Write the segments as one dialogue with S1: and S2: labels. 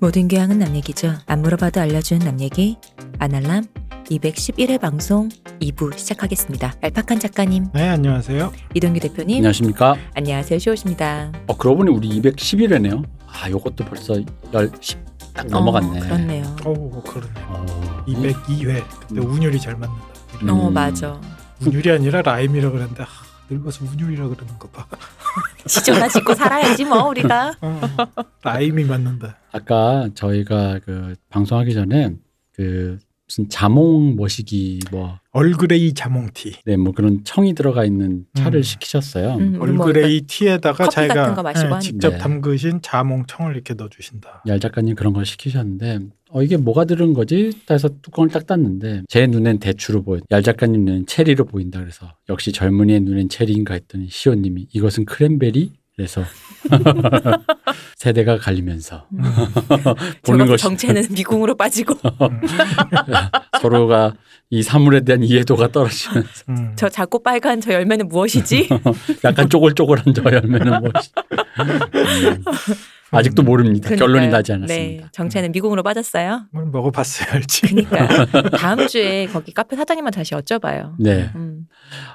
S1: 모든 교양은 남 얘기죠. 안 물어봐도 알려주는 남 얘기 아날람 211회 방송 2부 시작하겠습니다. 알파칸 작가님,
S2: 네 안녕하세요.
S1: 이동규 대표님,
S3: 네. 안녕하십니까.
S1: 안녕하세요. 쇼우십니다.
S3: 어, 그러고 보니 우리 211회네요. 아, 요것도 벌써 10, 10딱 넘어갔네.
S1: 어, 그렇네요.
S2: 오 그러네요.
S3: 어,
S2: 202회. 근데
S3: 음.
S2: 운율이 잘 맞는다.
S3: 음.
S1: 어, 맞아.
S2: 운율이 아니라 라임이라 그러는데 하, 늙어서 운율이라 그러는 거 봐.
S1: 지조나 짓고 살아야지 뭐 우리가.
S2: 어, 라임이 맞는다.
S3: 아까 저희가 그 방송하기 전에 그 무슨 자몽 머시기 뭐,
S2: 얼그레이 자몽티.
S3: 네, 뭐 그런 청이 들어가 있는 차를
S2: 음.
S3: 시키셨어요.
S1: 음, 뭐
S2: 얼그레이 티에다가
S1: 커피
S2: 자기가
S1: 같은 거 마시고 네. 하니까.
S2: 직접
S3: 네.
S2: 담그신 자몽청을 이렇게 넣어주신다.
S3: 얄 작가님 그런 걸 시키셨는데 어 이게 뭐가 들은 거지? 해서 뚜껑을 딱 땄는데 제 눈엔 대추로 보여. 얄 작가님 눈엔 체리로 보인다 그래서 역시 젊은이의 눈엔 체리인가 했더니 시온님이 이것은 크랜베리? 그래서 세대가 갈리면서
S1: 음.
S3: 보는
S1: 저거
S3: 것이
S1: 정체는 미궁으로 빠지고
S2: 음,
S3: 서로가 이 사물에 대한 이해도가 떨어지면서
S2: 음.
S1: 저 작고 빨간 저 열매는 무엇이지?
S3: 약간 쪼글쪼글한 저 열매는 뭐지? 음, 아직도 모릅니다. 결론이
S1: 그러니까요.
S3: 나지
S1: 네,
S3: 않았습니다.
S1: 정체는 미궁으로 빠졌어요.
S2: 뭘 먹어봤어야지.
S1: 그러니까 다음 주에 거기 카페 사장님만 다시 여쭤봐요.
S3: 네.
S1: 음.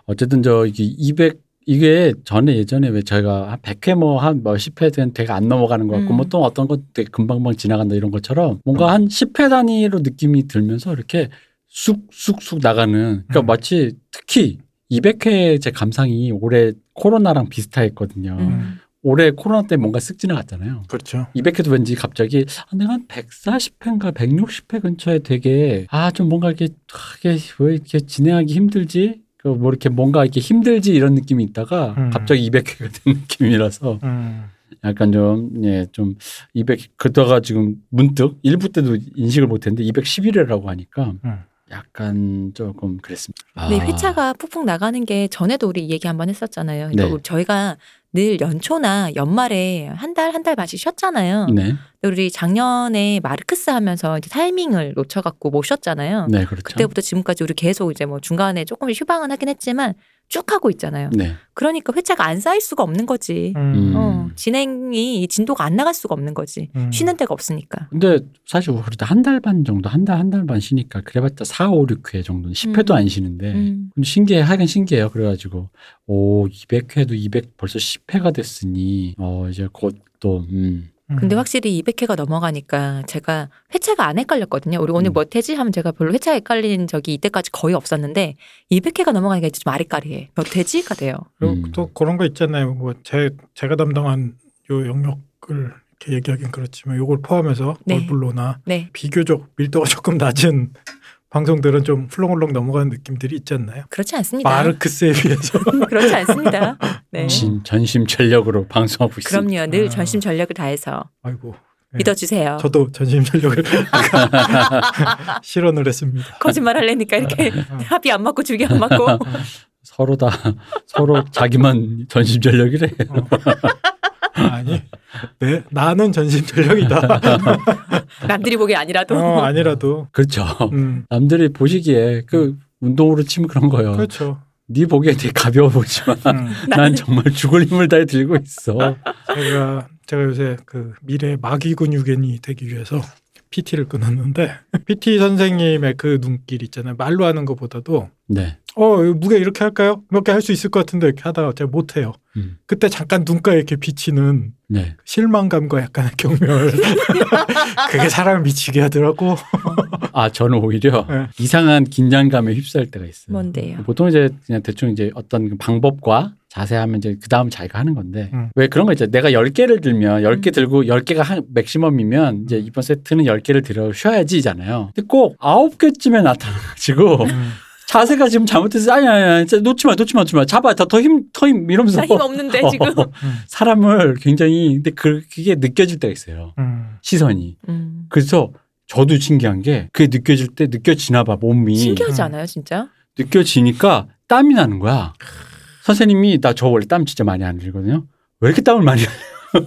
S3: 어쨌든 저 이게 200 이게 전에 예전에 왜 저희가 한 100회 뭐 한 몇십 회 된 되게 안 넘어가는 것 같고
S1: 음.
S3: 뭐 또 어떤 것 되게 금방금방 지나간다 이런 것처럼 뭔가 한 10회 단위로 느낌이 들면서 이렇게 쑥쑥쑥 나가는 그러니까
S2: 음.
S3: 마치 특히 200회 제 감상이 올해 코로나랑 비슷했거든요.
S1: 음.
S3: 올해 코로나 때 뭔가 쓱 지나갔잖아요.
S2: 그렇죠.
S3: 200회도 왠지 갑자기 아, 내가 한 140회인가 160회 근처에 되게 아 좀 뭔가 이렇게 아, 이게 왜 이렇게 진행하기 힘들지? 그 뭐 이렇게 뭔가 이렇게 힘들지 이런 느낌이 있다가
S2: 음.
S3: 갑자기 200회가 된 느낌이라서
S2: 음.
S3: 약간 좀예좀 200 그러다가 지금 문득 1부 때도 인식을 못했는데 211회라고 하니까
S2: 음.
S3: 약간 조금 그랬습니다.
S1: 근데 네, 회차가 푹푹 나가는 게 전에도 우리 얘기 한번 했었잖아요. 그러니까
S3: 네.
S1: 우리 저희가 늘 연초나 연말에 한 달 한 달 반씩 쉬었잖아요.
S3: 네,
S1: 근데 우리 작년에 마르크스 하면서 이제 타이밍을 놓쳐갖고 못 쉬었잖아요.
S3: 네 그렇죠.
S1: 그때부터 지금까지 우리 계속 이제 뭐 중간에 조금 휴방은 하긴 했지만 쭉 하고 있잖아요.
S3: 네,
S1: 그러니까 회차가 안 쌓일 수가 없는 거지.
S2: 음.
S1: 어, 진행이 이 진도가 안 나갈 수가 없는 거지.
S2: 음.
S1: 쉬는 데가 없으니까.
S3: 근데 사실 우리도 한 달 반 정도 한 달 한 달 반 쉬니까 그래봤자 4, 5, 6회 정도는 10회도
S1: 음.
S3: 안 쉬는데
S1: 음.
S3: 근데 신기해 하긴 신기해요 그래가지고 오 200회도 200 벌써 10회가 됐으니 어 이제 곧또 음.
S2: 음.
S1: 근데 확실히 200회가 넘어가니까 제가 회차가 안 헷갈렸거든요. 우리 오늘
S3: 음.
S1: 뭐 해지 하면 제가 별로 회차 헷갈리는 적이 이때까지 거의 없었는데 200회가 넘어가니까 이제 좀 아리까리해. 몇 회지가 돼요.
S2: 그리고
S3: 음.
S2: 또 그런 거 있잖아요. 뭐 제 제가 담당한 요 영역을 이렇게 얘기하긴 그렇지만 요걸 포함해서
S1: 네.
S2: 월블로나
S1: 네.
S2: 비교적 밀도가 조금 낮은 방송들은 좀 훌렁훌렁 넘어가는 느낌들이 있지 않나요?
S1: 그렇지 않습니다. 음,
S2: 마르크스에 비해서
S1: 그렇지 않습니다. 네.
S3: 진- 전심 전력으로 방송하고 있습니다.
S1: 그럼요. 늘
S2: 아.
S1: 전심 전력을 다해서
S2: 아이고 네.
S1: 믿어주세요.
S2: 저도 전심 전력을 실현을 했습니다.
S1: 거짓말 할래니까 이렇게 합의 안 맞고 주기 안 맞고
S3: 서로 다 서로 자기만 전심 전력이래.
S2: 어. 아니, 네 나는 전심 전력이다.
S1: 남들이 보기 아니라도
S2: 어, 아니라도
S3: 그렇죠.
S2: 음,
S3: 남들이 보시기에 그 운동으로 치면 그런 거예요.
S2: 그렇죠.
S3: 네 보기에 되게 가벼워 보지만
S2: 음.
S3: 난 정말 죽을 힘을 다해 들고 있어.
S2: 제가 제가 요새 그 미래 마귀 근육인이 되기 위해서 PT를 끊었는데 PT 선생님의 그 눈길 있잖아요. 말로 하는 것보다도
S3: 네.
S2: 어 이거 무게 이렇게 할까요? 몇 개 할 수 있을 것 같은데 이렇게 하다가 제가 못해요.
S3: 음.
S2: 그때 잠깐 눈가에 이렇게 비치는
S3: 네.
S2: 실망감과 약간의 경멸 그게 사람을 미치게 하더라고.
S3: 아 저는 오히려
S2: 네.
S3: 이상한 긴장감에 휩싸일 때가 있어요.
S1: 뭔데요?
S2: 뭐
S3: 보통 이제 그냥 대충 이제 어떤 그 방법과 자세하면 이제 그 다음 자기가 하는 건데
S2: 음.
S3: 왜 그런 거 있죠? 내가 열 개를 들면 열 개
S1: 음.
S3: 들고 열 개가 한 맥시멈이면
S2: 음.
S3: 이제 이번 세트는 열 개를 들어 쉬어야지잖아요. 근데 꼭 아홉 개쯤에 나타나가지고
S2: 음.
S3: 자세가 지금 잘못해서 아니 아니 아니 진짜 놓지 마 놓지 마 놓지 마 잡아 더힘더힘 이러면서
S1: 나 힘 없는데 지금
S3: 어,
S2: 음.
S3: 사람을 굉장히 근데 그- 그게 느껴질 때가 있어요.
S2: 음.
S3: 시선이
S1: 음.
S3: 그래서 저도 신기한 게 그게 느껴질 때 느껴지나 봐 몸이
S1: 신기하지
S2: 음.
S1: 않아요 진짜?
S3: 느껴지니까 땀이 나는 거야. 선생님이 나 저 원래 땀 진짜 많이 안 흘리거든요. 왜 이렇게 땀을 많이 흘려?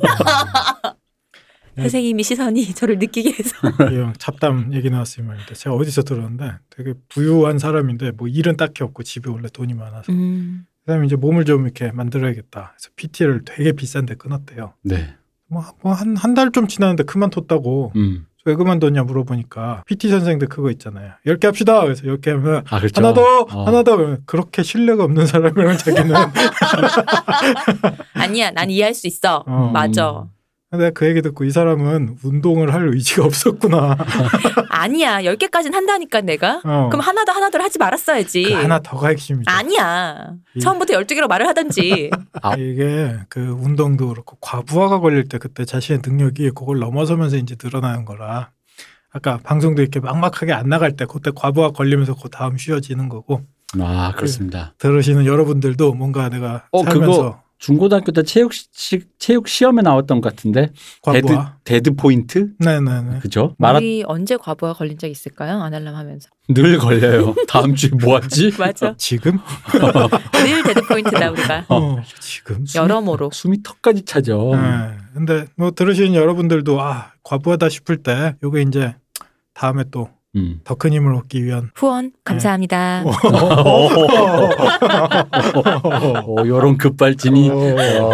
S2: 네.
S1: 선생님이 시선이 저를 느끼게 해서
S2: 음. 이 형 잡담 얘기 나왔으면 말인데 제가 어디서 들었는데 되게 부유한 사람인데 뭐 일은 딱히 없고 집에 원래 돈이 많아서
S1: 음.
S2: 그다음에 이제 몸을 좀 이렇게 만들어야겠다. 그래서 PT를 되게 비싼데 끊었대요.
S3: 네.
S2: 뭐한한 달 좀 지났는데 그만뒀다고
S3: 음.
S2: 왜 그만뒀냐 물어보니까 PT 선생도 그거 있잖아요. 10개 합시다. 그래서 10개 하면
S3: 아 그렇죠.
S2: 하나 더,
S3: 어.
S2: 하나 더. 그러면 그렇게 신뢰가 없는 사람이랑 자기는
S1: 아니야, 난 이해할 수 있어.
S2: 어.
S3: 음.
S1: 맞아.
S2: 근데 그 얘기 듣고 이 사람은 운동을 할 의지가 없었구나.
S1: 아니야, 열 개까지는 한다니까 내가.
S2: 어.
S1: 그럼 하나 더 하나 더 하지 말았어야지.
S2: 그 하나 더가 핵심이죠.
S1: 아니야.
S3: 예.
S2: 이-
S1: 처음부터 12개로 말을 하든지.
S3: 아.
S2: 이게 그 운동도 그렇고 과부하가 걸릴 때 그때 자신의 능력이 그걸 넘어서면서 이제 늘어나는 거라 아까 방송도 이렇게 막막하게 안 나갈 때 그때 과부하 걸리면서 그 다음 쉬어지는 거고
S3: 아
S2: 네.
S3: 그렇습니다.
S2: 들으시는 여러분들도 뭔가 내가
S3: 어, 그거
S2: 살면서
S3: 중고등학교 때 체육 시, 체육 시험에 나왔던 것 같은데 데드
S2: 과부하
S3: 데드 포인트
S2: 네네네
S3: 그죠? 마라
S1: 우리 언제 과부하 걸린 적 있을까요? 아날람 하면서.
S3: 늘 걸려요. 다음 주에 뭐 하지?
S1: 맞아.
S2: 지금
S1: 늘 데드 포인트다 우리가.
S2: 어, 지금
S1: 여러모로.
S3: 숨이 턱까지 차죠.
S1: 음.
S2: 네. 근데 뭐 들으시는 여러분들도 아 과부하다 싶을 때 요게 이제 다음에 또 더 큰
S3: 음.
S2: 힘을 얻기 위한
S1: 후원 감사합니다. 어.
S3: 어, 요런 급발진이
S1: 어.
S3: 어,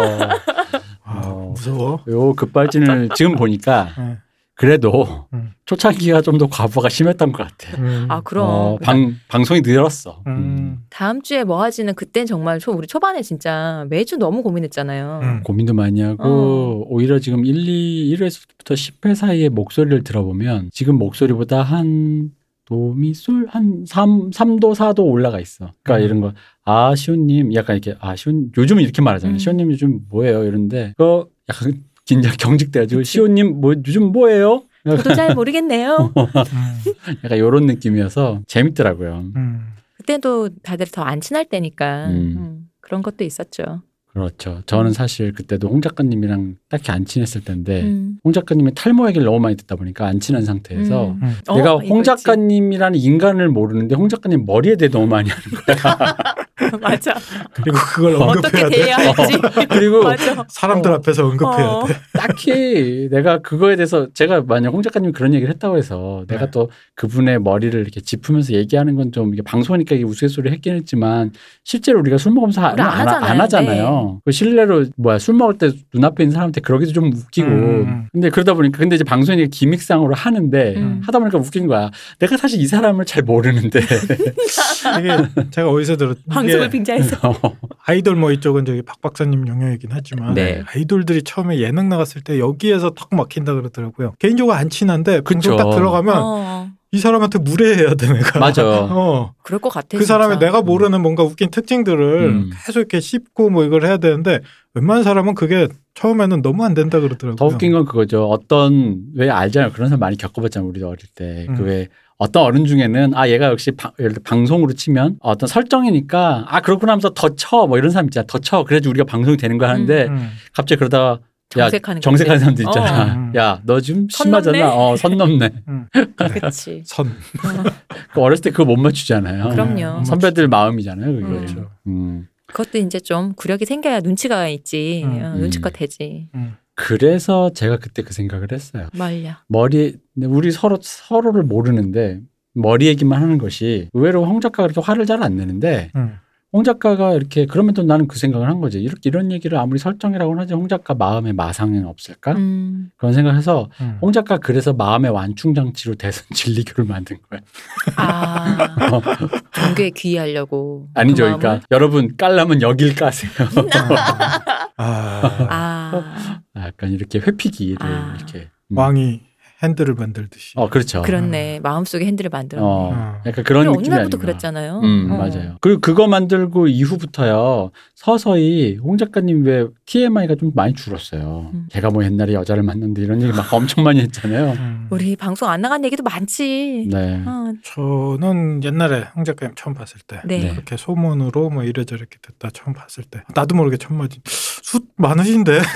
S2: 아,
S3: 어.
S2: 무서워
S3: 요 급발진을 지금 보니까
S2: 네.
S3: 그래도
S2: 음.
S3: 초창기가 좀 더 과부하가 심했던 것 같아.
S1: 아 그럼
S3: 어, 방 방송이 늘었어. 음.
S2: 음.
S1: 다음 주에 뭐 하지는 그땐 정말 초, 우리 초반에 진짜 매주 너무 고민했잖아요.
S2: 음.
S3: 고민도 많이
S1: 어.
S3: 하고 오히려 지금 1, 2, 1회부터 10회 사이의 목소리를 들어보면 지금 목소리보다 한 도미솔 한 3, 삼도 4도 올라가 있어.
S2: 음.
S3: 그러니까 이런 거 아, 시온님 약간 이렇게 아, 시온 요즘은 이렇게
S1: 음.
S3: 말하잖아요. 시온님 요즘 뭐예요? 이런데 그거 약간 긴장 경직돼 가지고
S1: 그치.
S3: 시온님 뭐 요즘 뭐예요?
S1: 저도 잘 모르겠네요.
S3: 어.
S2: 음.
S3: 약간 요런 느낌이어서 재밌더라고요.
S2: 음.
S1: 그때도 다들 더 안 친할 때니까
S3: 음.
S1: 음, 그런 것도 있었죠.
S3: 그렇죠. 저는 사실 그때도 홍 작가님이랑 딱히 안 친했을 텐데
S1: 음.
S3: 홍 작가님의 탈모 얘기를 너무 많이 듣다 보니까 안 친한 상태에서
S1: 음.
S2: 음.
S1: 어,
S3: 내가
S1: 이거
S3: 홍
S1: 있지.
S3: 작가님이라는 인간을 모르는데 홍 작가님 머리에 대해 너무 많이 하는
S1: 맞아
S2: 그리고 그걸
S1: 어떻게
S2: 언급해야 돼
S1: 대해야 할지
S3: 어. 그리고
S1: 맞아
S2: 사람들
S3: 어.
S2: 앞에서 언급해야
S1: 어.
S2: 돼
S3: 딱히 내가 그거에 대해서 제가 만약 홍 작가님이 그런 얘기를 했다고 해서 내가
S2: 네.
S3: 또 그분의 머리를 이렇게 짚으면서 얘기하는 건 좀 이게 방송하니까 이게 우스갯소리 했긴 했지만 실제로 우리가 술 먹으면서 안,
S1: 우리 안
S3: 안, 하- 안
S1: 하잖아요. 네.
S3: 하잖아요. 그 실례로 뭐야 술 먹을 때 눈앞에 있는 사람한테 그러기도 좀 웃기고
S2: 음.
S3: 근데 그러다 보니까 근데 이제 방송이 기믹상으로 하는데
S1: 음.
S3: 하다 보니까 웃긴 거야. 내가 사실 이 사람을 잘 모르는데
S2: 이게 제가 어디서 들었던
S3: 예.
S1: 방송을
S2: 게
S3: 음.
S1: 빙자해서
S2: 아이돌 뭐 이쪽은 저기 박 박사님 영역이긴 하지만
S1: 네.
S2: 아이돌들이 처음에 예능 나갔을 때 여기에서 턱 막힌다 그러더라고요 개인적으로 안 친한데 방송
S3: 그쵸.
S2: 딱 들어가면
S1: 어,
S2: 이 사람한테 무례해야 돼 내가
S3: 맞아.
S2: 어.
S1: 그럴 것 같아
S2: 그
S1: 네, 진짜.
S2: 사람의 내가 모르는 뭔가 웃긴 특징들을
S3: 음.
S2: 계속 이렇게 씹고 뭐 이걸 해야 되는데 웬만한 사람은 그게 처음에는 너무 안 된다 그러더라고요.
S3: 더 웃긴 건 그거죠. 어떤 왜 알잖아요. 그런 사람 많이 겪어봤잖아요. 우리도 어릴 때.
S2: 음.
S3: 그 왜 어떤 어른 중에는 아 얘가 역시 방, 예를 들어 방송으로 치면 어떤 설정이니까 아 그렇구나 하면서 더 쳐 뭐 이런 사람 있잖아. 더 쳐 그래야지 우리가 방송이 되는 거야 하는데
S2: 음.
S3: 갑자기 그러다가 야
S1: 정색하는
S3: 정색하는
S1: 거지.
S3: 사람들 있잖아.
S2: 어. 음.
S3: 야 너 지금
S1: 선
S3: 심하잖아.
S1: 넘네?
S3: 어선 넘네.
S1: 그치
S2: 선.
S1: 어,
S3: 그 어렸을 때 그거 못 맞추잖아요.
S1: 그럼요.
S2: 네,
S3: 선배들 마음이잖아요. 그게.
S1: 그렇죠.
S3: 음.
S1: 그것도 이제 좀 구력이 생겨야 눈치가 있지
S2: 음.
S1: 어, 눈치껏 되지
S2: 음.
S3: 그래서 제가 그때 그 생각을 했어요.
S1: 말야
S3: 머리 근데 우리 서로 서로를 모르는데 머리 얘기만 하는 것이 의외로 홍 작가가 그렇게 화를 잘 안 내는데
S2: 음.
S3: 홍 작가가 이렇게 그러면 또 나는 그 생각을 한 거지 이렇게 이런 얘기를 아무리 설정이라고는 하지 홍 작가 마음의 마상은 없을까
S1: 음.
S3: 그런 생각해서
S2: 음.
S3: 홍 작가 그래서 마음의 완충 장치로 대선 진리교를 만든 거야
S1: 아 종교에 귀의하려고
S3: 아니죠
S1: 그
S3: 그러니까 여러분 깔라면 여길 까세요
S2: 아,
S1: 마음을? 아
S3: 아, 약간 이렇게 회피기를
S1: 아.
S3: 이렇게 음.
S2: 왕이 핸들을 만들듯이.
S3: 어 그렇죠
S1: 그렇네 마음속에 핸들을 만들었네
S3: 어
S2: 음.
S3: 약간 그런
S1: 우리
S3: 느낌이
S1: 어느 날부터
S3: 아닌가.
S1: 그랬잖아요
S3: 음,
S1: 어.
S3: 맞아요. 그리고 그거 만들고 이후부터요, 서서히 홍 작가님 왜 TMI가 좀 많이 줄었어요.
S1: 음.
S3: 제가 뭐 옛날에 여자를 만났는데 이런 얘기 막 엄청 많이 했잖아요.
S2: 음.
S1: 우리 방송 안 나간 얘기도 많지
S3: 네.
S1: 어,
S2: 저는 옛날에 홍 작가님 처음 봤을 때
S1: 네.
S3: 네.
S2: 이렇게 소문으로 뭐 이래저래 이렇게 듣다 처음 봤을 때 나도 모르게 첫 마디 숱 많으신데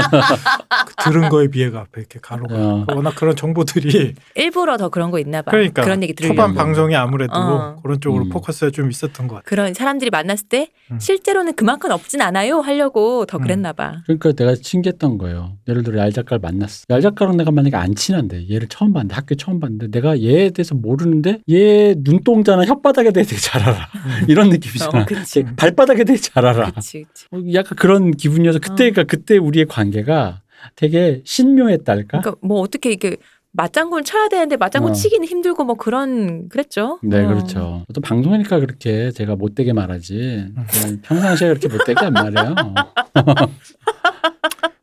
S2: 그 들은 거에 비해가 앞에 이렇게 가로가
S3: 어.
S2: 워낙 그런 정보들이
S1: 일부러 더 그런 거 있나 봐.
S2: 그러니까
S1: 런 얘기 들으려고.
S2: 초반 방송이 아무래도 뭐
S1: 어.
S2: 그런 쪽으로
S3: 음.
S2: 포커스가 좀 있었던 것 같아요.
S1: 그런 사람들이 만났을 때
S2: 음.
S1: 실제로는 그만큼 없진 않아요 하려고 더 그랬나 봐.
S3: 그러니까 내가 신기했던 거예요. 예를 들어 얄 작가를 만났어. 얄 작가랑 내가 만약에 안 친한데 얘를 처음 봤는데 학교 처음 봤는데 내가 얘에 대해서 모르는데 얘 눈동자나 혓바닥에 대해 되게 잘 알아. 이런 느낌이잖아.
S1: 어, 그치.
S3: 걔 발바닥에 대해 잘 알아.
S1: 그치, 그치. 어.
S3: 어, 약간 그런 기분이어서 그때가 그때 우리의 관계가 되게 신묘의 딸까?
S1: 그러니까 뭐 어떻게 이게 맞장구를 쳐야 되는데 맞장구
S3: 아. 어.
S1: 치기는 힘들고 뭐 그런 그랬죠.
S3: 네,
S1: 어.
S3: 그렇죠. 또 방송이니까 그렇게 제가 못되게 말하지. 그냥 평상시에 그렇게 못되게 안 말해요. 어.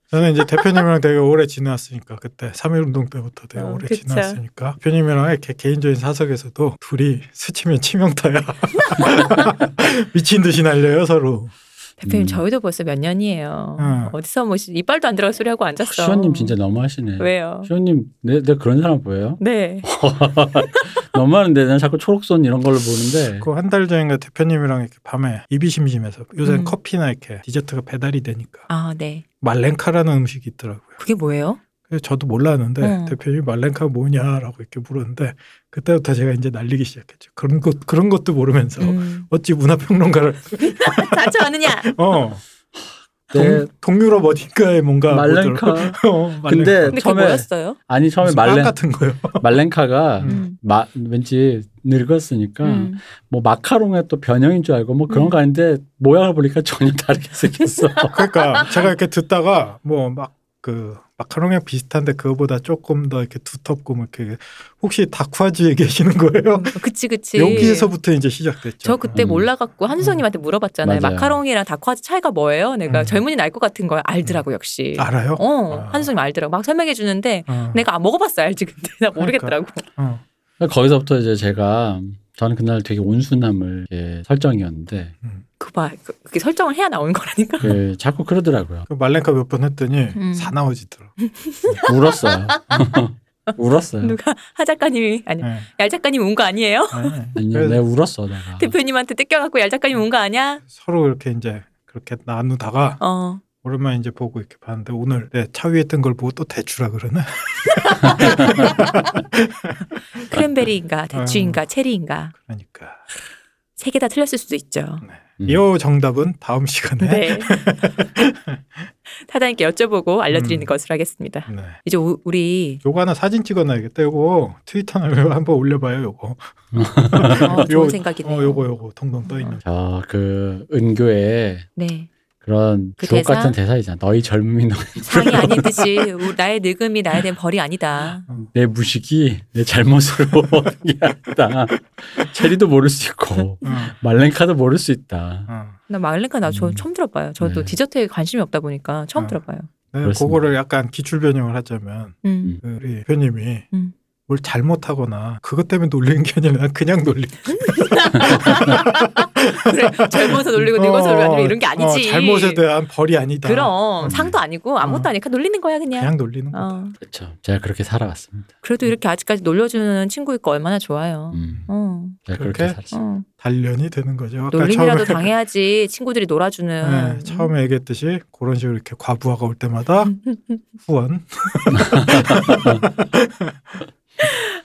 S2: 저는 이제 대표님이랑 되게 오래 지내왔으니까 그때 3.1 운동 때부터 되게
S1: 어,
S2: 오래
S1: 그쵸.
S2: 지내왔으니까 대표님이랑 이렇게 개인적인 사석에서도 둘이 스치면 치명타야 미친 듯이 날려요 서로
S1: 대표님
S3: 음.
S1: 저희도 벌써 몇 년이에요.
S2: 음.
S1: 어디서 뭐 시- 이빨도 안 들어갈 소리 하고 앉았어.
S3: 시원님 진짜 너무하시네.
S1: 왜요?
S3: 시원님, 내, 가 그런 사람 보여요?
S1: 네.
S3: 너무하는데 난 자꾸 초록손 이런 걸로 보는데
S2: 그 한 달 전인가 대표님이랑 이렇게 밤에 입이 심심해서 요새
S1: 음.
S2: 는 커피나 이렇게 디저트가 배달이 되니까
S1: 아, 네.
S2: 말렌카라는 음식이 있더라고요
S1: 그게 뭐예요?
S2: 그래서 저도 몰랐는데
S3: 네.
S1: 음.
S2: 대표님이 말렌카 뭐냐라고 이렇게 물었는데 그때부터 제가 이제 날리기 시작했죠 그런 것 그런 것도 모르면서
S1: 음.
S2: 어찌 문화평론가를
S1: 다쳐 아느냐?
S2: 어
S3: 내
S2: 동, 동유럽 어딘가에 뭔가
S3: 네. 말랭카.
S2: 어, 말랭카.
S3: 근데
S1: 근데 그게
S3: 처음에-
S1: 뭐였어요?
S3: 아니 처음에
S2: 무슨 빵
S3: 말렌
S2: 같은 거요.
S3: 말렌카가
S2: 음.
S3: 마, 왠지 늙었으니까
S1: 음.
S3: 뭐 마카롱의 또 변형인 줄 알고 뭐 그런
S1: 음.
S3: 거 아닌데 모양을 보니까 전혀 다르게 생겼어.
S2: 그러니까 제가 이렇게 듣다가 뭐 막 그 마카롱이랑 비슷한데 그거보다 조금 더 이렇게 두텁고 막 이렇게 혹시 다쿠아지에 계시는 거예요?
S1: 어, 그치
S3: 네.
S1: 그치.
S2: 여기에서부터 이제 시작됐죠.
S1: 저 그때
S3: 음.
S1: 몰라갖고 한수성님한테 물어봤잖아요.
S3: 맞아요.
S1: 마카롱이랑 다크화즈 차이가 뭐예요? 내가
S2: 음.
S1: 젊은이 날 것 같은 걸 알더라고 역시.
S2: 알아요?
S1: 어,
S2: 아.
S1: 한수성님 알더라고. 막 설명해 주는데
S2: 어,
S3: 네.
S1: 내가 안 먹어봤어 알지 근데 나
S2: 그러니까.
S1: 모르겠더라고.
S2: 어.
S3: 거기서부터 이제 제가 저는 그날 되게 온순함을 예, 설정이었는데
S1: 그봐 그게 설정을 해야 나오는 거라니까.
S3: 그 자꾸 그러더라고요.
S2: 그 말랭카 몇 번 했더니
S1: 음.
S2: 사나워지더라.
S3: 울었어요.
S2: 음.
S3: 울었어요.
S1: 누가 하 작가님이 아니
S2: 네.
S1: 얄 작가님 운 거 아니에요?
S2: 네.
S3: 아니요,
S2: 그래서
S3: 내가 울었어 내가.
S1: 대표님한테 뜯겨갖고 얄 작가님 운 거 아니야?
S2: 서로 이렇게 이제 그렇게 나누다가
S1: 어.
S2: 오랜만에 이제 보고 이렇게 봤는데 오늘 내 차 위에 뜬 걸 보고 또 대추라 그러네. 음.
S1: 크랜베리인가 대추인가 체리인가
S2: 그러니까
S1: 세 개 다 틀렸을 수도 있죠.
S3: 음.
S2: 이 정답은 다음 시간에.
S1: 네. 타다님께 여쭤보고 알려드리는
S2: 음.
S1: 것으로 하겠습니다.
S2: 네.
S1: 이제 우- 우리
S2: 요거 하나 사진 찍어놔야겠다. 요거 트위터나 요거 한번 올려봐요. 요거.
S1: 어, 좋은
S2: 요-
S1: 생각이네요.
S2: 어, 요거 요거 동동 떠 있는.
S3: 저그 은교의
S1: 네.
S3: 그런
S1: 그
S3: 주옥
S1: 대사?
S3: 같은 대사이잖아. 너희 젊음이 너-
S1: 상이 아닌 듯이 우- 나의 늙음이 나에 대한 벌이 아니다.
S3: 내 무식이 내 잘못으로 이었다 체리도 모를 수 있고
S1: 음.
S2: 어,
S3: 말랭카도 모를 수 있다.
S2: 어.
S1: 나 마을랭카 나 저
S3: 음.
S1: 처음 들어봐요. 저도
S3: 네.
S1: 디저트에 관심이 없다 보니까 처음
S2: 어.
S1: 들어봐요.
S2: 네,
S3: 그렇습니다.
S2: 그거를 약간 기출 변형을 하자면
S1: 음.
S2: 그 우리 표님이
S1: 음.
S2: 뭘 잘못하거나 그것 때문에 놀리는 게 아니라 그냥 놀리.
S1: 그래 젊어서 놀리고 늙어서 놀리고 아니면 이런 게 아니지.
S2: 어, 잘못에 대한 벌이 아니다.
S1: 그럼
S2: 음.
S1: 상도 아니고 아무것도
S2: 어.
S1: 아니니까 놀리는 거야 그냥.
S2: 그냥 놀리는 거.
S1: 어.
S3: 그렇죠. 제가 그렇게 살아왔습니다.
S1: 그래도 이렇게 아직까지 놀려주는 친구일까 얼마나 좋아요.
S3: 음.
S1: 어,
S3: 제가 그렇게,
S2: 그렇게?
S3: 살았습니다.
S1: 어.
S2: 단련이 되는 거죠. 아까
S1: 놀림이라도
S2: 음. 처음에
S1: 당해야지 친구들이 놀아주는.
S2: 네, 처음에 얘기했듯이 그런 식으로 이렇게 과부하가 올 때마다 후원.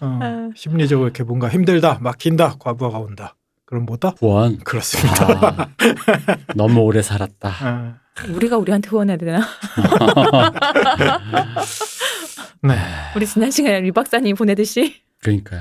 S1: 아.
S2: 어, 심리적으로 이렇게 뭔가 힘들다, 막힌다, 과부하가 온다. 그럼 뭐다?
S3: 후원.
S2: 그렇습니다.
S3: 아, 너무 오래 살았다.
S2: 아,
S1: 음. 우리가 우리한테 후원해야 되나?
S2: 네.
S1: 우리 지난 시간에 류 박사님 보내듯이.
S3: 그러니까요.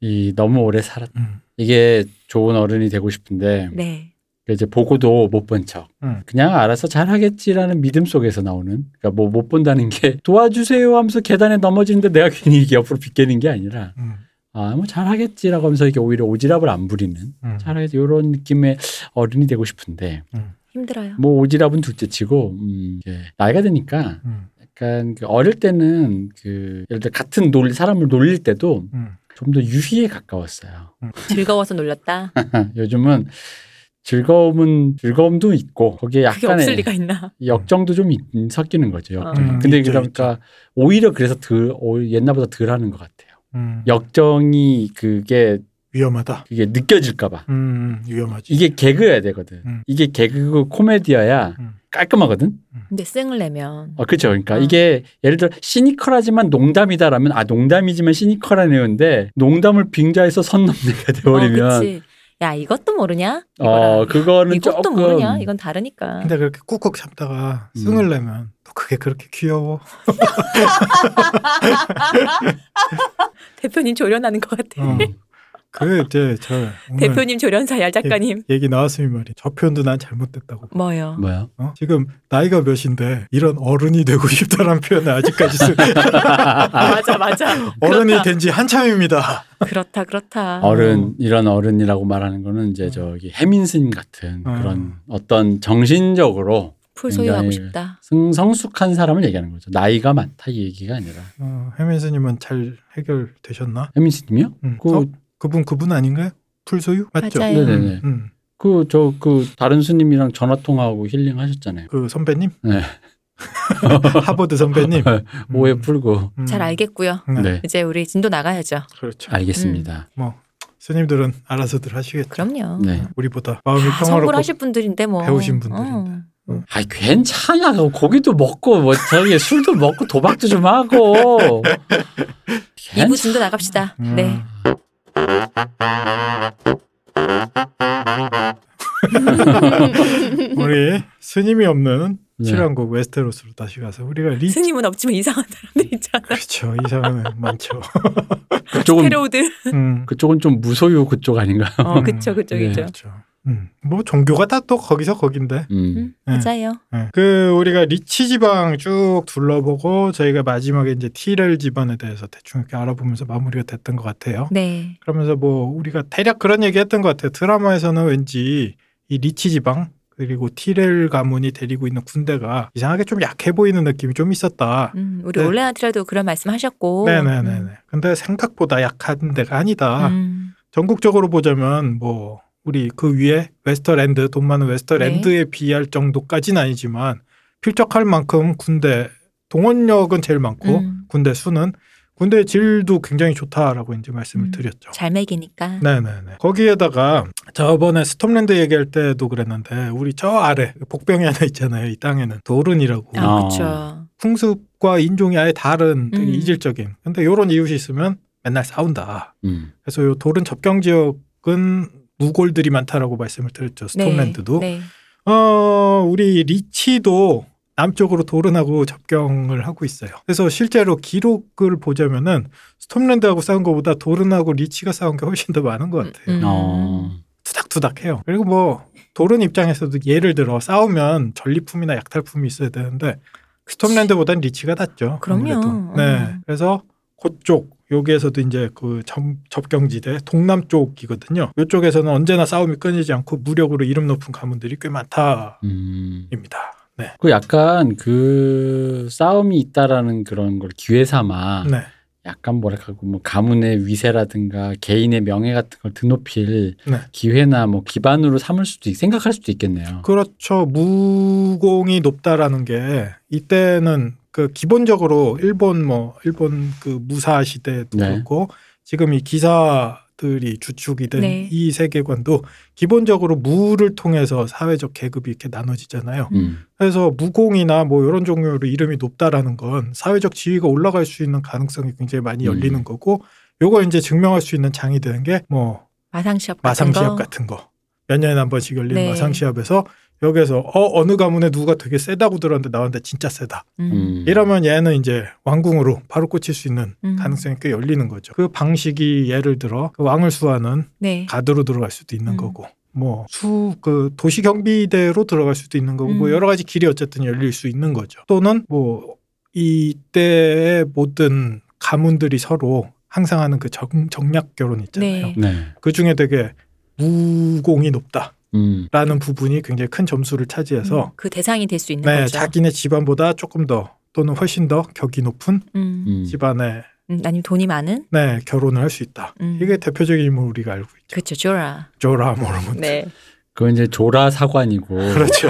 S3: 이 너무 오래 살았.
S2: 음.
S3: 이게 좋은 어른이 되고 싶은데
S1: 네.
S3: 그러니까 이제 보고도 못 본 척.
S2: 음.
S3: 그냥 알아서 잘하겠지라는 믿음 속에서 나오는. 그러니까 뭐 못 본다는 게 도와주세요 하면서 계단에 넘어지는데 내가 괜히 이게 옆으로 빗대는 게 아니라
S2: 음,
S3: 아 뭐 잘하겠지라고 하면서 이게 오히려 오지랖을 안 부리는
S2: 음.
S3: 잘하겠지 이런 느낌의 어른이 되고 싶은데
S1: 힘들어요.
S3: 뭐 오지랖은 둘째치고 음, 이게 나이가 드니까
S2: 음,
S3: 약간 그 어릴 때는 그 예를 들어 같은 놀 사람을 놀릴 때도
S2: 음.
S3: 좀 더 유희에 가까웠어요. 아,
S1: 즐거워서 놀랐다.
S2: 아,
S3: 요즘은 즐거움은 즐거움도 있고 거기에
S1: 그게 없을
S3: 약간의
S1: 리가 있나?
S3: 역정도 좀 있- 섞이는 거죠.
S1: 아.
S3: 역정.
S2: 음,
S3: 근데
S2: 있죠,
S3: 그러니까 오히려 그래서 덜 오- 옛날보다 덜하는 것 같아요.
S2: 음.
S3: 역정이 그게
S2: 위험하다.
S3: 그게 느껴질까봐
S2: 음, 위험하지.
S3: 이게 개그여야 되거든.
S2: 음.
S3: 이게 개그고 코미디어야
S2: 음.
S3: 깔끔하거든.
S1: 근데 쌩을 내면
S3: 어, 그렇죠. 그러니까
S1: 어.
S3: 이게 예를 들어 시니컬하지만 농담이다라면 아 농담이지만 시니컬한 내용인데 농담을 빙자해서 선 넘게
S1: 어,
S3: 돼버리면
S1: 그치. 야 이것도 모르냐?
S3: 어,
S1: 이거랑
S3: 그거는
S1: 이것도
S3: 조금
S1: 모르냐? 이건 다르니까.
S2: 근데 그렇게 꾹꾹 참다가
S3: 음.
S2: 승을 내면 또 그게 그렇게 귀여워.
S1: 대표님 조련하는 것 같아.
S3: 음,
S2: 어. 그 이제 저 오늘
S1: 대표님 조련사 얄 작가님
S2: 얘기 나왔으면 말이 저 표현도 난 잘못됐다고.
S1: 뭐요?
S3: 예. 뭐야?
S2: 어? 지금 나이가 몇인데 이런 어른이 되고 싶다라는 표현을 아직까지 쓰.
S1: 맞아 맞아.
S2: 어른이 된 지 한참입니다.
S1: 그렇다 그렇다.
S3: 어른 이런 어른이라고 말하는 거는 이제
S2: 음.
S3: 저기 해민슨 같은
S2: 음.
S3: 그런 어떤 정신적으로
S1: 풀 소유하고
S3: 굉장히-
S1: 싶다.
S3: 승- 성숙한 사람을 얘기하는 거죠. 나이가 많다 이 얘기가 아니라
S2: 어, 해민스님은 잘 해결되셨나?
S3: 해민스님이요?
S2: 음.
S3: 그
S2: 어? 그분 그분 아닌가요? 풀소유 맞죠?
S1: 맞아요.
S2: 음,
S3: 네네네.
S2: 음.
S3: 그 저 그 다른 스님이랑 전화 통화하고 힐링 하셨잖아요.
S2: 그 선배님?
S3: 네.
S2: 하버드 선배님.
S3: 오해
S2: 음,
S3: 풀고.
S2: 음.
S1: 잘 알겠고요.
S2: 네.
S3: 네.
S1: 이제 우리 진도 나가야죠.
S2: 그렇죠.
S3: 알겠습니다.
S2: 스님들은 알아서들 하시겠죠.
S1: 그럼요.
S3: 네.
S2: 우리보다 마음이
S1: 다
S2: 평화롭고
S1: 성불하실 분들인데 뭐
S2: 배우신 분들인데.
S1: 어.
S3: 아이 괜찮아. 그거 고기도 먹고 뭐 저기 술도 먹고 도박도 좀 하고. 괜찮아.
S1: 이부 진도 나갑시다.
S2: 음.
S1: 네.
S2: 우리 스님이 없는
S3: 네.
S2: 칠왕국 웨스테로스로 다시 가서 우리가 리
S1: 스님은 없지만 이상한 사람들 있잖아.
S2: 그렇죠 이상은 많죠.
S3: 그쪽은
S1: 테러우들.
S2: 음.
S3: 그쪽은 좀 무소유 그쪽 아닌가?
S1: 어, 그쵸 그쵸
S3: 네.
S1: 그쵸.
S2: 그렇죠. 음. 뭐 종교가 다 또 거기서 거긴데.
S3: 음.
S1: 음, 맞아요.
S2: 예. 그 우리가 리치 지방 쭉 둘러보고 저희가 마지막에 이제 티렐 지방에 대해서 대충 이렇게 알아보면서 마무리가 됐던 것 같아요.
S1: 네.
S2: 그러면서 뭐 우리가 대략 그런 얘기 했던 것 같아요. 드라마에서는 왠지 이 리치 지방 그리고 티렐 가문이 데리고 있는 군대가 이상하게 좀 약해 보이는 느낌이 좀 있었다.
S1: 음, 우리
S2: 네.
S1: 올레한테라도 그런 말씀하셨고.
S2: 네네네네. 근데 생각보다 약한 데가 아니다.
S1: 음,
S2: 전국적으로 보자면 뭐 우리 그 위에 웨스터랜드 돈 많은
S1: 네.
S2: 웨스터랜드에 비할 정도까지는 아니지만 필적할 만큼 군대 동원력은 제일 많고
S1: 음.
S2: 군대 수는 군대 질도 굉장히 좋다라고 이제 말씀을
S1: 음.
S2: 드렸죠.
S1: 잘 먹이니까.
S2: 네네네. 거기에다가 저번에 스톰랜드 얘기할 때도 그랬는데 우리 저 아래 복병이 하나 있잖아요. 이 땅에는 도른이라고
S1: 아,
S3: 아.
S1: 그렇죠.
S2: 풍습과 인종이 아예 다른 되게
S1: 음.
S2: 이질적인. 근데 요런 이웃이 있으면 맨날 싸운다.
S3: 음.
S2: 그래서 요 도른 접경 지역은 무골들이 많다라고 말씀을 드렸죠. 스톰랜드도.
S1: 네. 네.
S2: 어, 우리 리치도 남쪽으로 도른하고 접경을 하고 있어요. 그래서 실제로 기록을 보자면은 스톰랜드하고 싸운 것보다 도른하고 리치가 싸운 게 훨씬 더 많은 것 같아요.
S1: 음, 음.
S3: 어.
S2: 투닥투닥해요. 그리고 뭐 도른 입장에서도 예를 들어 싸우면 전리품이나 약탈품이 있어야 되는데 스톰랜드보단 리치가 낫죠.
S1: 그럼요.
S2: 아무래도. 네,
S1: 음.
S2: 그래서 그쪽 여기에서도 이제 그 점- 접경지대 동남쪽이거든요. 이쪽에서는 언제나 싸움이 끊이지 않고 무력으로 이름 높은 가문들이 꽤 많다입니다.
S3: 음. 그 약간 그 싸움이 있다라는 그런 걸 기회 삼아
S2: 네,
S3: 약간 뭐랄까 뭐 가문의 위세라든가 개인의 명예 같은 걸 드높일
S2: 네.
S3: 기회나 뭐 기반으로 삼을 수도 있, 생각할 수도 있겠네요.
S2: 그렇죠. 무공이 높다라는 게 이때는 그 기본적으로 일본 뭐 일본 그 무사 시대도
S3: 네.
S2: 그렇고 지금 이 기사들이 주축이 된
S1: 네.
S2: 이 세계관도 기본적으로 무를 통해서 사회적 계급이 이렇게 나눠지잖아요.
S3: 음.
S2: 그래서 무공이나 뭐 이런 종류로 이름이 높다라는 건 사회적 지위가 올라갈 수 있는 가능성이 굉장히 많이
S3: 음.
S2: 열리는 거고 요걸 이제 증명할 수 있는 장이 되는 게뭐
S1: 마상 시합 같은
S2: 마상 시합
S1: 거.
S2: 같은 거. 몇 년에 한 번씩 열리는
S1: 네.
S2: 마상 시합에서 여기서 어 어느 가문에 누가 되게 세다고 들었는데 나왔는데 진짜 세다.
S1: 음.
S2: 이러면 얘는 이제 왕궁으로 바로 꽂힐 수 있는
S1: 음.
S2: 가능성이 꽤 열리는 거죠. 그 방식이 예를 들어 그 왕을 수하는
S1: 네.
S2: 가드로 들어갈 수도 있는
S1: 음.
S2: 거고 뭐 수 그 도시 경비대로 들어갈 수도 있는 거고 뭐
S1: 음.
S2: 여러 가지 길이 어쨌든 열릴 수 있는 거죠. 또는 뭐 이때의 모든 가문들이 서로 항상 하는 그 정, 정략 결혼 있잖아요.
S1: 네.
S3: 네.
S2: 그 중에 되게 무공이 높다라는
S3: 음.
S2: 부분이 굉장히 큰 점수를 차지해서
S1: 음, 그 대상이 될 수 있는
S2: 네,
S1: 거죠.
S2: 자기네 집안보다 조금 더 또는 훨씬 더 격이 높은
S1: 음.
S3: 음.
S2: 집안에
S1: 음, 아니면 돈이 많은.
S2: 네, 결혼을 할 수 있다.
S1: 음.
S2: 이게 대표적인 인물 우리가 알고 있죠.
S1: 그렇죠, 조라.
S2: 조라 모르몬.
S1: 네.
S3: 그건 이제 조라 사관이고
S2: 그렇죠.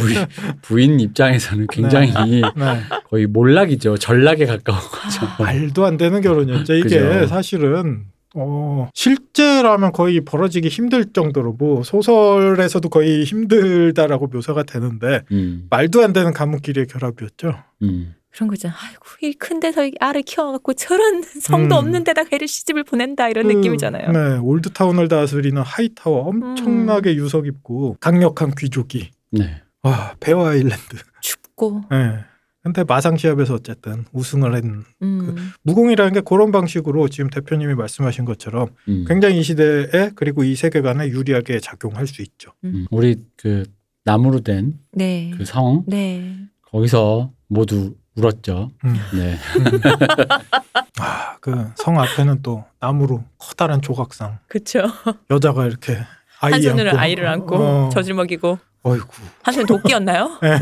S3: 부인, 부인 입장에서는 굉장히
S2: 네.
S3: 거의 몰락이죠. 전락에 가까운
S1: 아,
S3: 거죠.
S2: 말도 안 되는 결혼이었죠. 이게
S3: 그죠.
S2: 사실은 어, 실제라면 거의 벌어지기 힘들 정도로 뭐 소설에서도 거의 힘들다라고 묘사가 되는데
S3: 음.
S2: 말도 안 되는 가문끼리의 결합이었죠.
S3: 음.
S1: 그런 거죠. 아이고 이 큰 데서 이 알을 키워갖고 저런 성도
S2: 음.
S1: 없는 데다가 애를 시집을 보낸다 이런
S2: 그,
S1: 느낌이잖아요. 음.
S2: 네, 올드타운을 다스리는 하이타워 엄청나게 유석 있고 강력한 귀족이
S3: 네.
S2: 와 베어 아일랜드.
S1: 춥고
S2: 네. 근데 마상 시합에서 어쨌든 우승을 한그
S1: 음.
S2: 무공이라는 게 그런 방식으로 지금 대표님이 말씀하신 것처럼
S3: 음.
S2: 굉장히 이 시대에 그리고 이 세계관에 유리하게 작용할 수 있죠.
S3: 음. 우리 그 나무로 된 그
S1: 네.
S3: 상황
S1: 네.
S3: 거기서 모두 울었죠.
S2: 음.
S3: 네.
S2: 아, 그 성 앞에는 또 나무로 커다란 조각상
S1: 그렇죠.
S2: 여자가 이렇게 아이
S1: 한 손으로
S2: 안고.
S1: 아이를 안고
S2: 어,
S1: 젖을 먹이고
S2: 어이구.
S1: 한 손 도끼였나요?
S3: 네.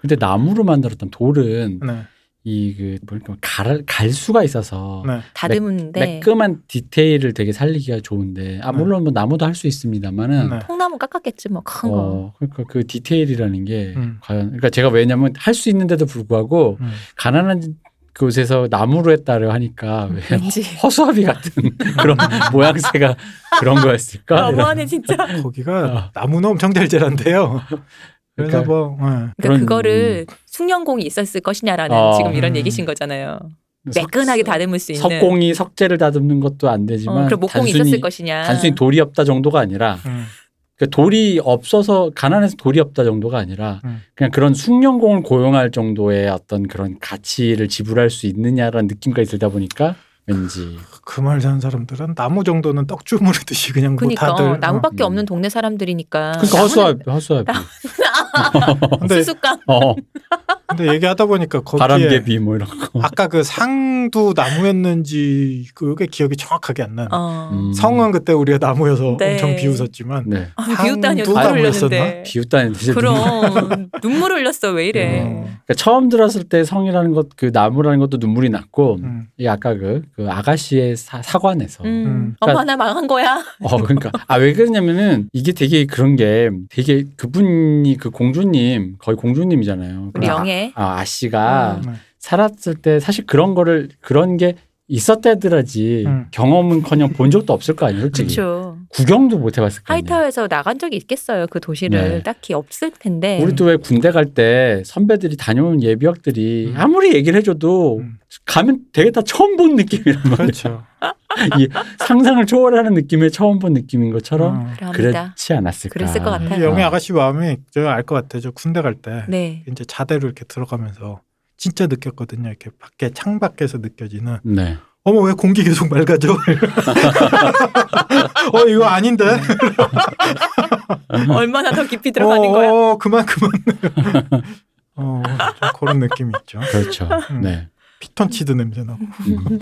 S3: 근데 나무로 만들었던 돌은
S2: 네.
S3: 이그 뭐랄까 갈, 갈 수가 있어서
S2: 네.
S1: 다듬는데
S3: 매끄만 디테일을 되게 살리기가 좋은데 아
S2: 네.
S3: 물론 뭐 나무도 할 수 있습니다만은
S2: 네.
S1: 통나무 깎았겠지 뭐 큰 거.
S3: 어 그러니까 그 디테일이라는 게
S2: 음.
S3: 과연 그러니까 제가 왜냐면 할 수 있는데도 불구하고
S2: 음.
S3: 가난한 곳에서 나무로 했다려 하니까 왜
S1: 왠지
S3: 허수아비 같은 그런 모양새가 그런 거였을까? 이런.
S1: 너무하네 진짜. 그러니까
S2: 거기가
S3: 어.
S2: 나무는 엄청 달달한데요. 그래서
S3: 그러니까
S2: 뭐 네.
S1: 그러니까
S3: 그런- 음.
S1: 그거를 숙련공이 있었을 것이냐라는
S3: 아,
S1: 지금 이런
S2: 음.
S1: 얘기신 거잖아요.
S3: 석-
S1: 매끈하게 다듬을 수 있는.
S3: 석공이 석재를 다듬는 것도 안 되지만
S1: 어, 그럼 목공이
S3: 단순히
S1: 있었을 것이냐.
S3: 단순히 돌이 없다 정도가 아니라
S2: 음.
S3: 그 돌이 없어서 가난해서 돌이 없다 정도가 아니라
S2: 음.
S3: 그냥 그런 숙련공을 고용할 정도의 어떤 그런 가치를 지불할 수 있느냐라는 느낌까지 들다 보니까 왠지
S1: 아.
S2: 그 말 사는 사람들은 나무 정도는 떡 주무르 듯이 그냥
S1: 그러니까
S2: 뭐 다들
S1: 나무밖에
S3: 음.
S1: 없는 동네 사람들이니까.
S3: 그러니까 허수아비 허수아비
S2: 어. 근데
S1: 수수깡.
S3: 어,
S2: 근데 얘기하다 보니까 거기에
S3: 바람개비 뭐 이런 거
S2: 아까 그 상도 나무였는지 그게 기억이 정확하게 안 나네.
S1: 어.
S3: 음.
S2: 성은 그때 우리가 나무여서
S1: 네.
S2: 엄청 비웃었지만
S3: 네
S1: 아, 비웃다니
S2: 상도
S1: 눈물
S2: 나무였었나?
S1: 흘렸는데.
S3: 비웃다는 듯이
S1: 네. 그럼 눈물 흘렸어 왜 이래?
S2: 어,
S3: 그러니까 처음 들었을 때 성이라는 것 그 나무라는 것도 눈물이 났고
S2: 음.
S3: 이 아까 그, 그 아가씨의 사, 사관에서
S1: 음.
S2: 음.
S3: 그러니까
S1: 엄마 나 망한 거야.
S3: 어 그러니까 아 왜 그러냐면은 이게 되게 그런 게 되게 그분이 그 공주님 거의 공주님이잖아요.
S1: 우리
S3: 그 아-
S1: 영애.
S3: 아, 아씨가
S2: 음.
S3: 살았을 때 사실 그런 거를 그런 게 있었다더라지
S2: 음.
S3: 경험은커녕 본 적도 없을 거 아니에요, 솔직히.
S1: 그렇죠.
S3: 구경도 못 해봤을 거아요
S1: 하이타워에서 나간 적이 있겠어요. 그 도시를
S3: 네.
S1: 딱히 없을 텐데.
S3: 우리 또 왜 군대 갈 때 선배들이 다녀온 예비역들이
S2: 음.
S3: 아무리 얘기를 해줘도
S2: 음.
S3: 가면 되게 다 처음 본 느낌이란 말이에요.
S2: 그렇죠.
S3: 이 상상을 초월하는 느낌의 처음 본 느낌인 것처럼
S2: 음.
S1: 그럽니다.
S3: 그렇지 않았을까.
S1: 그랬을 것 같아요.
S2: 이 영희 아가씨 마음이 제가 알 것 같아요. 저 군대 갈 때
S1: 네.
S2: 이제 자대로 이렇게 들어가면서 진짜 느꼈거든요. 이렇게 밖에 창 밖에서 느껴지는
S3: 네.
S2: 어머 왜 공기 계속 맑아져? 어 이거 아닌데?
S1: 얼마나 더 깊이 들어가는
S2: 어,
S1: 거야.
S2: 어, 어, 그만 그만. 어, 좀 그런 느낌이 있죠.
S3: 그렇죠.
S2: 음.
S3: 네.
S2: 피톤치드 냄새 나고.
S3: 음.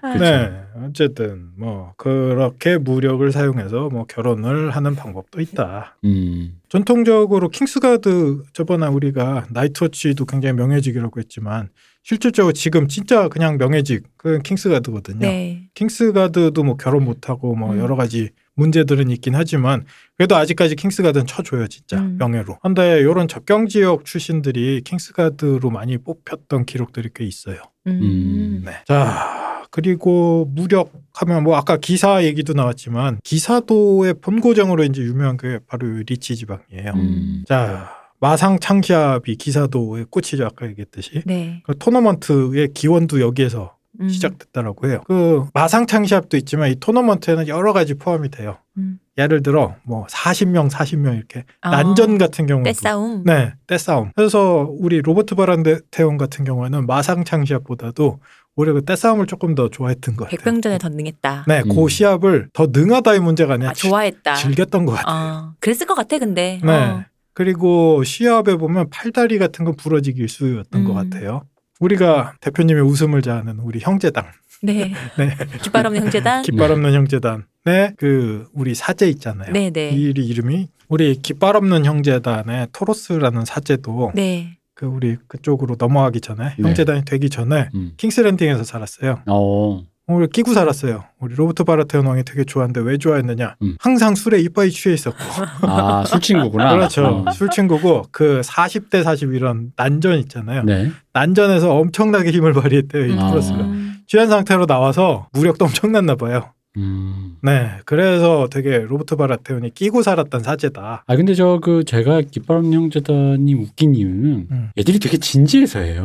S3: 그렇죠.
S2: 네. 어쨌든 뭐 그렇게 무력을 사용해서 뭐 결혼을 하는 방법도 있다.
S3: 음.
S2: 전통적으로 킹스가드 저번에 우리가 나이트워치도 굉장히 명예직이라고 했지만 실질적으로 지금 진짜 그냥 명예직 그 킹스가드거든요.
S1: 네.
S2: 킹스가드도 뭐 결혼 못하고 뭐
S1: 음.
S2: 여러 가지 문제들은 있긴 하지만 그래도 아직까지 킹스가드는 쳐줘요 진짜
S1: 음.
S2: 명예로. 근데 이런 접경 지역 출신들이 킹스가드로 많이 뽑혔던 기록들이 꽤 있어요.
S1: 음.
S2: 네. 자 그리고 무력하면 뭐 아까 기사 얘기도 나왔지만 기사도의 본고장으로 이제 유명한 게 바로 이 리치 지방이에요.
S3: 음.
S2: 자 마상 창시합이 기사도의 꽃이죠 아까 얘기했듯이
S1: 네.
S2: 그 토너먼트의 기원도 여기에서
S1: 음.
S2: 시작됐다라고 해요. 그 마상창 시합도 있지만 이 토너먼트에는 여러 가지 포함이 돼요.
S1: 음.
S2: 예를 들어 뭐 40명, 40명 이렇게
S1: 아,
S2: 난전 같은 경우도
S1: 떼싸움.
S2: 네, 떼싸움. 그래서 우리 로버트 바란테온 같은 경우에는 마상창 시합보다도 오히려 그 떼싸움을 조금 더 좋아했던 것 같아요.
S1: 백병전에 더 능했다.
S2: 네, 그
S3: 음.
S2: 시합을 더 능하다의 문제가 아니라
S1: 아, 좋아했다.
S2: 즐- 즐겼던 것 같아요.
S1: 어, 그랬을 것 같아 근데.
S2: 네.
S1: 어.
S2: 그리고 시합에 보면 팔다리 같은 건 부러지기 일쑤였던 것
S1: 음.
S2: 같아요. 우리가 대표님의 웃음을 자아는 우리 형제당.
S1: 네.
S2: 네.
S1: 깃발 없는 형제단.
S2: 깃발 없는 형제단의 그 우리 사제 있잖아요.
S1: 네, 네.
S2: 이 일이 이름이 우리 깃발 없는 형제단의 토로스라는 사제도
S1: 네.
S2: 그 우리 그쪽으로 넘어가기 전에
S3: 네.
S2: 형제단이 되기 전에
S3: 음.
S2: 킹스랜딩에서 살았어요.
S3: 어.
S2: 우리 끼고 살았어요. 우리 로버트 바라테온 왕이 되게 좋아하는데 왜 좋아했느냐?
S3: 음.
S2: 항상 술에 이빠이 취해 있었고
S3: 아 술친구구나.
S2: 그렇죠.
S3: 어.
S2: 술 친구고 그 40대 40 이런 난전 있잖아요.
S3: 네. 아.
S2: 난전에서 엄청나게 힘을 발휘했대요 이
S1: 음.
S2: 토로스가.
S3: 그렇습니다.
S1: 음.
S2: 취한 상태로 나와서 무력도 엄청났나 봐요.
S3: 음.
S2: 네, 그래서 되게 로버트 바라테온이 끼고 살았던 사제다.
S3: 아 근데 저 그 제가 깃바람 형제단이 웃긴 이유는
S2: 음.
S3: 애들이 되게 진지해서예요.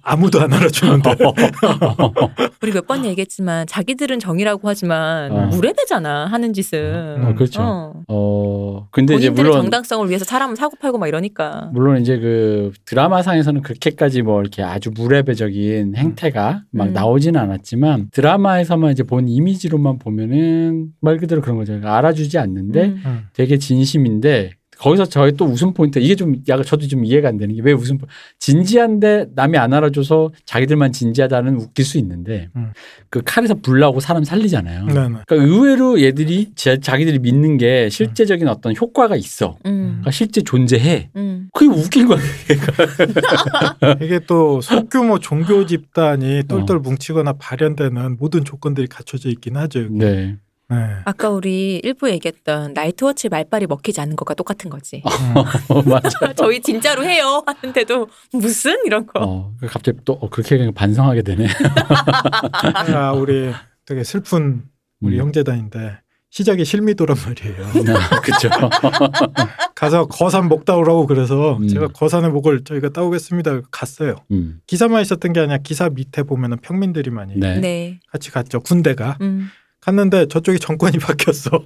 S2: 아무도 안 알아주는데.
S3: 어,
S1: 우리 몇 번 얘기했지만 자기들은 정이라고 하지만
S3: 어.
S1: 무례배잖아 하는 짓은.
S3: 어, 그렇죠. 어.
S1: 어.
S2: 네,
S3: 근데 이제
S1: 본인들의
S3: 물론
S1: 정당성을 위해서 사람 사고팔고 막 이러니까.
S3: 물론 이제 그 드라마상에서는 그렇게까지 뭐 이렇게 아주 무례배적인 행태가 막
S1: 음.
S3: 나오지는 않았지만 드라마에서만 이제 본 이미지로만 보면은 말 그대로 그런 거죠. 그러니까 알아주지 않는데
S1: 음.
S2: 음.
S3: 되게 진심인데 거기서 저의 또 웃음 포인트 이게 좀 약간 저도 좀 이해가 안 되는 게 왜 웃음 포- 진지한데 남이 안 알아줘서 자기들만 진지하다는 웃길 수 있는데
S2: 음.
S3: 그 칼에서 불 나고 사람 살리잖아요.
S2: 네, 네.
S3: 그러니까 의외로 얘들이 자- 자기들이 믿는 게
S2: 음.
S3: 실제적인 어떤 효과가 있어.
S1: 음.
S3: 그러니까 실제 존재해.
S1: 음.
S3: 그게 웃긴 거야.
S2: 이게 또 소규모 종교 집단이
S3: 어.
S2: 똘똘 뭉치거나 발현되는 모든 조건들이 갖춰져 있긴 하죠. 여기.
S3: 네.
S2: 네.
S1: 아까 우리 일부 얘기했던 나이트워치 말빨이 먹히지 않는 것과 똑같은 거지.
S2: 음.
S3: 어, 맞아.
S1: 저희 진짜로 해요 하는데도 무슨 이런 거.
S3: 어, 갑자기 또 어, 그렇게 그냥 반성하게 되네.
S2: 아, 우리 되게 슬픈 우리
S3: 음.
S2: 형제단인데 시작이 실미도란 말이에요.
S3: 그렇죠.
S2: 가서 거산 목 따오라고 그래서
S3: 음.
S2: 제가 거산의 목을 저희가 따오겠습니다. 갔어요.
S3: 음.
S2: 기사만 있었던 게 아니라 기사 밑에 보면은 평민들이 많이
S3: 네.
S1: 네.
S2: 같이 갔죠. 군대가
S1: 음.
S2: 갔는데 저쪽이 정권이 바뀌었어.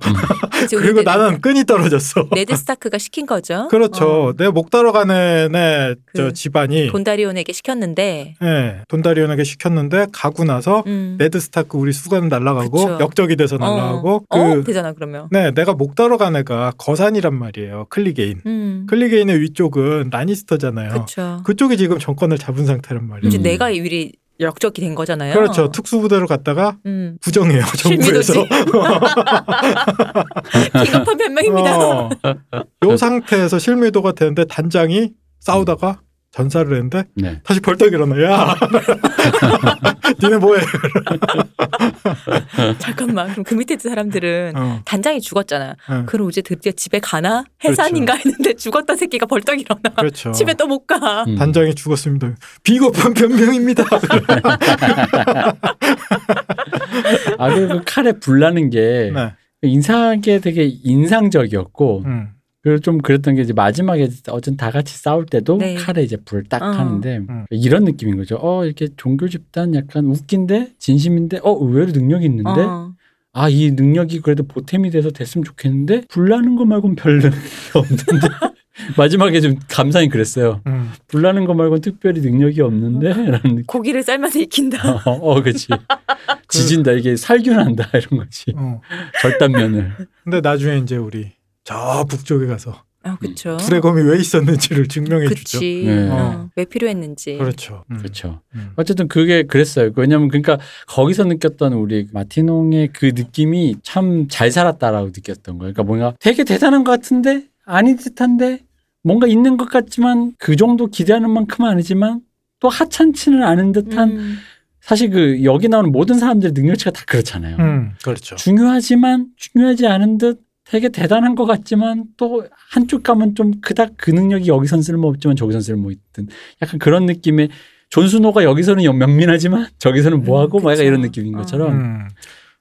S1: 그치,
S2: 그리고
S1: 우리들은
S2: 나는 끈이 떨어졌어.
S1: 네드 스타크가 시킨 거죠.
S2: 그렇죠. 예.
S1: 어,
S2: 내 목 따러 가는 애, 저
S1: 그
S2: 집안이
S1: 돈다리온에게 시켰는데.
S2: 예, 돈다리온에게 시켰는데 가고 나서
S1: 음.
S2: 네드 스타크 우리 수관 날라가고
S1: 그쵸.
S2: 역적이 돼서 날라가고
S1: 어. 어,
S2: 그
S1: 되잖아 그러면.
S2: 네, 내가 목 따러 간 애가 거산이란 말이에요. 클리게인.
S1: 음.
S2: 클리게인의 위쪽은 라니스터잖아요.
S1: 그렇죠.
S2: 그쪽이 지금 정권을 잡은 상태란 말이에요.
S1: 이제
S3: 음.
S1: 내가 유리 역적이 된 거잖아요.
S2: 그렇죠. 특수부대로 갔다가
S1: 음.
S2: 부정해요. 정부에서.
S1: 실미도지. 기겁한 변명입니다.
S2: 어. 요 상태에서 실미도가 되는데 단장이 싸우다가 전사를 했는데
S3: 네.
S2: 다시 벌떡 일어나. 야, 니네 뭐해?
S1: 잠깐만. 그럼 그 밑에 있는 사람들은
S2: 어,
S1: 단장이 죽었잖아.
S2: 어,
S1: 그럼 이제 드디어 집에 가나? 해산인가 했는데 죽었던 새끼가 벌떡 일어나.
S2: 그렇죠.
S1: 집에 또 못 가.
S3: 음.
S2: 단장이 죽었습니다. 비겁한 변명입니다.
S3: 아, 그리고 그 칼에 불나는 게
S2: 네.
S3: 인상하게 되게 인상적이었고
S2: 음,
S3: 그리고 좀 그랬던 게 이제 마지막에 어쨌든 다 같이 싸울 때도
S1: 네.
S3: 칼에 이제 불 딱
S1: 어.
S3: 하는데 이런 느낌인 거죠. 어 이렇게 종교 집단 약간 웃긴데 진심인데 어 의외로 능력이 있는데
S1: 어.
S3: 아 이 능력이 그래도 보탬이 돼서 됐으면 좋겠는데 불나는 거 말고는 별 능력이 없는데 마지막에 좀 감상이 그랬어요.
S2: 음.
S3: 불나는 거 말고는 특별히 능력이
S1: 어.
S3: 없는데 라는 느낌.
S1: 고기를 삶아서 익힌다.
S3: 어, 어 그치 지진다 이게 살균한다 이런 거지
S2: 어.
S3: 절단면을
S1: 음.
S2: 근데 나중에 이제 우리 저 북쪽에 가서
S1: 아,
S2: 음,
S1: 그쵸.
S2: 두레검이 왜 있었는지를 증명해 주죠.
S1: 그치.
S3: 네.
S1: 어. 왜 필요했는지.
S2: 그렇죠. 음.
S3: 그렇죠.
S2: 음.
S3: 어쨌든 그게 그랬어요. 왜냐면 그러니까 거기서 느꼈던 우리 마티농의 그 느낌이 참 잘 살았다라고 느꼈던 거예요. 그러니까 뭔가 되게 대단한 것 같은데 아닌 듯한데 뭔가 있는 것 같지만 그 정도 기대하는 만큼은 아니지만 또 하찮지는 않은 듯한
S1: 음.
S3: 사실 그 여기 나오는 모든 사람들의 능력치가 다 그렇잖아요.
S2: 음, 그렇죠.
S3: 중요하지만 중요하지 않은 듯 되게 대단한 것 같지만 또 한쪽 가면 좀 그닥 그 능력이 여기선 쓸모없지만 저기선 쓸모있든 약간 그런 느낌의 존스노가 여기서는 영- 명민하지만 저기서는 뭐하고
S1: 음,
S3: 막 약간
S1: 그쵸.
S3: 이런 느낌인
S1: 어.
S3: 것처럼
S2: 음.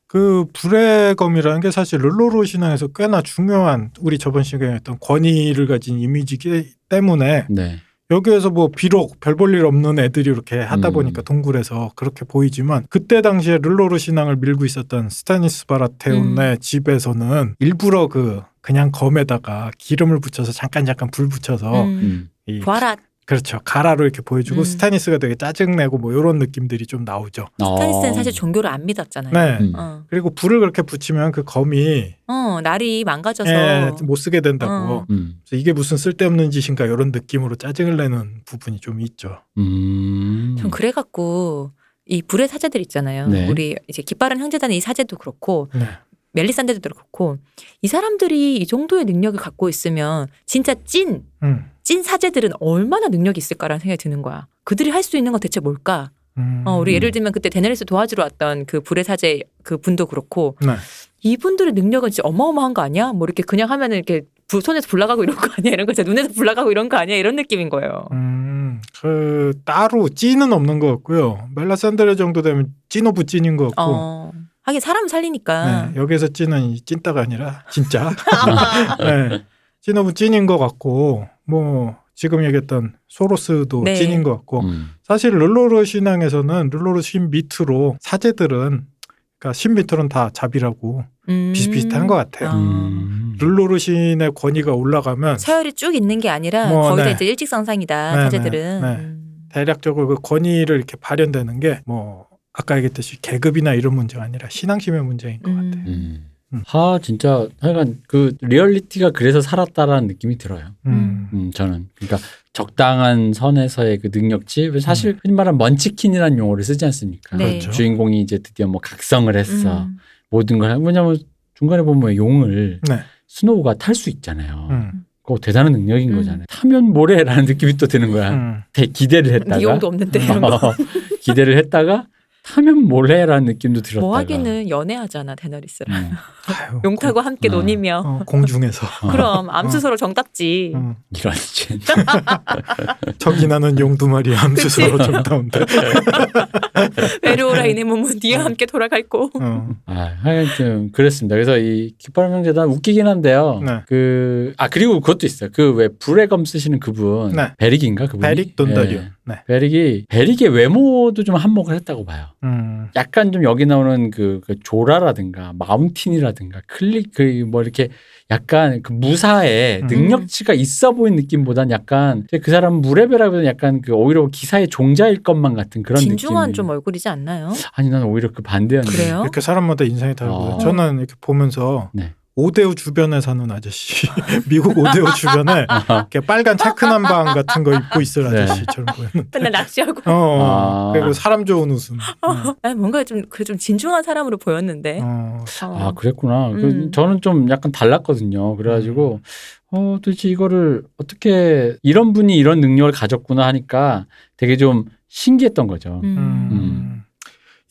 S2: 그 불의 검이라는 게 사실 룰로로 신앙에서 꽤나 중요한 우리 저번 시간에 했던 권위를 가진 이미지기 때문에
S1: 음.
S3: 네
S2: 여기에서 뭐 비록 별 볼 일 없는 애들이 이렇게 하다
S3: 음.
S2: 보니까 동굴에서 그렇게 보이지만 그때 당시에 룰로르 신앙을 밀고 있었던 스타니스 바라테온의
S1: 음.
S2: 집에서는 일부러 그 그냥 검에다가 기름을 붙여서 잠깐 잠깐 불 붙여서
S1: 음.
S3: 음.
S2: 이
S1: 봐라.
S2: 그렇죠 가라로 이렇게 보여주고
S1: 음.
S2: 스타니스가 되게 짜증내고 뭐 이런 느낌들이 좀 나오죠.
S1: 스타니스는
S3: 어.
S1: 사실 종교를 안 믿었잖아요.
S2: 네.
S3: 음.
S1: 어.
S2: 그리고 불을 그렇게 붙이면 그 검이
S1: 어, 날이 망가져서.
S2: 예, 못 쓰게 된다고.
S1: 어.
S3: 음.
S2: 그래서 이게 무슨 쓸데없는 짓인가 이런 느낌으로 짜증을 내는 부분이 좀 있죠.
S3: 음.
S1: 전 그래갖고 이 불의 사제들 있잖아요.
S3: 네.
S1: 우리 이제 깃발은 형제단의 이 사제도 그렇고
S2: 네.
S1: 멜리산데도 그렇고 이 사람들이 이 정도의 능력을 갖고 있으면 진짜 찐
S2: 음.
S1: 찐 사제들은 얼마나 능력이 있을까라는 생각이 드는 거야. 그들이 할 수 있는 건 대체 뭘까?
S2: 음.
S1: 어, 우리
S3: 음.
S1: 예를 들면 그때 데네리스 도와주러 왔던 그 불의 사제 그 분도 그렇고
S2: 네.
S1: 이분들의 능력은 진짜 어마어마한 거 아니야? 뭐 이렇게 그냥 하면은 이렇게 불, 손에서 불나가고 이런 거 아니야? 이런 거 진짜 눈에서 불나가고 이런 거 아니야? 이런 느낌인 거예요.
S2: 음, 그 따로 찐은 없는 것 같고요. 멜라산드레 정도 되면 찐 오브 찐인 것 같고
S1: 어, 하긴 사람 살리니까.
S2: 네, 여기에서 찐은 이 찐따가 아니라 진짜. 네, 찐업은 찐인 것 같고 뭐 지금 얘기했던 소로스도
S1: 네.
S2: 찐인 것 같고
S3: 음.
S2: 사실 룰로르 신앙에서는 룰로르 신 밑으로 사제들은 그러니까 신 밑으로는 다 잡이라고
S1: 음.
S2: 비슷비슷한 것 같아요.
S1: 아.
S3: 음.
S2: 룰로르 신의 권위가 올라가면
S1: 서열이 쭉 있는 게 아니라
S2: 뭐,
S1: 거의 다
S2: 네.
S1: 이제 일직선상이다.
S2: 네,
S1: 사제들은.
S2: 네, 네.
S1: 음.
S2: 대략적으로 그 권위를 이렇게 발현되는 게 뭐 아까 얘기했듯이 계급이나 이런 문제가 아니라 신앙심의 문제인 것
S1: 음.
S2: 같아요.
S3: 음.
S2: 음.
S3: 하 진짜 하여간 그 리얼리티가 그래서 살았다라는 느낌이 들어요.
S2: 음.
S3: 음, 저는 그러니까 적당한 선에서의 그 능력치 왜 사실 흔히 말하는 먼치킨이라는 용어를 쓰지
S1: 음.
S3: 않습니까?
S1: 네.
S2: 그렇죠.
S3: 주인공이 이제 드디어 뭐 각성을 했어
S1: 음.
S3: 모든 걸 하- 왜냐면 중간에 보면 뭐 용을
S2: 네.
S3: 스노우가 탈 수 있잖아요.
S2: 음.
S3: 그거 대단한 능력인
S1: 음.
S3: 거잖아요. 타면 뭐래라는 느낌이 또 드는 거야.
S2: 음.
S3: 되게 기대를 했다가
S1: 용도 없는데 이런 거. 뭐
S3: 어, 기대를 했다가 타면 뭐래라는 느낌도 들었다가
S1: 뭐 하기는 연애하잖아 데너리스랑.
S3: 음.
S2: 아유,
S1: 용타고 함께
S3: 네.
S1: 논이며.
S2: 공- 어, 공중에서
S3: 어.
S1: 그럼 암수서로 정답지.
S2: 음.
S3: 이런 짓.
S2: 저기 나는 용 두 마리 암수서로 정다운데.
S1: 외로워라 이내
S3: 음.
S1: 몸은 니와 함께 돌아갈고.
S2: 어.
S3: 아, 하여튼 그랬습니다. 그래서 이 깃발명재단 웃기긴 한데요.
S2: 네.
S3: 그, 아, 그리고 그것도 있어요. 그 왜 불의 검 쓰시는 그분.
S2: 네.
S3: 베릭인가 그분이?
S2: 베릭 돈다리오.
S3: 예.
S2: 네.
S3: 베릭이, 베릭의 외모도 좀 한몫을 했다고 봐요.
S2: 음.
S3: 약간 좀 여기 나오는 그, 그 조라라든가 마운틴이라든가 클릭, 그 뭐 이렇게 약간 그 무사에
S2: 음.
S3: 능력치가 있어 보이는 느낌보단 약간 그 사람 무레벨하고는 약간 그 오히려 기사의 종자일 것만 같은 그런
S1: 진중한
S3: 느낌.
S1: 좀 얼굴이지 않나요?
S3: 아니, 난 오히려 그 반대였는데.
S1: 그래요?
S2: 이렇게 사람마다 인상이 다르고요.
S3: 어.
S2: 저는 이렇게 보면서
S3: 네.
S2: 오데오 주변에 사는 아저씨, 미국 오데오 주변에 이렇게 빨간 차크난 방 같은 거 입고 있을
S3: 네.
S2: 아저씨처럼 보였는데.
S1: 맨날 낚시하고.
S2: 어, 어.
S3: 아.
S2: 그리고 사람 좋은 웃음. 네.
S1: 난 뭔가 좀 그 좀 진중한 사람으로 보였는데.
S2: 어.
S1: 어.
S3: 아 그랬구나. 그
S1: 음.
S3: 저는 좀 약간 달랐거든요. 그래가지고 어 도대체 이거를 어떻게 이런 분이 이런 능력을 가졌구나 하니까 되게 좀 신기했던 거죠.
S1: 음.
S2: 음.
S3: 음.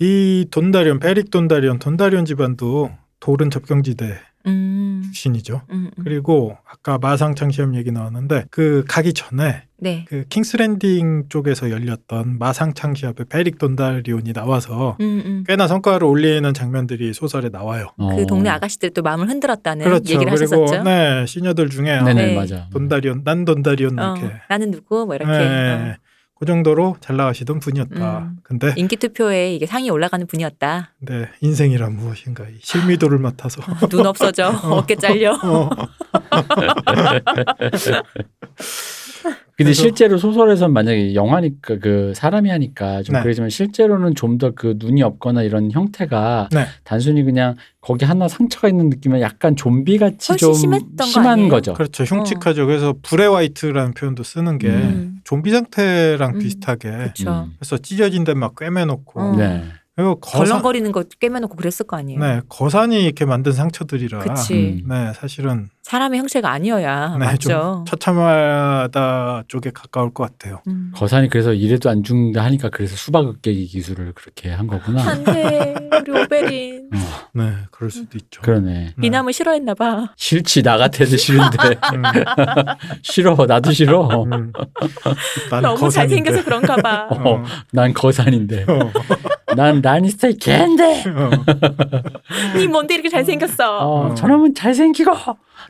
S2: 이 돈다리온, 베릭 돈다리온, 돈다리온 집안도 도른 접경지대
S1: 음.
S2: 신이죠.
S1: 음, 음.
S2: 그리고 아까 마상창 시험 얘기 나왔는데 그 가기 전에
S1: 네.
S2: 그 킹스랜딩 쪽에서 열렸던 마상창 시합에 베릭 돈다리온이 나와서
S1: 음, 음.
S2: 꽤나 성과를 올리는 장면들이 소설에 나와요.
S3: 어.
S1: 그 동네 아가씨들 또 마음을 흔들었다는
S2: 그렇죠.
S1: 네, 얘기를
S2: 그리고
S1: 하셨었죠.
S2: 네 시녀들 중에
S3: 네네
S1: 네.
S3: 맞아.
S2: 돈다리온 난 돈다리온
S1: 어,
S2: 이렇게
S1: 나는 누구 뭐 이렇게
S2: 네, 그 정도로 잘 나가시던 분이었다.
S1: 음.
S2: 근데
S1: 어. 인기 투표에 이게 상이 올라가는 분이었다.
S2: 네, 인생이란 무엇인가 이 실미도를 맡아서
S1: 눈 없어져 어깨 잘려.
S2: 어,
S3: 근데
S2: 그래서-
S3: 실제로 소설에선 만약에 영화니까 그 사람이 하니까 좀
S2: 네.
S3: 그러지만 실제로는 좀 더 그 눈이 없거나 이런 형태가
S2: 네.
S3: 단순히 그냥 거기 하나 상처가 있는 느낌은 약간 좀비 같이
S1: 훨씬
S3: 좀
S1: 심했던 거
S3: 심한
S1: 아니에요?
S3: 거죠.
S2: 그렇죠 흉측하죠. 그래서 불의 화이트라는 표현도 쓰는 게
S3: 음.
S2: 좀비 상태랑
S1: 음.
S2: 비슷하게
S1: 그렇죠.
S3: 음.
S2: 그래서 찢어진 데 막 꿰매놓고
S1: 어.
S3: 네.
S2: 그리고 거산
S1: 덜렁거리는 거 꿰매놓고 그랬을 거 아니에요.
S2: 네 거산이 이렇게 만든 상처들이라
S1: 그치.
S3: 음.
S2: 네 사실은
S1: 사람의 형체가 아니어야
S2: 네,
S1: 맞죠.
S2: 좀 처참하다 쪽에 가까울 것 같아요.
S1: 음.
S3: 거산이 그래서 이래도 안 죽는다 하니까 그래서 수박으깨기 기술을 그렇게
S2: 음.
S3: 한 거구나.
S1: 안돼 우리 오베린
S3: 어,
S2: 네, 그럴 수도 있죠.
S3: 그러네.
S2: 네.
S1: 이남을 싫어했나 뭐. 봐.
S3: 싫지 나 같아도 싫은데
S2: 음,
S3: 싫어 나도 싫어.
S2: 음. 난
S1: 너무
S2: 거산인데.
S1: 잘생겨서 그런가 봐.
S3: 어. 난 거산인데
S2: 어,
S3: 난 라니스터의 개인데.
S2: 어.
S1: 니 뭔데 이렇게 잘생겼어.
S3: 어,
S2: 어.
S3: 저놈은 잘생기고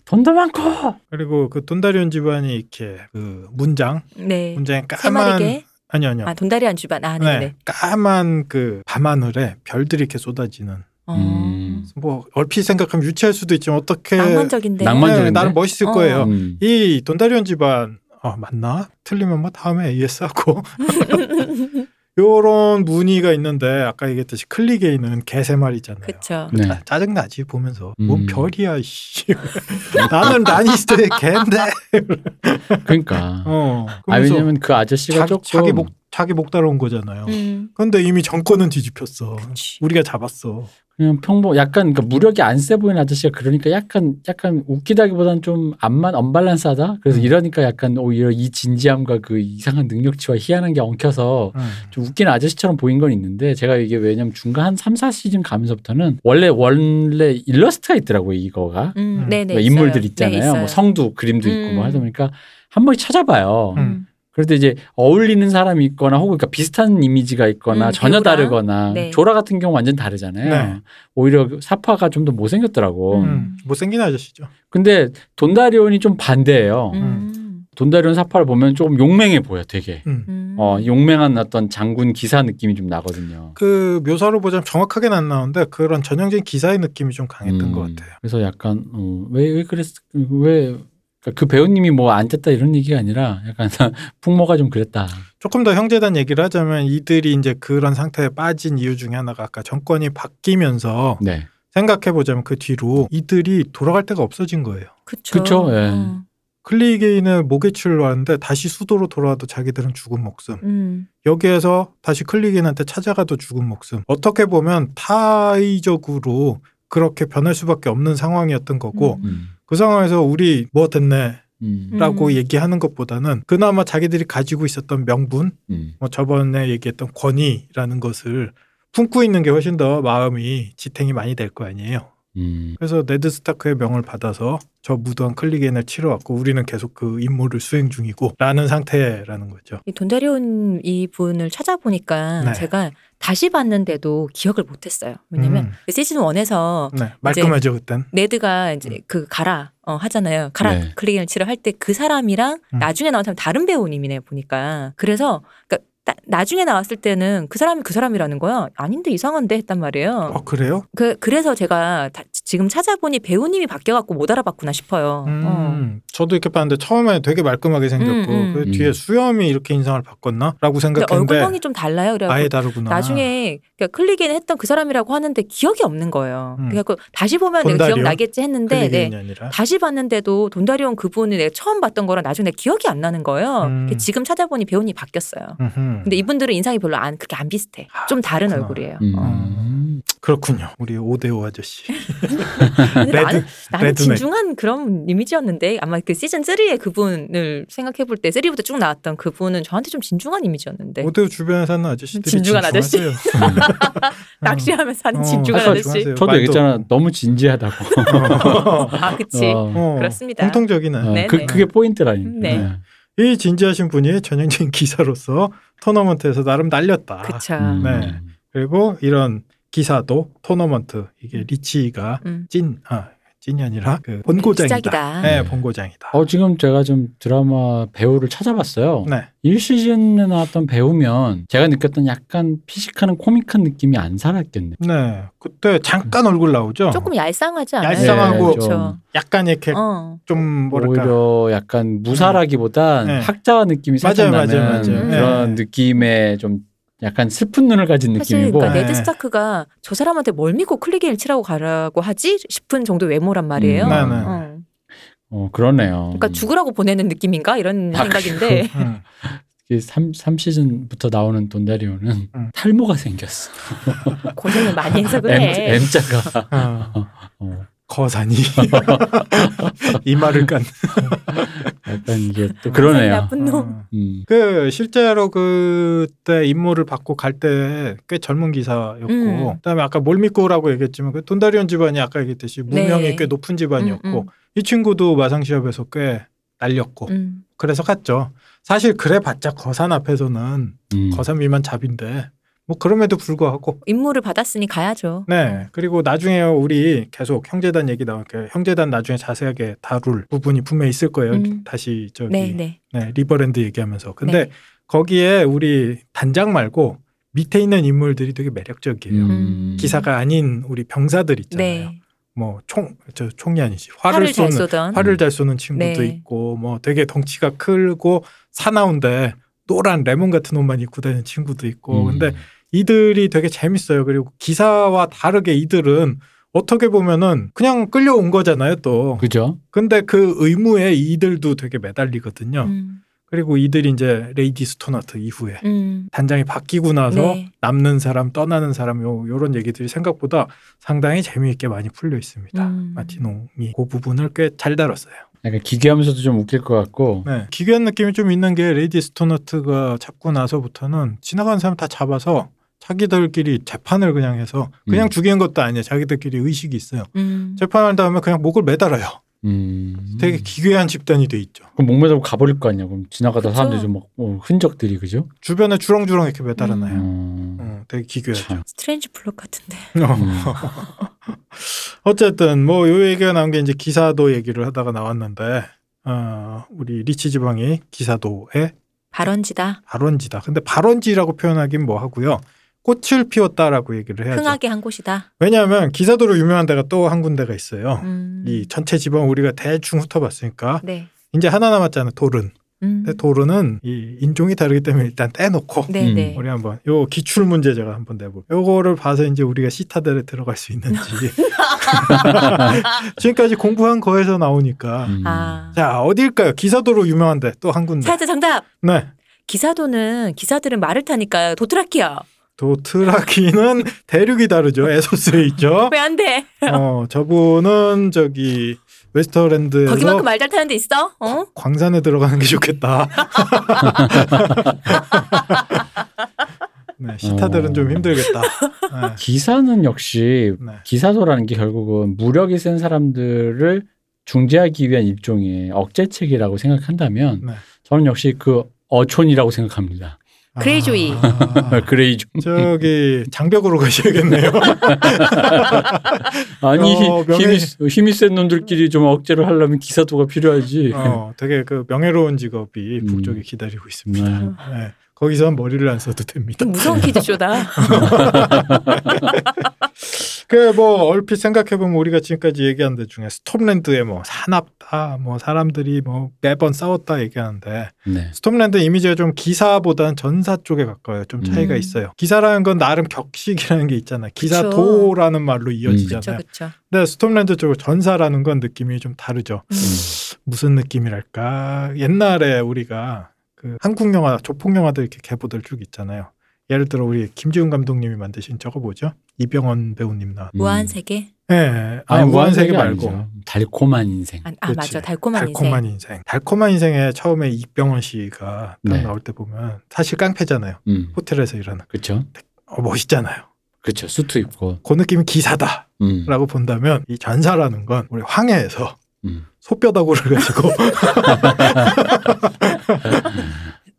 S3: 돈도 많고.
S2: 그리고 그 돈다리온 집안이 이렇게 그 문장,
S1: 네.
S2: 문장에
S1: 세
S2: 까만
S1: 마리게.
S2: 아니요, 아니요.
S1: 아 돈다리 안 주반. 아 네네.
S2: 네, 까만 그 밤하늘에 별들이 이렇게 쏟아지는.
S1: 어.
S3: 음.
S2: 뭐 얼핏 생각하면 유치할 수도 있지만 어떻게 네,
S1: 낭만적인데.
S3: 낭만- 낭만적인데?
S2: 나름 멋있을
S1: 어.
S2: 거예요.
S3: 음.
S2: 이 돈다리온 집안 아 맞나? 틀리면 뭐 다음에 AS 하고 요런 무늬가 있는데 아까 얘기했듯이 클릭에 있는 개 세 마리잖아요.
S1: 그쵸.
S3: 네.
S2: 아, 짜증나지 보면서 뭔
S3: 음.
S2: 별이야 씨. 나는 라니스터의 개인데.
S3: 그러니까.
S2: 어.
S3: 아
S2: 그러면서
S3: 왜냐면 그 아저씨가
S2: 자기,
S3: 조금
S2: 자기 목 자기 목 다뤄온 거잖아요.
S1: 음.
S2: 근데 이미 정권은 뒤집혔어.
S1: 그치.
S2: 우리가 잡았어.
S3: 그냥 평범 약간 그러니까 무력이 안 세 보이는 아저씨가 그러니까 약간 약간 웃기다기보다는 좀 안만 언밸런스하다. 그래서
S2: 음.
S3: 이러니까 약간 오히려 이 진지함과 그 이상한 능력치와 희한한 게 엉켜서
S2: 음.
S3: 좀 웃기는 아저씨처럼 보인 건 있는데 제가 이게 왜냐면 중간 한 3, 4시즌 가면서부터는 원래 원래 일러스트가 있더라고요, 이거가.
S1: 음.
S2: 음.
S1: 네네.
S3: 그러니까 인물들
S1: 있어요. 네,
S3: 있잖아요.
S1: 있어요.
S3: 뭐 성도 그림도 있고
S1: 음.
S3: 뭐 하다 보니까 한 번씩 찾아봐요.
S2: 음.
S3: 그런데 이제 어울리는 사람이 있거나 혹은 그러니까 비슷한 이미지가 있거나
S1: 음,
S3: 전혀
S1: 배우랑.
S3: 다르거나
S1: 네.
S3: 조라 같은 경우 완전 다르잖아요.
S2: 네.
S3: 오히려 그 사파가 좀 더 못생겼더라고.
S2: 음, 못생긴 아저씨죠.
S3: 근데 돈다리온이 좀 반대예요.
S1: 음.
S3: 돈다리온 사파를 보면 조금 용맹해 보여, 되게.
S2: 음.
S1: 음.
S3: 어, 용맹한 어떤 장군 기사 느낌이 좀 나거든요.
S2: 그 묘사로 보자면 정확하게는 안 나오는데 그런 전형적인 기사의 느낌이 좀 강했던
S3: 음,
S2: 것 같아요.
S3: 그래서 약간 어, 왜, 왜 그랬 왜. 그러니까 그 배우님이 뭐 안 됐다 이런 얘기가 아니라 약간 풍모가 좀 그랬다.
S2: 조금 더 형제단 얘기를 하자면 이들이 이제 그런 상태에 빠진 이유 중에 하나가 아까 정권이 바뀌면서
S3: 네.
S2: 생각해 보자면 그 뒤로 이들이 돌아갈 데가 없어진 거예요.
S1: 그쵸.
S3: 그쵸, 예.
S1: 어.
S2: 클리게인은 모계출로 하는데 다시 수도로 돌아와도 자기들은 죽은 목숨.
S1: 음.
S2: 여기에서 다시 클리게인한테 찾아가도 죽은 목숨. 어떻게 보면 타의적으로 그렇게 변할 수밖에 없는 상황이었던 거고
S3: 음.
S2: 그 상황에서 우리 뭐 됐네
S3: 음.
S1: 음.
S2: 라고 얘기하는 것보다는 그나마 자기들이 가지고 있었던 명분,
S3: 음.
S2: 뭐 저번에 얘기했던 권위라는 것을 품고 있는 게 훨씬 더 마음이 지탱이 많이 될 거 아니에요.
S3: 음.
S2: 그래서 네드 스타크의 명을 받아서 저 무도한 클리겐을 치러 왔고 우리는 계속 그 임무를 수행 중이고 라는 상태라는 거죠.
S1: 이 돈다리온 이분을 찾아보니까
S2: 네.
S1: 제가 다시 봤는데도 기억을 못했어요. 왜냐면
S2: 음,
S1: 그 시즌 1에서
S2: 네, 말끔하죠 그땐.
S1: 네드가 이제
S2: 음.
S1: 그 가라 어, 하잖아요. 가라
S3: 네.
S1: 클릭을 치러 할 때 그 사람이랑
S2: 음.
S1: 나중에 나온 사람 다른 배우님이네 보니까 그래서 그러니까 따- 나중에 나왔을 때는 그 사람이 그 사람이라는 거야 아닌데 이상한데 했단 말이에요.
S2: 어 그래요?
S1: 그 그래서 제가 다- 지금 찾아보니 배우님이 바뀌어갖고 못 알아봤구나 싶어요. 어.
S2: 음, 저도 이렇게 봤는데 처음에 되게 말끔하게 생겼고
S1: 음, 음.
S2: 그 뒤에
S3: 음.
S2: 수염이 이렇게 인상을 바꿨나라고
S1: 근데
S2: 생각했는데
S1: 얼굴형이 좀 달라요. 그래갖고
S2: 그러니까 아예 다르구나.
S1: 나중에 그러니까 클릭인 했던 그 사람이라고 하는데 기억이 없는 거예요.
S2: 음.
S1: 그래갖고 다시 보면 내가
S2: 본다리온?
S1: 기억 나겠지 했는데 네.
S2: 클리겐이 아니라.
S1: 다시 봤는데도 돈다리온 그분을 내가 처음 봤던 거랑 나중에 기억이 안 나는 거예요.
S2: 음.
S1: 근데 지금 찾아보니 배우님 바뀌었어요.
S2: 음흠.
S1: 근데 이분들은 인상이 별로 안 그렇게 안 비슷해. 좀 다른
S2: 그렇구나.
S1: 얼굴이에요.
S3: 음.
S2: 아.
S1: 어.
S2: 그렇군요. 우리 오데오 아저씨.
S1: 근데
S2: 레드-
S1: 나는, 나는
S2: 레드넥.
S1: 진중한 그런 이미지였는데 아마 그 시즌 3의 그분을 생각해 볼 때 3부터 쭉 나왔던 그분은 저한테 좀 진중한 이미지였는데
S2: 오데오 주변에 사는 아저씨들이
S1: 네. 진중한 아저씨.
S2: 진중하세요. 음.
S1: 낚시하면서 하는
S2: 어,
S1: 진중한
S2: 아까
S1: 아저씨.
S2: 좋아하세요.
S3: 저도
S2: 말도-
S3: 얘기했잖아. 너무 진지하다고.
S1: 아 그치.
S3: 어.
S2: 어,
S1: 그렇습니다.
S2: 공통적이네.
S3: 어,
S1: 네,
S3: 그,
S1: 네.
S3: 그게 포인트라니까.
S1: 네.
S2: 이 진지하신 분이 전형적인 기사로서 토너먼트에서 나름 날렸다.
S1: 그쵸.
S3: 음.
S2: 네. 그리고 이런 기사도 토너먼트 이게 리치가
S1: 음.
S2: 찐 아, 찐이 아니라 그 본고장이다.
S1: 시작이다.
S2: 네,
S3: 네.
S2: 본고장이다.
S3: 어, 지금 제가 좀 드라마 배우를 찾아봤어요.
S2: 네.
S3: 1시즌에 나왔던 배우면 제가 느꼈던 약간 피식하는 코믹한 느낌이 안 살았겠네.
S2: 네. 그때 잠깐 얼굴 나오죠.
S1: 조금 얄쌍하지 않아요?
S2: 어. 얄쌍하고
S3: 네,
S1: 그렇
S2: 약간 이렇게
S1: 어.
S2: 좀 뭐랄까
S3: 오히려 약간 무사라기보단
S2: 네.
S3: 학자 느낌이 살짝
S2: 맞아요, 맞아요,
S3: 나는
S1: 맞아요.
S3: 그런
S2: 네.
S3: 느낌의 좀 약간 슬픈 눈을 가진
S1: 사실
S3: 느낌이고
S1: 그러니까
S2: 네.
S1: 네드 스타크가 저 사람한테 뭘 믿고 클릭에 일치라고 가라고 하지 싶은 정도 외모란 말이에요.
S3: 음,
S2: 네, 네.
S1: 어.
S3: 어, 그러네요.
S1: 그러니까 죽으라고 보내는 느낌인가 이런
S3: 아,
S1: 생각인데
S2: 음.
S3: 3, 삼시즌부터 나오는 돈다리오는
S2: 음.
S3: 탈모가 생겼어.
S1: 고생을 많이 해서
S3: M,
S1: 그래.
S3: M자가.
S2: 어,
S3: 어,
S2: 거산이 이 말을 깐.
S3: 약간 이게 또 그러네요.
S1: 음. 나쁜 아, 놈.
S2: 어.
S3: 음.
S2: 그 실제로 그때 임무를 받고 갈 때 꽤 젊은 기사였고
S1: 음.
S2: 그다음에 아까 몰미꼬라고 얘기했지만 그 돈다리온 집안이 아까 얘기했듯이 무명이
S1: 네.
S2: 꽤 높은 집안이었고
S1: 음, 음.
S2: 이 친구도 마상 시합에서 꽤 날렸고
S1: 음.
S2: 그래서 갔죠. 사실 그래봤자 거산 앞에서는
S3: 음.
S2: 거산 미만 잡인데 뭐 그럼에도 불구하고
S1: 임무를 받았으니 가야죠.
S2: 네 그리고 나중에 우리 계속 형제단 얘기 나올게요. 형제단 나중에 자세하게 다룰 부분이 분명히 있을 거예요.
S1: 음.
S2: 다시 저기
S1: 네,
S2: 네,
S1: 네.
S2: 리버랜드 얘기하면서 근데
S1: 네.
S2: 거기에 우리 단장 말고 밑에 있는 인물들이 되게 매력적이에요.
S1: 음.
S2: 기사가 아닌 우리 병사들 있잖아요.
S1: 네.
S2: 뭐 총 저 총이 아니지 화를,
S1: 화를 잘
S2: 쏘는
S1: 쏘던.
S2: 화를 잘 쏘는 친구도
S1: 네.
S2: 있고 뭐 되게 덩치가 크고 사나운데 노란 레몬 같은 옷만 입고 다니는 친구도 있고 뭐
S3: 음.
S2: 근데 이들이 되게 재밌어요. 그리고 기사와 다르게 이들은 어떻게 보면은 그냥 끌려온 거잖아요 또.
S3: 그죠?
S2: 근데 그 의무에 이들도 되게 매달리거든요.
S1: 음.
S2: 그리고 이들이 이제 레이디 스토너트 이후에
S1: 음.
S2: 단장이 바뀌고 나서
S1: 네.
S2: 남는 사람, 떠나는 사람 요 요런 얘기들이 생각보다 상당히 재미있게 많이 풀려 있습니다.
S1: 음.
S2: 마티노이 그 부분을 꽤 잘 다뤘어요.
S3: 약간 기괴하면서도 좀 웃길 것 같고
S2: 네. 기괴한 느낌이 좀 있는 게 레이디 스토너트가 잡고 나서부터는 지나가는 사람 다 잡아서 자기들끼리 재판을 그냥 해서 그냥
S3: 음.
S2: 죽이는 것도 아니에요. 자기들끼리 의식이 있어요.
S1: 음.
S2: 재판한 다음에 그냥 목을 매달아요.
S3: 음.
S2: 네. 되게 기괴한 집단이 돼 있죠.
S3: 그럼 목 매달고 가버릴 거 아니야. 그럼 지나가다
S1: 그쵸.
S3: 사람들이 좀 막 어, 흔적들이 그죠?
S2: 주변에 주렁주렁 이렇게 매달아놔요.
S3: 음.
S2: 음, 되게 기괴하죠.
S3: 참.
S1: 스트레인지 블록 같은데.
S3: 어. 음,
S2: 어쨌든 뭐 요 얘기가 나온 게 이제 기사도 얘기를 하다가 나왔는데 어, 우리 리치 지방이 기사도의
S1: 발원지다.
S2: 발원지다. 근데 발원지라고 표현하긴 뭐 하고요. 꽃을 피웠다라고 얘기를 해야죠.
S1: 흥하게 한 곳이다.
S2: 왜냐하면 기사도로 유명한 데가 또 한 군데가 있어요.
S1: 음.
S2: 이 전체 지방 우리가 대충 훑어봤으니까
S1: 네.
S2: 이제 하나 남았잖아요. 도른.
S1: 음.
S2: 근데 도른은 이 인종이 다르기 때문에 일단 떼놓고
S1: 네,
S3: 음.
S1: 네.
S2: 우리 한번 요 기출 문제 제가 한번 내볼. 요거를 봐서 이제 우리가 시타델에 들어갈 수 있는지 지금까지 공부한 거에서 나오니까
S3: 음.
S1: 아.
S2: 자 어디일까요? 기사도로 유명한데 또 한 군데.
S1: 사자 정답.
S2: 네.
S1: 기사도는 기사들은 말을 타니까 도트라키야.
S2: 어? 도트라키는 대륙이 다르죠. 에소스에 있죠.
S1: 왜 안 돼?
S2: 어 저분은 저기 웨스터랜드에서
S1: 거기만큼 말 잘 타는 데 있어? 어?
S2: 광산에 들어가는 게 좋겠다. 네, 시타들은 좀 힘들겠다. 네,
S3: 기사는 역시
S2: 네.
S3: 기사소라는 게 결국은 무력이 센 사람들을 중재하기 위한 일종의 억제책이라고 생각한다면
S2: 네.
S3: 저는 역시 그 어촌이라고 생각합니다.
S1: 그레이조이.
S2: 아,
S3: 그레이 좀
S2: 저기 장벽으로 가셔야겠네요.
S3: 아니
S2: 어, 명예-
S3: 힘이 힘이 센 놈들끼리 좀 억제를 하려면 기사도가 필요하지.
S2: 어, 되게 그 명예로운 직업이
S3: 예. 음.
S2: 북쪽에 기다리고 있습니다.
S3: 네.
S2: 네, 거기선 머리를 안 써도 됩니다.
S1: 좀 무서운
S2: 음.
S1: 퀴즈쇼다.
S2: 그 뭐 얼핏 생각해보면 우리가 지금까지 얘기한 데 중에 스톰랜드에 뭐 사납다, 뭐 사람들이 뭐 매번 싸웠다 얘기하는데
S3: 네.
S2: 스톰랜드 이미지가 좀 기사보다는 전사 쪽에 가까워요. 좀 차이가
S1: 음.
S2: 있어요. 기사라는 건 나름 격식이라는 게 있잖아요. 기사도라는 말로
S1: 그렇죠,
S2: 이어지잖아요.
S1: 그렇죠.
S2: 근데 스톰랜드 쪽은 전사라는 건 느낌이 좀 다르죠.
S3: 음.
S1: 음.
S2: 무슨 느낌이랄까? 옛날에 우리가 그 한국 영화, 조폭 영화들 이렇게 개보들 쭉 있잖아요. 예를 들어 우리 김지훈 감독님이 만드신 저거 뭐죠? 이병헌 배우님 나.
S3: 음.
S1: 무한 세계.
S2: 예, 네, 아,
S3: 아니,
S2: 무한세계
S3: 무한세계
S2: 말고
S3: 아니죠. 달콤한 인생.
S1: 아, 아
S2: 그렇지.
S1: 맞아. 달콤한,
S2: 달콤한 인생. 달콤한 인생에 처음에 이병헌 씨가 딱
S3: 네.
S2: 나올 때 보면 사실 깡패잖아요.
S3: 음.
S2: 호텔에서 일하는.
S3: 그렇죠.
S2: 어, 멋있잖아요.
S3: 그렇죠. 수트 입고.
S2: 그 느낌이 기사다라고
S3: 음.
S2: 본다면 이 전사라는 건 우리 황해에서
S3: 음.
S2: 소뼈다구를 가지고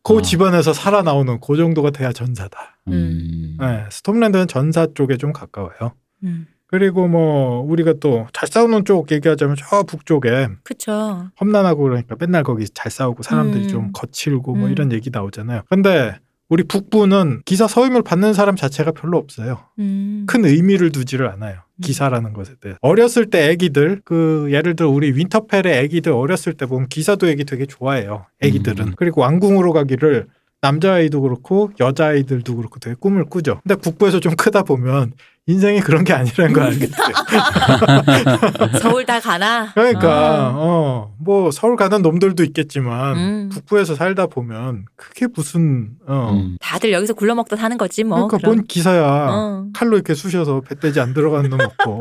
S2: 그
S3: 아.
S2: 집안에서 살아나오는 그 정도가 돼야 전사다.
S3: 음.
S2: 네, 스톰랜드는 전사 쪽에 좀 가까워요.
S1: 인생. 음.
S2: 그리고 뭐 우리가 또 잘 싸우는 쪽 얘기하자면 저 북쪽에
S1: 그렇죠.
S2: 험난하고 그러니까 맨날 거기 잘 싸우고 사람들이
S1: 음.
S2: 좀 거칠고 뭐
S1: 음.
S2: 이런 얘기 나오잖아요. 근데 우리 북부는 기사 서임을 받는 사람 자체가 별로 없어요.
S1: 음.
S2: 큰 의미를 두지를 않아요.
S1: 음.
S2: 기사라는 것에 대해. 어렸을 때 애기들, 그 예를 들어 우리 윈터펠의 애기들 어렸을 때 보면 기사도 애기 되게 좋아해요. 애기들은.
S3: 음.
S2: 그리고 왕궁으로 가기를 남자아이도 그렇고 여자아이들도 그렇고 되게 꿈을 꾸죠. 근데 북부에서 좀 크다 보면 인생이 그런 게 아니라는 걸 알겠어요.
S1: 서울 다 가나.
S2: 그러니까
S1: 아.
S2: 어, 뭐 서울 가는 놈들도 있겠지만
S1: 음.
S2: 북부에서 살다 보면 그게 무슨 어,
S3: 음.
S1: 다들 여기서 굴러먹다 사는 거지 뭐.
S2: 그러니까
S1: 그럼.
S2: 뭔 기사야.
S1: 어.
S2: 칼로 이렇게 쑤셔서 배때지 안 들어가는 놈 없고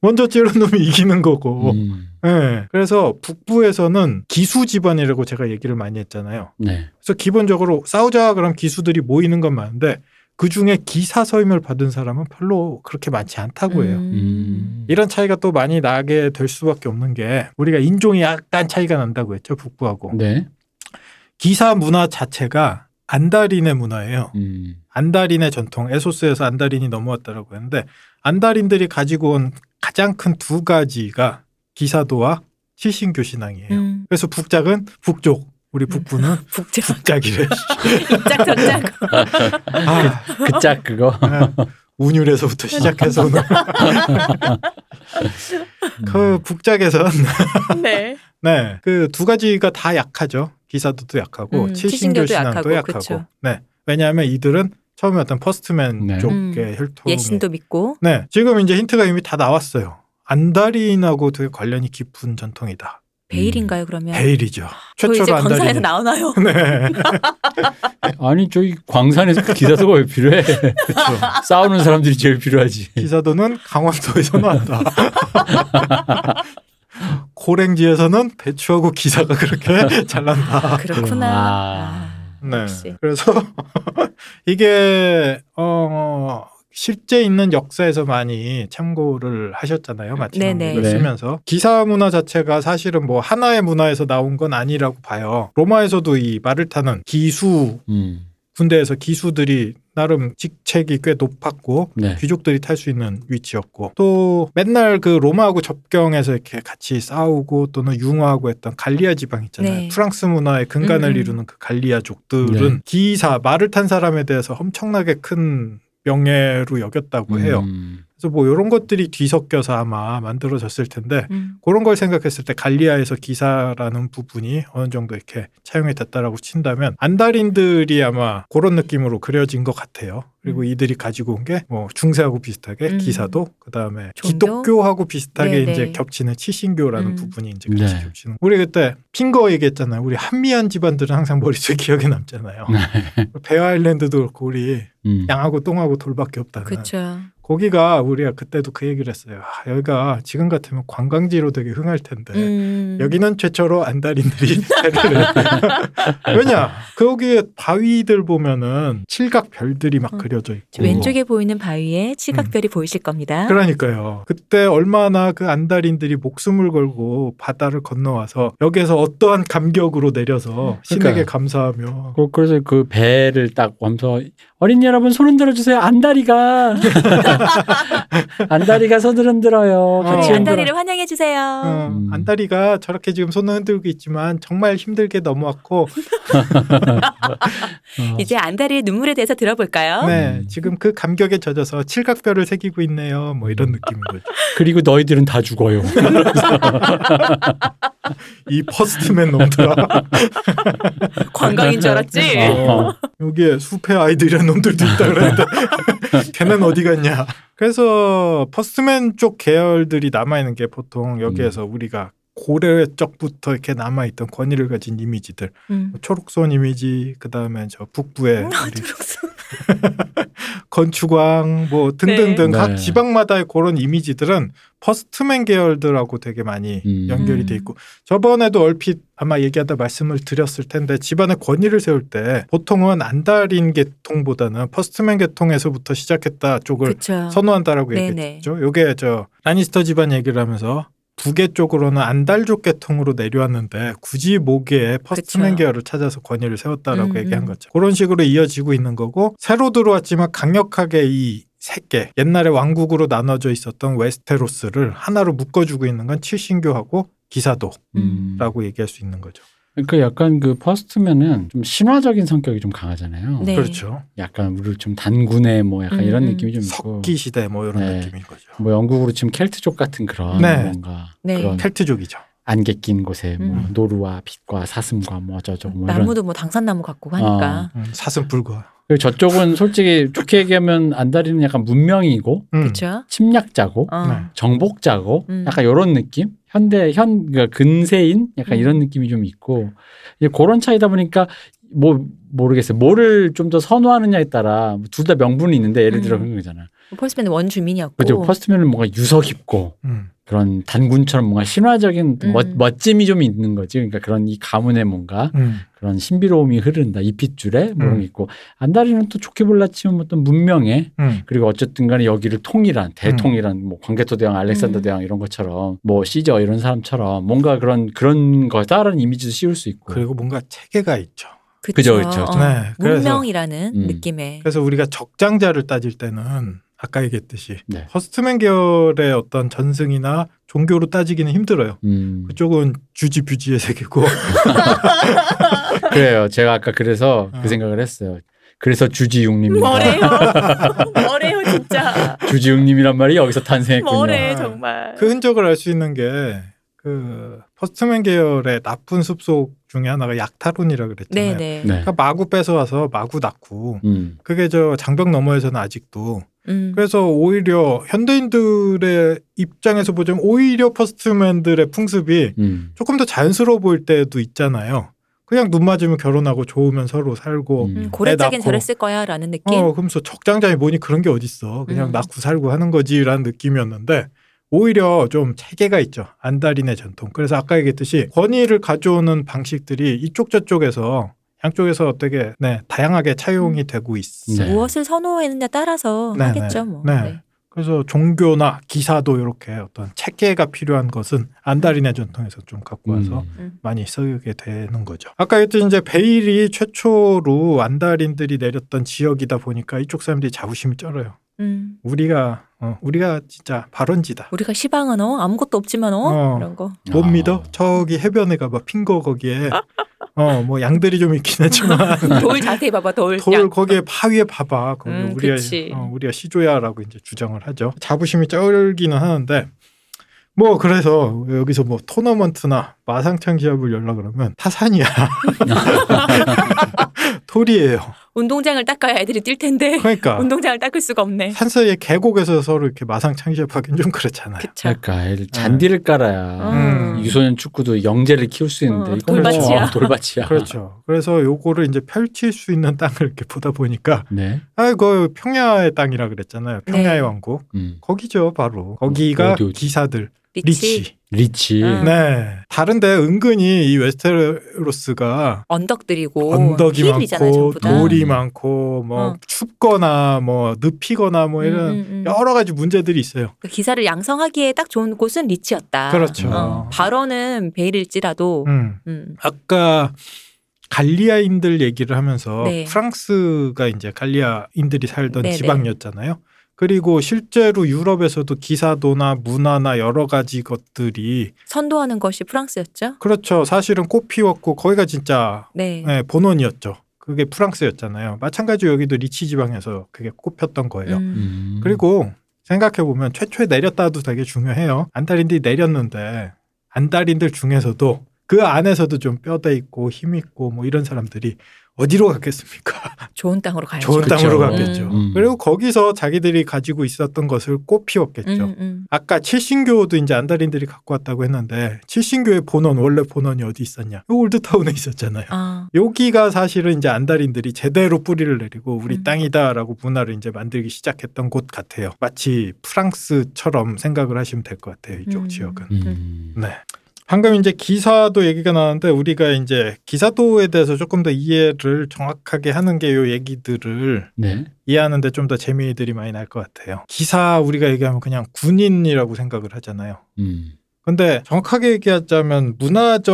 S2: 먼저 찌른 놈이 이기는 거고
S3: 음.
S2: 예. 그래서 북부에서는 기수 집안이라고 제가 얘기를 많이 했잖아요
S3: 네.
S2: 그래서 기본적으로 싸우자 그럼 기수들이 모이는 건 많은데 그중에 기사 서임을 받은 사람은 별로 그렇게 많지 않다고 해요
S3: 음.
S2: 이런 차이가 또 많이 나게 될 수밖에 없는 게 우리가 인종이 약간 차이가 난다고 했죠 북부하고
S3: 네.
S2: 기사 문화 자체가 안달인의 문화예요
S3: 음.
S2: 안달인의 전통, 에소스에서 안달인이 넘어왔다라고 했는데 안달인들이 가지고 온 가장 큰 두 가지가 기사도와 시신교 신앙이에요.
S1: 음.
S2: 그래서 북작은 북쪽, 우리 북부는
S1: 북적
S2: 북작이래.
S1: 입작 전작.
S2: 아,
S3: 그짝 그거.
S2: 아, 운율에서부터 시작해서 오늘
S1: 아.
S3: 음.
S2: 그 북작에선
S1: 네.
S2: 네, 그 두 가지가 다 약하죠. 기사도도 약하고
S1: 음,
S2: 칠신교
S1: 칠신교도
S2: 신앙도
S1: 약하고,
S2: 약하고.
S1: 그쵸.
S2: 네, 왜냐하면 이들은 처음에 어떤 퍼스트맨
S3: 네.
S2: 쪽의 혈통이
S1: 음. 예신도 믿고.
S2: 네, 지금 이제 힌트가 이미 다 나왔어요. 안달인하고 되게 관련이 깊은 전통이다.
S1: 베일인가요 그러면?
S2: 음. 베일이죠.
S1: 저 네. 아, 이제
S2: 최초로
S1: 광산에서
S2: 안달인.
S1: 나오나요?
S2: 네,
S3: 아니 저기 광산에서 그 기사소가 왜 필요해?
S2: 그렇죠.
S3: 싸우는 사람들이 제일 필요하지.
S2: 기사도는 강원도에서 나왔다. 고랭지에서는 배추하고 기사가 그렇게 잘 난다.
S1: 그렇구나.
S3: 아.
S1: 아.
S2: 네.
S1: 역시.
S2: 그래서 이게 어 실제 있는 역사에서 많이 참고를 하셨잖아요.
S1: 네네.
S2: 마티노를
S3: 네.
S2: 쓰면서 기사 문화 자체가 사실은 뭐 하나의 문화에서 나온 건 아니라고 봐요. 로마에서도 이 말을 타는 기수
S3: 음.
S2: 군대에서 기수들이 나름 직책이 꽤 높았고
S3: 네.
S2: 귀족들이 탈 수 있는 위치였고 또 맨날 그 로마하고 접경해서 이렇게 같이 싸우고 또는 융화하고 했던 갈리아 지방 있잖아요.
S1: 네.
S2: 프랑스 문화의 근간을
S1: 음.
S2: 이루는 그 갈리아족들은
S3: 네.
S2: 기사 말을 탄 사람에 대해서 엄청나게 큰 명예로 여겼다고 해요.
S3: 음.
S2: 그래서 뭐 이런 것들이 뒤섞여서 아마 만들어졌을 텐데
S1: 음.
S2: 그런 걸 생각했을 때 갈리아에서 기사라는 부분이 어느 정도 이렇게 차용이 됐다라고 친다면 안달인들이 아마 그런 느낌으로 그려진 것 같아요. 그리고
S1: 음.
S2: 이들이 가지고 온 게 뭐 중세하고 비슷하게
S1: 음.
S2: 기사도 그다음에
S1: 종교?
S2: 기독교하고 비슷하게
S1: 네네.
S2: 이제 겹치는 치신교라는
S1: 음.
S2: 부분이 이제 같이
S3: 네.
S2: 겹치는. 우리 그때 핑거 얘기했잖아요. 우리 한미한 집안들은 항상 머릿속에 기억에 남잖아요. 베어 아일랜드도 그렇고 우리
S3: 음.
S2: 양하고 똥하고 돌밖에 없다는
S1: 그렇죠.
S2: 거기가 우리가 그때도 그 얘기를 했어요. 아, 여기가 지금 같으면 관광지로 되게 흥할 텐데
S1: 음.
S2: 네. 여기는 최초로 안달인들이 배를 냈대요. 왜냐 거기에 바위들 보면은 칠각별들이 막
S1: 어.
S2: 그려져 있고
S1: 저 왼쪽에 보이는 바위에 칠각별이 보이실 겁니다.
S2: 음. 그렇죠. 그러니까요. 그때 얼마나 그 안달인들이 목숨을 걸고 바다를 건너와서 여기에서 어떠한 감격으로 내려서 신에게
S3: 그러니까요.
S2: 감사하며
S3: 그- 그래서 그 배를 딱 와서 어린이 여러분 손 흔들어 주세요. 안다리가 안다리가 손 흔들어요.
S1: 네,
S3: 같이
S2: 어.
S3: 흔들어.
S1: 안다리를 환영해 주세요.
S2: 어,
S3: 음.
S2: 안다리가 저렇게 지금 손을 흔들고 있지만 정말 힘들게 넘어왔고
S3: 어.
S1: 이제 안다리의 눈물에 대해서 들어볼까요?
S2: 네,
S3: 음.
S2: 지금 그 감격에 젖어서 칠각별을 새기고 있네요. 뭐 이런 느낌인 거죠.
S3: 그리고 너희들은 다 죽어요.
S2: 이 퍼스트맨 놈들아.
S1: 관광인 줄 알았지.
S2: 네. 아.
S3: 어.
S2: 여기에 숲의 아이들이란 놈들도 있다 그랬는데 걔는 어디 갔냐. 그래서 퍼스트맨 쪽 계열들이 남아있는 게 보통 여기에서 우리가 고려 쪽부터 이렇게 남아있던 권위를 가진 이미지들. 뭐
S1: 음. 아,
S2: 초록손 이미지, 그 다음에 저 북부의 어. 우리
S1: 초록색.
S2: 건축왕 뭐 등등등
S3: 네.
S2: 각
S3: 네.
S2: 지방마다의 그런 이미지들은 퍼스트맨 계열들하고 되게 많이
S3: 음.
S2: 연결이 돼 있고 저번에도 얼핏 아마 얘기하다 말씀을 드렸을 텐데 집안의 권위를 세울 때 보통은 안달인 계통보다는 퍼스트맨 계통에서부터 시작했다 쪽을
S1: 그렇죠.
S2: 선호한다라고
S1: 네네.
S2: 얘기했죠. 요게 저 라니스터 집안 얘기를 하면서 북의 쪽으로는 안달족 계통으로 내려왔는데 굳이 모기에 퍼스트맨
S1: 그쵸.
S2: 계열을 찾아서 권위를 세웠다라고
S1: 음,
S2: 얘기한
S1: 음.
S2: 거죠. 그런 식으로 이어지고 있는 거고 새로 들어왔지만 강력하게 이 세계 옛날에 왕국으로 나눠져 있었던 웨스테로스를 하나로 묶어주고 있는 건 칠신교하고 기사도라고
S3: 음.
S2: 얘기할 수 있는 거죠.
S3: 그 약간 그 퍼스트면은 좀 신화적인 성격이 좀 강하잖아요.
S1: 네.
S2: 그렇죠.
S3: 약간 우리 좀 단군의 뭐 약간
S1: 음,
S3: 이런
S1: 음.
S3: 느낌이 좀 있고.
S2: 석기 시대 뭐 이런
S3: 네.
S2: 느낌인 거죠.
S3: 뭐 영국으로 치면 켈트족 같은 그런
S2: 네.
S3: 뭔가
S1: 네.
S3: 그런
S2: 켈트족이죠.
S3: 안개 낀 곳에 뭐
S2: 음.
S3: 노루와 빛과 사슴과 뭐 어쩌죠 뭐 이런
S1: 나무도 뭐 당산나무 같고 하니까.
S2: 음, 사슴 불과.
S3: 그리고 저쪽은 솔직히 좋게 얘기하면 안다리는 약간 문명이고
S2: 음.
S1: 그렇죠.
S3: 침략자고
S1: 어.
S2: 네.
S3: 정복자고
S1: 음.
S3: 약간 이런 느낌 현대 현 그러니까 근세인 약간
S1: 음.
S3: 이런 느낌이 좀 있고 이제 그런 차이다 보니까 뭐 모르겠어요 뭐를 좀 더 선호하느냐에 따라 뭐 둘 다 명분이 있는데 예를 들어
S1: 음.
S3: 그런 거잖아
S1: 퍼스맨은 원주민이었고.
S3: 그죠 퍼스트맨은 뭔가 유서 깊고
S2: 음.
S3: 그런 단군처럼 뭔가 신화적인 멋,
S1: 음.
S3: 멋짐이 좀 있는 거지 그러니까 그런 이 가문의 뭔가
S2: 음.
S3: 그런 신비로움이 흐른다 이 핏줄에 뭐
S2: 음.
S3: 이런 게 있고 안다리는 또 좋게 볼라치면 어떤 문명의
S2: 음.
S3: 그리고 어쨌든 간에 여기를 통일한 대통일한 뭐 광개토 대왕 알렉산더
S1: 음.
S3: 대왕 이런 것처럼 뭐 시저 이런 사람처럼 뭔가 그런 그런 거다라는 이미지도 씌울 수 있고
S2: 그리고 뭔가 체계가 있죠.
S1: 그쵸.
S3: 그죠, 그죠.
S1: 어.
S2: 네, 그래서-
S1: 문명이라는
S3: 음.
S1: 느낌의.
S2: 그래서 우리가 적장자를 따질 때는 아까 얘기했듯이
S3: 네.
S2: 퍼스트맨 계열의 어떤 전승이나 종교로 따지기는 힘들어요.
S3: 음,
S2: 그쪽은 주지 뷰지의 세계고
S3: 그래요 제가 아까 그래서
S2: 어.
S3: 그 생각을 했어요 그래서 주지육님입니다
S1: 뭐래요? 뭐래요 진짜.
S3: 주지육님이란 말이 여기서 탄생했군요 네.
S1: 뭐래 정말.
S2: 그 흔적을 알 수 있는 게 그 퍼스트맨 계열의 나쁜 숲속 중에 하나가 약탈론이라 그랬잖아요.
S1: 네네.
S3: 네.
S2: 그러니까 마구 뺏어와서 마구 낳고
S3: 음.
S2: 그게 저 장벽 너머에서는 아직도
S1: 음.
S2: 그래서 오히려 현대인들의 입장에서 보자면 오히려 퍼스트맨들의 풍습이
S3: 음.
S2: 조금 더 자연스러워 보일 때도 있잖아요. 그냥 눈 맞으면 결혼하고 좋으면 서로 살고
S3: 음.
S1: 음, 고래짝엔
S2: 애 낳고.
S1: 저랬을 거야라는 느낌.
S2: 어 그러면서 적장자이 뭐니 그런 게 어딨어. 그냥
S1: 예. 음.
S2: 낳고 살고 하는 거지라는 느낌이었는데 오히려 좀 체계가 있죠. 안달인의 전통. 그래서 아까 얘기했듯이 권위를 가져오는 방식들이 이쪽 저쪽에서 양쪽에서 되게 네, 다양하게 차용이 되고 있어요.
S3: 네.
S1: 무엇을 선호했느냐 따라서
S2: 네,
S1: 하겠죠
S2: 네.
S1: 뭐.
S2: 네.
S1: 네.
S2: 그래서 종교나 기사도 이렇게 어떤 체계가 필요한 것은 안달인의 전통에서 좀 갖고 와서
S3: 음.
S2: 많이 쓰게 되는 거죠. 아까 했듯이 이제 베일이 최초로 안달인들이 내렸던 지역이다 보니까 이쪽 사람들이 자부심이 쩔어요.
S1: 음.
S2: 우리가 어, 우리가 진짜 발원지다.
S1: 우리가 시방은 어 아무것도 없지만 어,
S2: 어.
S1: 이런 거.
S2: 못
S3: 아.
S2: 믿어? 저기 해변에 가봐 핑거 거기에 어 뭐 양들이 좀 있긴 했지만
S1: 돌 자세히 봐봐 돌.
S2: 돌
S1: 양.
S2: 거기에 파위에 봐봐 거기
S1: 음,
S2: 우리가
S1: 그치.
S2: 어, 우리가 시조야라고 이제 주장을 하죠. 자부심이 쩔기는 하는데 뭐 그래서 여기서 뭐 토너먼트나 마상창 시합을 연락을 하면 타산이야 돌이에요.
S1: 운동장을 닦아야 애들이 뛸 텐데
S2: 그러니까
S1: 운동장을 닦을 수가 없네.
S2: 산세의 계곡에서 서로 이렇게 마상창 시합하기는 좀 그렇잖아요.
S1: 그쵸.
S3: 그러니까 애들 잔디를 깔아야
S1: 그렇죠. 음.
S3: 유소년 축구도 영재를 키울 수 있는데
S1: 어,
S3: 이거는
S2: 돌밭이야.
S3: 좀- 어, 돌밭이야.
S2: 그렇죠. 그래서 요거를 이제 펼칠 수 있는 땅을 이렇게 보다 보니까
S3: 네.
S2: 아, 그 평야의 땅이라 그랬잖아요. 평야의
S1: 네.
S2: 왕국.
S3: 음.
S2: 거기죠, 바로. 거기가
S3: 어디, 어디?
S2: 기사들,
S1: 리치.
S2: 리치.
S3: 리치.
S1: 음.
S2: 네. 다른데 은근히 이 웨스테로스가
S1: 언덕들이고
S2: 언덕이
S1: 힐이잖아요
S2: 많고
S1: 전부 다.
S2: 돌이 많고 뭐
S1: 어.
S2: 춥거나 뭐 늪이거나 뭐 이런
S1: 음, 음, 음.
S2: 여러 가지 문제들이 있어요.
S1: 그 기사를 양성하기에 딱 좋은 곳은 리치였다.
S2: 그렇죠.
S1: 어, 발언은 베일일지라도.
S2: 음.
S1: 음.
S2: 아까 갈리아인들 얘기를 하면서
S1: 네.
S2: 프랑스가 이제 갈리아인들이 살던
S1: 네네.
S2: 지방이었잖아요. 그리고 실제로 유럽에서도 기사도나 문화나 여러 가지 것들이
S1: 선도하는 것이 프랑스였죠.
S2: 그렇죠. 사실은 꽃 피웠고 거기가 진짜
S1: 네.
S2: 네, 본원이었죠. 그게 프랑스였잖아요. 마찬가지로 여기도 리치 지방에서 그게 꽃폈던 거예요.
S1: 음.
S3: 음.
S2: 그리고 생각해 보면 최초에 내렸다도 되게 중요해요. 안달인들이 내렸는데 안달인들 중에서도 그 안에서도 좀 뼈대 있고 힘 있고 뭐 이런 사람들이 어디로 갔겠습니까?
S1: 좋은 땅으로 가야죠.
S2: 좋은
S3: 그렇죠.
S2: 땅으로 갔겠죠.
S3: 음.
S2: 그리고 거기서 자기들이 가지고 있었던 것을 꽃 피웠겠죠.
S1: 음, 음.
S2: 아까 칠신교도 이제 안달인들이 갖고 왔다고 했는데 칠신교의 본원 원래 본원이 어디 있었냐? 요 올드타운에 있었잖아요.
S1: 아,
S2: 여기가 사실은 이제 안달인들이 제대로 뿌리를 내리고 우리
S1: 음.
S2: 땅이다라고 문화를 이제 만들기 시작했던 곳 같아요. 마치 프랑스처럼 생각을 하시면 될 것 같아요. 이쪽
S1: 음.
S2: 지역은.
S3: 음.
S2: 네. 방금 이제 기사도 얘기가 나왔는데 우리가 이제 기사도에 대해서 조금 더 이해를 정확하게 하는 게 요 얘기들을
S3: 네.
S2: 이해하는데 좀 더 재미들이 많이 날 것 같아요. 기사 우리가 얘기하면 그냥 군인이라고 생각을 하잖아요.
S3: 음.
S2: 근데 정확하게 얘기하자면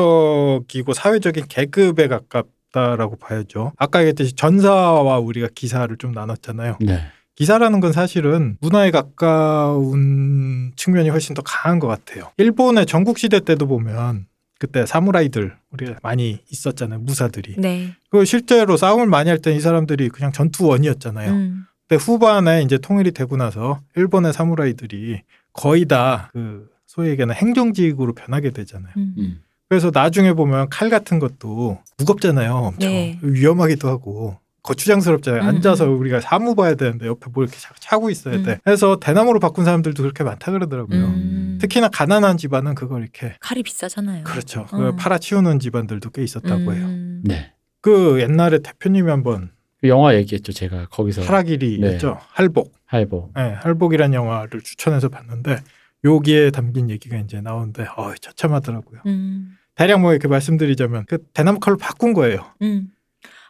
S2: 문화적이고 사회적인 계급에 가깝다라고 봐야죠. 아까 얘기했듯이 전사와 우리가 기사를 좀 나눴잖아요.
S3: 네.
S2: 기사라는 건 사실은 문화에 가까운 측면이 훨씬 더 강한 것 같아요. 일본의 전국시대 때도 보면 그때 사무라이들 우리가 많이 있었잖아요. 무사들이.
S1: 네.
S2: 그리고 실제로 싸움을 많이 할 땐 이 사람들이 그냥 전투원이었잖아요.
S1: 음.
S2: 근데 후반에 이제 통일이 되고 나서 일본의 사무라이들이 거의 다 그 소위 얘기하는 행정직으로 변하게 되잖아요.
S1: 음.
S3: 음.
S2: 그래서 나중에 보면 칼 같은 것도 무겁잖아요. 엄청
S1: 네.
S2: 위험하기도 하고 거추장스럽잖아요.
S1: 음,
S2: 앉아서 우리가 사무 봐야 되는데 옆에 뭘 이렇게 차- 차고 있어야 돼.
S1: 음.
S2: 그래서 대나무로 바꾼 사람들도 그렇게 많다 그러더라고요.
S1: 음.
S2: 특히나 가난한 집안은 그걸 이렇게
S1: 칼이 비싸잖아요.
S2: 그렇죠. 그걸
S1: 어.
S2: 팔아치우는 집안들도 꽤 있었다고 해요.
S1: 음.
S3: 네.
S2: 그 옛날에 대표님이 한번
S3: 그 영화 얘기했죠. 제가 거기서
S2: 하라길이였죠. 할복.
S3: 할보.
S2: 네, 할복이란 영화를 추천해서 봤는데 여기에 담긴 얘기가 이제 나오는데 어, 처참하더라고요.
S1: 음.
S2: 대략 뭐 이렇게 말씀드리자면 그 대나무 칼로 바꾼 거예요.
S1: 음.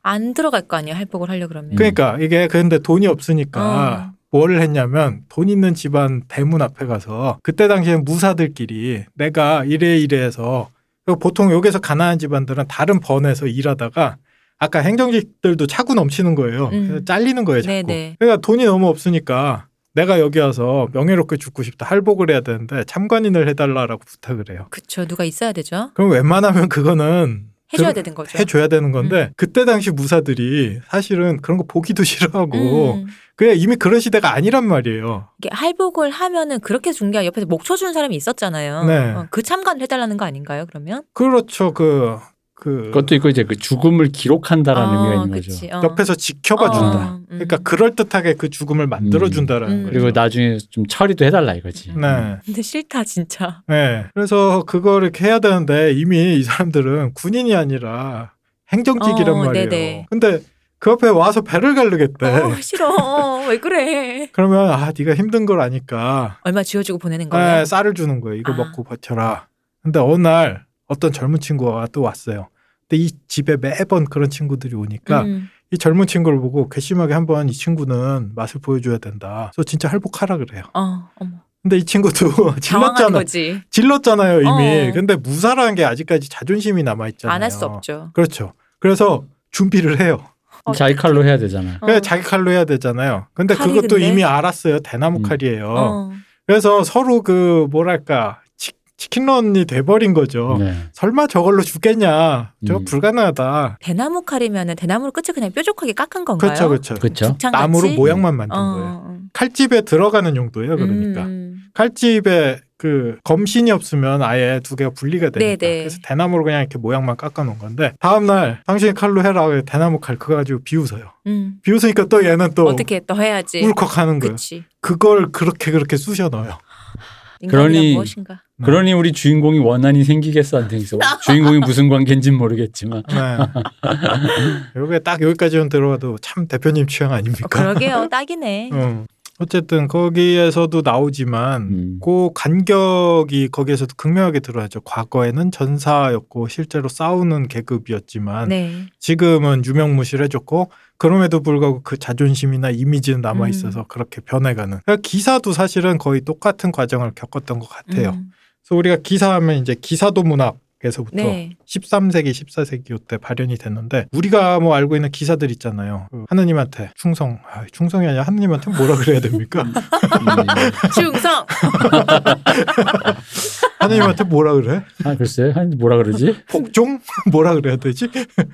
S1: 안 들어갈 거 아니에요. 할복을 하려 그러면. 어,
S3: 그-
S2: 그러니까 이게 근데 돈이
S1: 아.
S2: 없으니까 뭘 했냐면 돈 있는 집안 대문 앞에 가서 그때 당시에 무사들끼리 내가 이래 이래해서 그리고 보통 여기서 가난한 집안들은 다른 번에서 일하다가 아까 행정직들도 차고 넘치는 거예요.
S1: 음.
S2: 그래서 잘리는 거예요, 자꾸.
S1: 네네.
S2: 그러니까 돈이 너무 없으니까 내가 여기 와서 명예롭게 죽고 싶다 할복을 해야 되는데 참관인을 해달라라고 부탁을 해요.
S1: 그쵸. 누가 있어야 되죠.
S2: 그럼 웬만하면 그거는
S1: 해줘야
S2: 들-
S1: 되는 거죠. 음.
S2: 해줘야 되는 건데 그때 당시 무사들이 사실은 그런 거 보기도 싫어하고
S1: 음.
S2: 그냥 이미 그런 시대가 아니란 말이에요.
S1: 이게 할복을 하면은 그렇게 준 게 옆에서 목 쳐주는 사람이 있었잖아요.
S2: 네.
S1: 어, 그 참관을 해달라는 거 아닌가요? 그러면
S2: 그렇죠. 그, 그
S3: 그것도 있고 이제 그 죽음을 기록한다라는
S1: 아,
S3: 의미가 있는 거죠.
S1: 그치. 어.
S2: 옆에서 지켜봐 준다.
S1: 어, 음.
S2: 그러니까 그럴듯하게 그 죽음을 만들어 준다라는
S1: 음.
S2: 거죠.
S3: 그리고 나중에 좀 처리도 해달라 이거지. 음.
S2: 네.
S1: 근데 싫다 진짜.
S2: 네. 그래서 그걸 이렇게 해야 되는데 이미 이 사람들은 군인이 아니라 행정직이란
S1: 어,
S2: 말이에요.
S1: 네네.
S2: 근데 그 앞에 와서 배를 갈르겠대.
S1: 어, 싫어. 어, 왜 그래?
S2: 그러면 아 네가 힘든 걸 아니까
S1: 얼마 쥐어주고 보내는 거예요?
S2: 네, 쌀을 주는 거예요. 이거
S1: 아.
S2: 먹고 버텨라. 근데 어느 날 어떤 젊은 친구가 또 왔어요. 근데 이 집에 매번 그런 친구들이 오니까
S1: 음.
S2: 이 젊은 친구를 보고 괘씸하게 한번 이 친구는 맛을 보여줘야 된다. 그래서 진짜 할복하라 그래요.
S1: 어, 어머.
S2: 근데 이 친구도
S1: 당황한
S2: 질렀잖아.
S1: 거지.
S2: 질렀잖아요 이미.
S1: 어.
S2: 근데 무사라는 게 아직까지 자존심이 남아 있잖아요.
S1: 안 할 수 없죠.
S2: 그렇죠. 그래서 준비를 해요.
S1: 어.
S3: 자기 칼로 해야 되잖아.
S2: 그래서
S1: 어.
S2: 자기 칼로 해야 되잖아요. 근데
S1: 칼이
S2: 그것도
S1: 근데?
S2: 이미 알았어요. 대나무
S3: 음.
S2: 칼이에요.
S1: 어.
S2: 그래서 서로 그 뭐랄까 치, 치킨런이 돼버린 거죠.
S3: 네.
S2: 설마 저걸로 죽겠냐? 저
S3: 음.
S2: 불가능하다.
S1: 대나무 칼이면은 대나무를 끝을 그냥 뾰족하게 깎은 건가요?
S2: 그렇죠, 그렇죠.
S3: 그렇죠.
S1: 죽창같이?
S2: 나무로 모양만 만든
S1: 어,
S2: 거예요.
S1: 어.
S2: 칼집에 들어가는 용도예요. 그러니까
S1: 음.
S2: 칼집에 그 검신이 없으면 아예 두 개가 분리가 되니까
S1: 네네.
S2: 그래서 대나무로 그냥 이렇게 모양만 깎아놓은 건데 다음 날 당신 이 칼로 해라 그래서 대나무 칼 그거 가지고 비웃어요.
S1: 음.
S2: 비웃으니까 또 얘는 또
S1: 어떻게 또 해야지.
S2: 울컥하는 거예요.
S1: 그치.
S2: 그걸 그렇게 그렇게 쑤셔 넣어요.
S1: 인간이란
S3: 그러니-
S1: 무엇인가.
S2: 네.
S3: 그러니 우리 주인공이 원한이 생기겠어 안 생기겠어? 주인공이 무슨 관계인진 모르겠지만
S2: 네. 요게 딱 여기까지는 들어가도 참 대표님 취향
S1: 어,
S2: 아닙니까?
S1: 그러게요. 딱이네.
S2: 음. 어쨌든 거기에서도 나오지만
S3: 음.
S2: 그 간격이 거기에서도 극명하게 드러나죠. 과거에는 전사였고 실제로 싸우는 계급이었지만
S1: 네.
S2: 지금은 유명무실해졌고 그럼에도 불구하고 그 자존심이나
S1: 음.
S2: 이미지는 남아 있어서 그렇게 변해가는. 그러니까 기사도 사실은 거의 똑같은 과정을 겪었던 것 같아요.
S1: 음.
S2: 그래서 우리가 기사하면 이제 기사도 문학에서부터
S1: 네.
S2: 13세기, 14세기 요때 발현이 됐는데 우리가 뭐 알고 있는 기사들 있잖아요. 그 하느님한테 충성, 아, 충성이 아니라 하느님한테 뭐라 그래야 됩니까?
S3: 음.
S1: 충성.
S2: 하느님한테 뭐라 그래?
S3: 아 글쎄 한 뭐라 그러지?
S2: 복종? 뭐라 그래야 되지?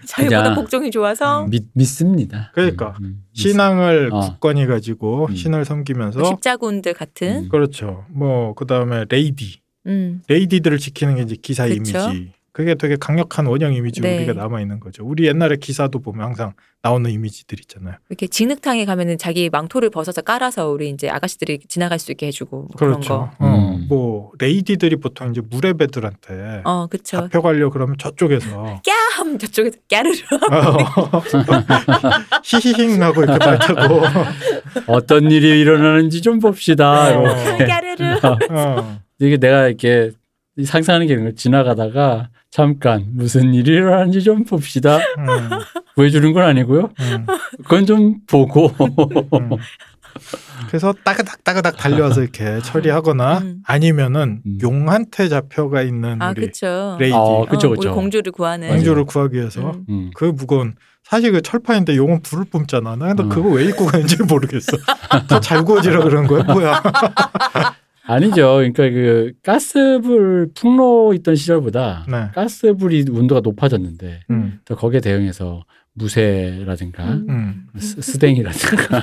S1: 자기보다
S3: 그냥-
S1: 복종이
S2: 음.
S1: 좋아서
S3: 믿, 믿습니다.
S2: 그러니까.
S3: 음, 음,
S2: 신앙을
S3: 아.
S2: 굳건히 가지고
S3: 음.
S2: 신을 섬기면서
S1: 십자군들 같은.
S3: 음.
S2: 그렇죠. 뭐 그다음에 레이디,
S1: 음.
S2: 레이디들을 지키는 게 이제 기사
S1: 그쵸.
S2: 이미지. 그게 되게 강력한 원형 이미지 로
S1: 네.
S2: 우리가 남아 있는 거죠. 우리 옛날에 기사도 보면 항상 나오는 이미지들 있잖아요.
S1: 이렇게 진흙탕에 가면은 자기 망토를 벗어서 깔아서 우리 이제 아가씨들이 지나갈 수 있게 해주고 뭐 그런
S2: 그렇죠.
S1: 거.
S2: 어,
S3: 음.
S2: 뭐 레이디들이 보통 이제 무레배들한테
S1: 어, 그쵸.
S2: 잡혀가려 그러면 저쪽에서 아,
S1: 뺨 저쪽에서 깨르르.
S2: 어. 히히힝 하고 이렇게 발차고
S3: 어떤 일이 일어나는지 좀 봅시다.
S2: 네.
S3: 이렇게.
S1: 깨르르.
S2: 어.
S3: 이게 내가 이렇게 상상하는 게 있는 거예요. 지나가다가 잠깐 무슨 일이 일어나는지 좀 봅시다.
S2: 음,
S3: 구해주는 건 아니고요.
S2: 음,
S3: 그건 좀 보고.
S2: 음. 그래서 따그닥 따그닥 달려와서 이렇게 처리하거나
S1: 음.
S2: 아니면은
S3: 음.
S2: 용한테 잡혀가 있는
S1: 아,
S2: 음. 우리
S1: 그쵸.
S2: 레이디
S3: 어, 그쵸,
S1: 어, 우리
S3: 그쵸.
S1: 공주를 구하는.
S2: 공주를 구하기 위해서
S1: 음.
S3: 음.
S2: 그 무거운 사실 그 철판인데 용은 불을 뿜잖아. 나 근데
S3: 음.
S2: 그거 왜 입고 가는지 모르겠어. 더 잘 구워지라 그런 거야? 뭐야?
S3: 아니죠. 그러니까 그 가스불 풍로 있던 시절보다
S2: 네.
S3: 가스불이 온도가 높아졌는데
S2: 음.
S3: 또 거기에 대응해서 무쇠라든가
S1: 음.
S2: 음.
S3: 스, 스댕이라든가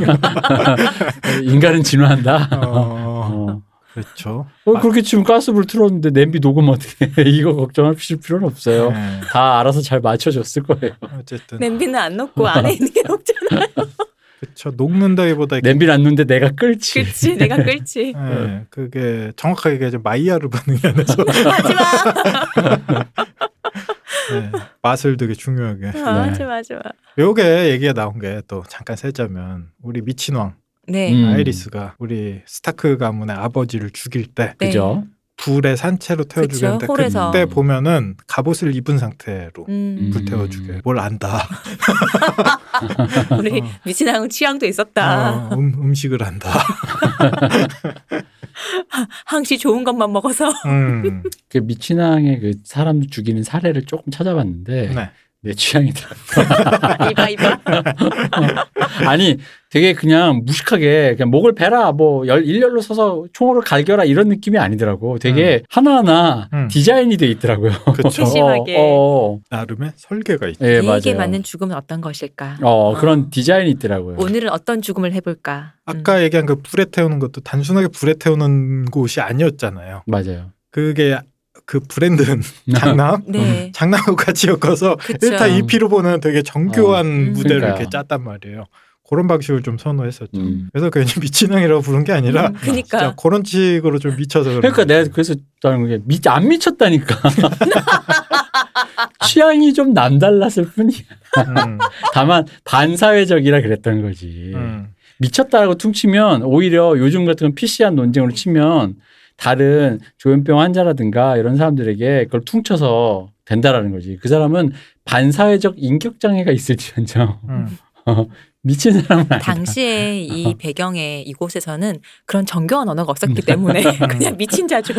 S3: 인간은 진화한다.
S2: 어,
S3: 어.
S2: 그렇죠.
S3: 어, 그렇게 지금 가스불 틀었는데 냄비 녹음 어떻게 해? 이거 걱정하실 필요는 없어요.
S2: 네.
S3: 다 알아서 잘 맞춰줬을 거예요.
S1: 네,
S2: 어쨌든
S1: 냄비는 안 넣고
S3: 음.
S1: 안에 있는 게 없잖아.
S2: 그렇죠. 녹는다기보다 이렇게
S3: 냄비를 안 놓는데 내가 끌지.
S1: 그치, 내가 끌지.
S2: 예, 그게 정확하게 이제 마이야르 반응이 안에서
S1: 하지 마.
S2: 예, 맛을 되게 중요하게.
S1: 어, 하지 마, 하지 마.
S2: 음. 요게 얘기가 나온 게 또 잠깐 세자면 우리 미친 왕
S1: 네.
S3: 음.
S2: 아이리스가 우리 스타크 가문의 아버지를 죽일 때
S1: 네.
S3: 그죠?
S2: 불에 산채로 태워
S1: 그쵸,
S2: 죽였는데
S1: 홀에서.
S2: 그때 보면은 갑옷을 입은 상태로
S1: 음.
S2: 불태워
S3: 음.
S2: 죽여. 요뭘 안다.
S1: 우리
S2: 어.
S1: 미친왕은 취향도 있었다.
S2: 어, 음, 음식을 안다.
S1: 항시 좋은 것만 먹어서.
S2: 음.
S3: 그 미친왕의 그 사람 죽이는 사례를 조금 찾아봤는데
S2: 네.
S3: 내 취향이다.
S1: 이봐, 이봐.
S3: 아니 되게 그냥 무식하게 그냥 목을 베라 뭐 열, 일렬로 서서 총으로 갈겨라 이런 느낌이 아니더라고. 되게 하나하나
S2: 음.
S3: 디자인이 돼 있더라고요.
S2: 그렇죠.
S1: 세심하게.
S3: 어, 어, 어.
S2: 나름의 설계가 있죠.
S3: 예,
S1: 이에게
S3: 맞아요.
S1: 맞는 죽음은 어떤 것일까?
S3: 어, 그런
S1: 어.
S3: 디자인이 있더라고요.
S1: 오늘은 어떤 죽음을 해볼까? 음.
S2: 아까 얘기한 그 불에 태우는 것도 단순하게 불에 태우는 곳이 아니었잖아요.
S3: 맞아요.
S2: 그게 그 브랜드는 장남
S3: 음.
S1: 네.
S2: 장난하고 같이 엮어서
S1: 그쵸.
S2: 1타 2피로 보는 되게 정교한
S1: 음.
S2: 무대를
S3: 그러니까요.
S2: 이렇게 짰단 말이에요. 그런 방식을 좀 선호했었죠.
S3: 음.
S2: 그래서 괜히 미친왕이라고 부른 게 아니라
S1: 음, 그니까.
S2: 진짜 그런 식으로 좀 미쳐서 그런
S3: 그러니까
S2: 거죠.
S3: 내가 그래서 나는 그게 미, 안 미쳤다니까. 취향이 좀 남달랐을 뿐이야.
S2: 음,
S3: 다만 반사회적이라 그랬던 거지.
S2: 음.
S3: 미쳤다라고 퉁치면 오히려 요즘 같은 건 PC한 논쟁으로 치면 다른 조현병 환자라든가 이런 사람들에게 그걸 퉁쳐서 된다라는 거지. 그 사람은 반사회적 인격장애가 있을지언정
S2: 음.
S3: 미친 사람은 아니다.
S1: 당시에
S3: 어.
S1: 이 배경에 이곳에서는 그런 정교한 언어가 없었기 때문에 그냥 미친 자죠.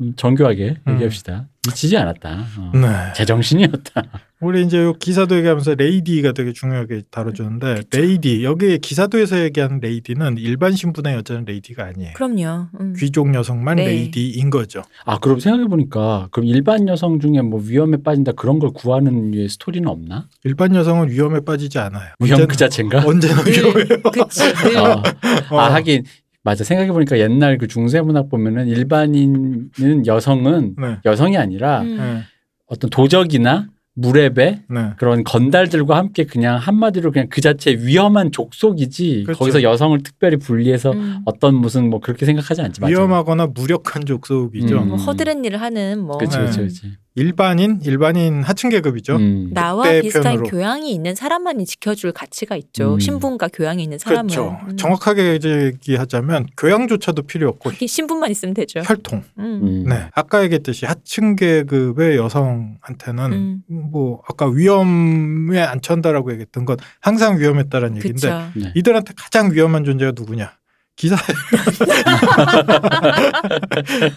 S3: 음, 정교하게
S2: 음.
S3: 얘기합시다. 미치지 않았다. 어.
S2: 네.
S3: 제정신이었다.
S2: 우리 이제 요 기사도 얘기하면서 레이디가 되게 중요하게 다뤄주는데 레이디 여기 기사도에서 얘기하는 레이디는 일반 신분의 여자는 레이디가 아니에요.
S1: 그럼요. 음.
S2: 귀족 여성만
S1: 네.
S2: 레이디인 거죠.
S3: 아 그럼 생각해 보니까 그럼 일반 여성 중에 뭐 위험에 빠진다 그런 걸 구하는 류의 스토리는 없나?
S2: 일반 여성은 위험에 빠지지 않아요.
S3: 위험
S2: 언제나-
S3: 그 자체인가?
S2: 언제나
S1: 늘,
S2: 위험해요.
S1: 그치. 늘
S3: 어.
S2: 어.
S3: 아 하긴 맞아 생각해 보니까 옛날 그 중세 문학 보면은 일반인은 여성은
S2: 네.
S3: 여성이 아니라
S1: 음.
S2: 네.
S3: 어떤 도적이나 무례배
S2: 네.
S3: 그런 건달들과 함께 그냥 한마디로 그냥 그 자체 위험한 족속이지
S2: 그렇죠.
S3: 거기서 여성을 특별히 분리해서
S1: 음.
S3: 어떤 무슨 뭐 그렇게 생각하지 않지 맞아.
S2: 위험하거나 무력한 족속이죠.
S3: 음.
S1: 뭐 허드렛 일을 하는 뭐
S3: 그치
S2: 네.
S3: 그치 그치.
S2: 일반인, 일반인 하층 계급이죠.
S3: 음.
S1: 나와
S2: 그때
S1: 비슷한
S2: 표현으로.
S1: 교양이 있는 사람만이 지켜줄 가치가 있죠.
S3: 음.
S1: 신분과 교양이 있는 사람은
S2: 그렇죠.
S1: 음.
S2: 정확하게 얘기하자면 교양조차도 필요 없고
S1: 이게 신분만 있으면 되죠.
S2: 혈통.
S1: 음.
S3: 음.
S2: 네. 아까 얘기했듯이 하층 계급의 여성한테는
S1: 음.
S2: 뭐 아까 위험에 안 처한다라고 얘기했던 건 항상 위험했다라는 얘기인데
S1: 그렇죠.
S2: 이들한테 가장 위험한 존재가 누구냐? 기사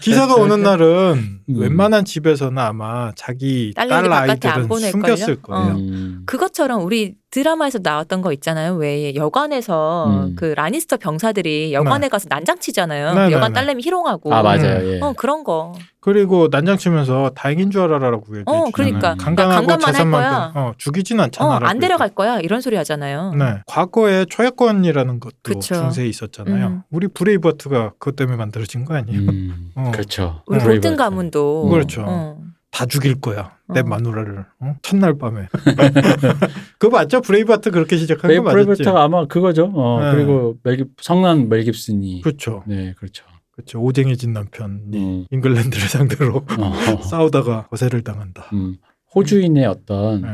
S2: 기사가
S1: 그렇죠.
S2: 오는 날은
S3: 음.
S2: 웬만한 집에서는 아마 자기 딸
S1: 딸내미 바깥에 안
S2: 아이들은
S1: 보낼걸요? 어.
S2: 숨겼을 거예요.
S3: 음.
S1: 그것처럼 우리 드라마에서 나왔던 거 있잖아요. 왜 여관에서
S3: 음.
S1: 그 라니스터 병사들이 여관에 가서 난장 치잖아요.
S2: 네,
S1: 여관
S2: 네, 네.
S1: 딸내미 희롱하고.
S3: 아 맞아요. 예.
S1: 어 그런 거.
S2: 그리고 난장치면서 다행인 줄 알아라라고 얘기해
S1: 어,
S2: 주잖아요.
S1: 그러니까.
S2: 강간하고
S1: 강간만 할
S2: 재산만
S1: 거야.
S2: 빼- 어, 죽이진 않잖아.
S1: 어안 데려갈 거야 이런 소리 하잖아요.
S2: 네. 과거에 초야권이라는 것도
S1: 그쵸.
S2: 중세에 있었잖아요.
S1: 음.
S2: 우리 브레이브하트가 그것 때문에 만들어진 거 아니에요?
S3: 음.
S2: 어.
S3: 그렇죠.
S1: 우리
S3: 브레이브
S1: 모든
S3: 아트.
S1: 가문도.
S2: 그렇죠.
S1: 어.
S2: 다 죽일 거야. 내
S1: 어.
S2: 마누라를. 어? 첫날 밤에. 그거 맞죠? 브레이브하트 그렇게 시작한 거
S3: 베이브
S2: 맞았지?
S3: 프레베타가 아마 그거죠. 어,
S2: 네.
S3: 그리고 멜, 성난 멜 깁슨이
S2: 그렇죠.
S3: 네 그렇죠.
S2: 그렇죠. 오쟁이진 남편이
S3: 음.
S2: 잉글랜드를 상대로
S3: 어.
S2: 싸우다가 거세를 당한다.
S3: 음. 호주인의 어떤
S2: 네.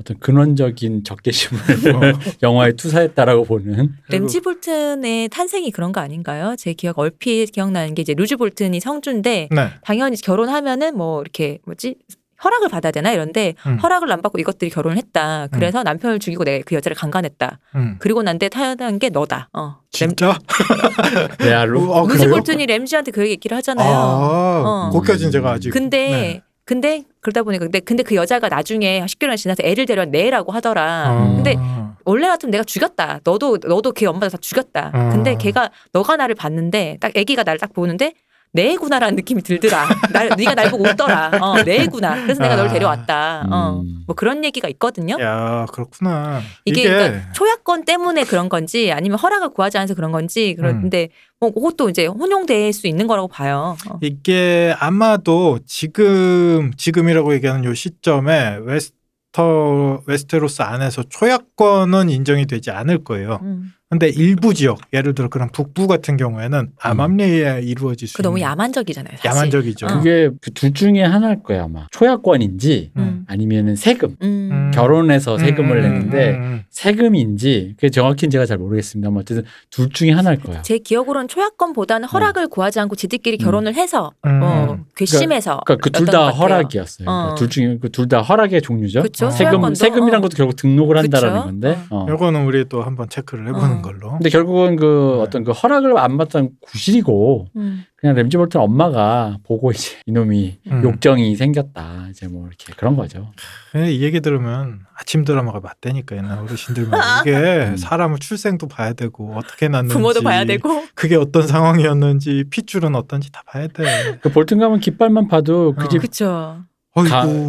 S3: 어떤 근원적인 적개심을
S2: 어.
S3: 영화에 투사했다라고 보는
S1: 램지 볼튼의 탄생이 그런 거 아닌가요? 제 기억 얼핏 기억나는 게 이제 루즈 볼튼이 성주인데
S2: 네.
S1: 당연히 결혼하면은 뭐 이렇게 뭐지 허락을 받아야 되나 이런데
S2: 음.
S1: 허락을 안 받고 이것들이 결혼을 했다. 그래서 남편을 죽이고 내 그 여자를 강간했다.
S2: 음.
S1: 그리고 난데 타협한 게 너다. 어. 램,
S2: 진짜?
S3: 레알로
S2: 어,
S1: 루즈
S2: 그래요?
S1: 볼튼이 램지한테 그 얘기를 하잖아요.
S2: 아,
S1: 어.
S2: 고껴진 제가 아직.
S1: 근데
S2: 네.
S1: 근데 그러다 보니까 근데 근데 그 여자가 나중에 10개월 지나서 애를 데려내라고 하더라.
S3: 어.
S2: 아.
S1: 근데 원래 같으면 내가 죽였다. 너도 너도 걔 엄마도 다 죽였다.
S2: 아.
S1: 근데 걔가 너가 나를 봤는데 딱 아기가 나를 딱 보는데 내구나라는 느낌이 들더라. 날, 네가 날 보고 웃더라. 어, 내구나. 그래서 내가
S2: 아.
S1: 널 데려왔다. 어,
S3: 음.
S1: 뭐 그런 얘기가 있거든요.
S2: 야, 그렇구나.
S1: 이게,
S2: 이게
S1: 그러니까 초야권 때문에 그런 건지 아니면 허락을 구하지 않아서 그런 건지 그런데 뭐 그것도 이제 혼용될 수 있는 거라고 봐요. 어.
S2: 이게 아마도 지금 지금이라고 얘기하는 요 시점에 웨스터 웨스테로스 안에서 초야권은 인정이 되지 않을 거예요.
S1: 음.
S2: 근데 일부 지역, 예를 들어 그런 북부 같은
S3: 음.
S2: 경우에는 암암리에 이루어질 수
S1: 그 너무
S2: 있는
S1: 야만적이잖아요. 사실.
S2: 야만적이죠.
S1: 어.
S3: 그게 그 둘 중에 하나일 거야 아마 초야권인지
S1: 음.
S3: 아니면은 세금
S1: 음.
S2: 음.
S3: 결혼해서
S2: 음,
S3: 세금을
S2: 음,
S3: 냈는데
S2: 음, 음.
S3: 세금인지 그게 정확히는 제가 잘 모르겠습니다만 어쨌든 둘 중에 하나일 거야.
S1: 제 기억으로는 초야권보다는 허락을 구하지 않고 지들끼리
S3: 음.
S1: 결혼을 해서
S2: 음.
S1: 어, 괘씸해서
S3: 그러니까 그 둘
S1: 어떤
S3: 다
S1: 것 같아요.
S3: 허락이었어요. 그러니까
S1: 어.
S3: 둘 중에 그 둘 다 허락의 종류죠.
S1: 그쵸?
S2: 어.
S3: 세금
S1: 소양권도. 어.
S3: 세금이란 것도 결국 등록을
S1: 그쵸?
S3: 한다라는 건데. 어.
S2: 요거는 우리 또 한번 체크를 해보는
S1: 어.
S2: 걸로.
S3: 근데 결국은 그
S2: 네.
S3: 어떤 그 허락을 안 받던 구실이고
S1: 음.
S3: 그냥 램지 볼튼 엄마가 보고 이제 이놈이
S2: 음.
S3: 욕정이 생겼다 이제 뭐 이렇게 그런 거죠.
S2: 예, 이 얘기 들으면 아침 드라마가 맞다니까 옛날 어르신들만 이게
S3: 음.
S2: 사람을 출생도 봐야 되고 어떻게 났는지
S1: 부모도 봐야 되고
S2: 그게 어떤 상황이었는지 핏줄은 어떤지 다 봐야 돼.
S3: 그 볼튼 가면 깃발만 봐도
S2: 어.
S3: 그 집
S1: 그쵸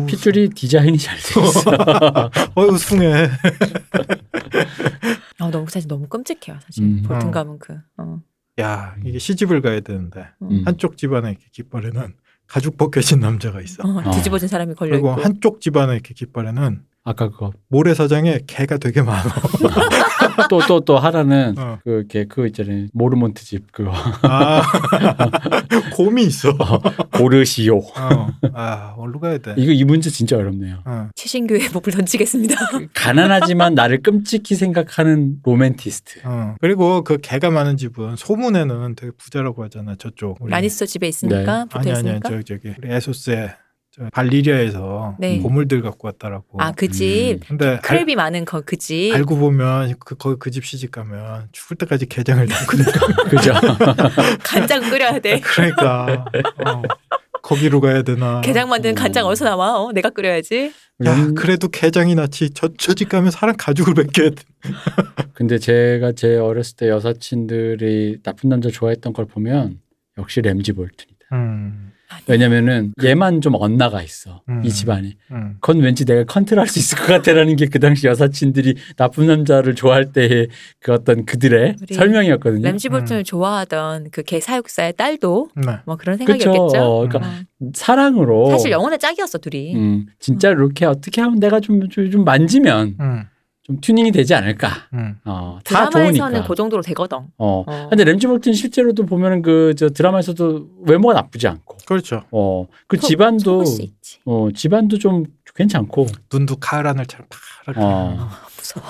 S3: 핏줄이 디자인이 잘 돼 있어.
S2: 어이구 숭해.
S1: 어, 너무 사실 너무 끔찍해요 사실
S3: 음.
S1: 볼튼
S2: 어.
S1: 가면 그 어.
S2: 야 이게 시집을 가야 되는데
S3: 음.
S2: 한쪽 집안에 이렇게 깃발에는 가죽 벗겨진 남자가 있어.
S1: 어, 뒤집어진 사람이 걸려
S2: 그리고
S1: 있고
S2: 한쪽 집안에 이렇게 깃발에는
S3: 아까 그거
S2: 모래사장에 개가 되게 많아.
S3: 또 또 또 하나는
S2: 어.
S3: 그걔 그거 있잖아요 모르몬트 집 그거
S2: 아, 곰이 있어.
S3: 고르시오
S2: 어. 아, 어디로 가야 돼?
S3: 이거 이 문제 진짜 어렵네요.
S2: 어.
S1: 최신규의 법을 던지겠습니다.
S3: 가난하지만 나를 끔찍히 생각하는 로맨티스트.
S1: 음.
S2: 어. 그리고 그 개가 많은 집은 소문에는 되게 부자라고 하잖아 저쪽.
S3: 음.
S2: 우리.
S1: 라니스터 집에
S3: 네.
S1: 있으니까 붙어
S2: 아니 아니
S1: 있으니까.
S2: 저기 저기 우리 에소스에 저 발리리아에서
S1: 네.
S2: 보물들 갖고 왔다라고.
S1: 아
S3: 음.
S1: 그 집.
S2: 근데 알,
S1: 크랩이 많은 거 그 집.
S2: 알고 보면 그 거기 그 집 시집 가면 죽을 때까지
S1: 아,
S2: 게장을 담그는
S3: 그죠?
S1: 간장 끓여야 돼.
S2: 그러니까 어, 거기로 가야 되나?
S1: 게장 아. 만드는
S3: 오.
S1: 간장 어디서 나와? 어, 내가 끓여야지.
S2: 야
S3: 음,
S2: 그래도 게장이 낫지 저저집 가면 사람 가죽을 벗겨야 돼.
S3: 근데 제가 제 어렸을 때 여사친들이 나쁜 남자 좋아했던 걸 보면 역시 램지 볼튼이다.
S2: 음,
S3: 왜냐면은 얘만 좀 엇나가 있어
S2: 음.
S3: 이 집안에.
S2: 음.
S3: 그건 왠지 내가 컨트롤할 수 있을 것 같아라는 게 그 당시 여사친들이 나쁜 남자를 좋아할 때의 그 어떤 그들의
S1: 우리
S3: 설명이었거든요.
S1: 램지 볼튼을
S2: 음.
S1: 좋아하던 그 개 사육사의 딸도
S2: 네.
S1: 뭐 그런
S3: 그쵸?
S1: 생각이었겠죠.
S3: 어, 그러니까
S1: 어.
S3: 사랑으로
S1: 사실 영혼의 짝이었어 둘이.
S3: 음, 진짜 이렇게 어떻게 하면 내가 좀, 좀, 좀 만지면
S2: 음,
S3: 좀 투닝이 되지 않을까.
S2: 음.
S3: 어, 다
S1: 드라마에서는
S3: 좋으니까.
S1: 그 정도로 되거든.
S3: 어.
S1: 어.
S3: 근데 램지 볼튼 실제로도 보면은 그 저 드라마에서도 외모가 나쁘지 않고,
S2: 그렇죠.
S3: 어, 그
S1: 소- 속을
S3: 집안도
S1: 수 있지.
S3: 어 집안도 좀 괜찮고
S2: 눈도 카란을처럼 파랗게.
S3: 어.
S1: 무서워.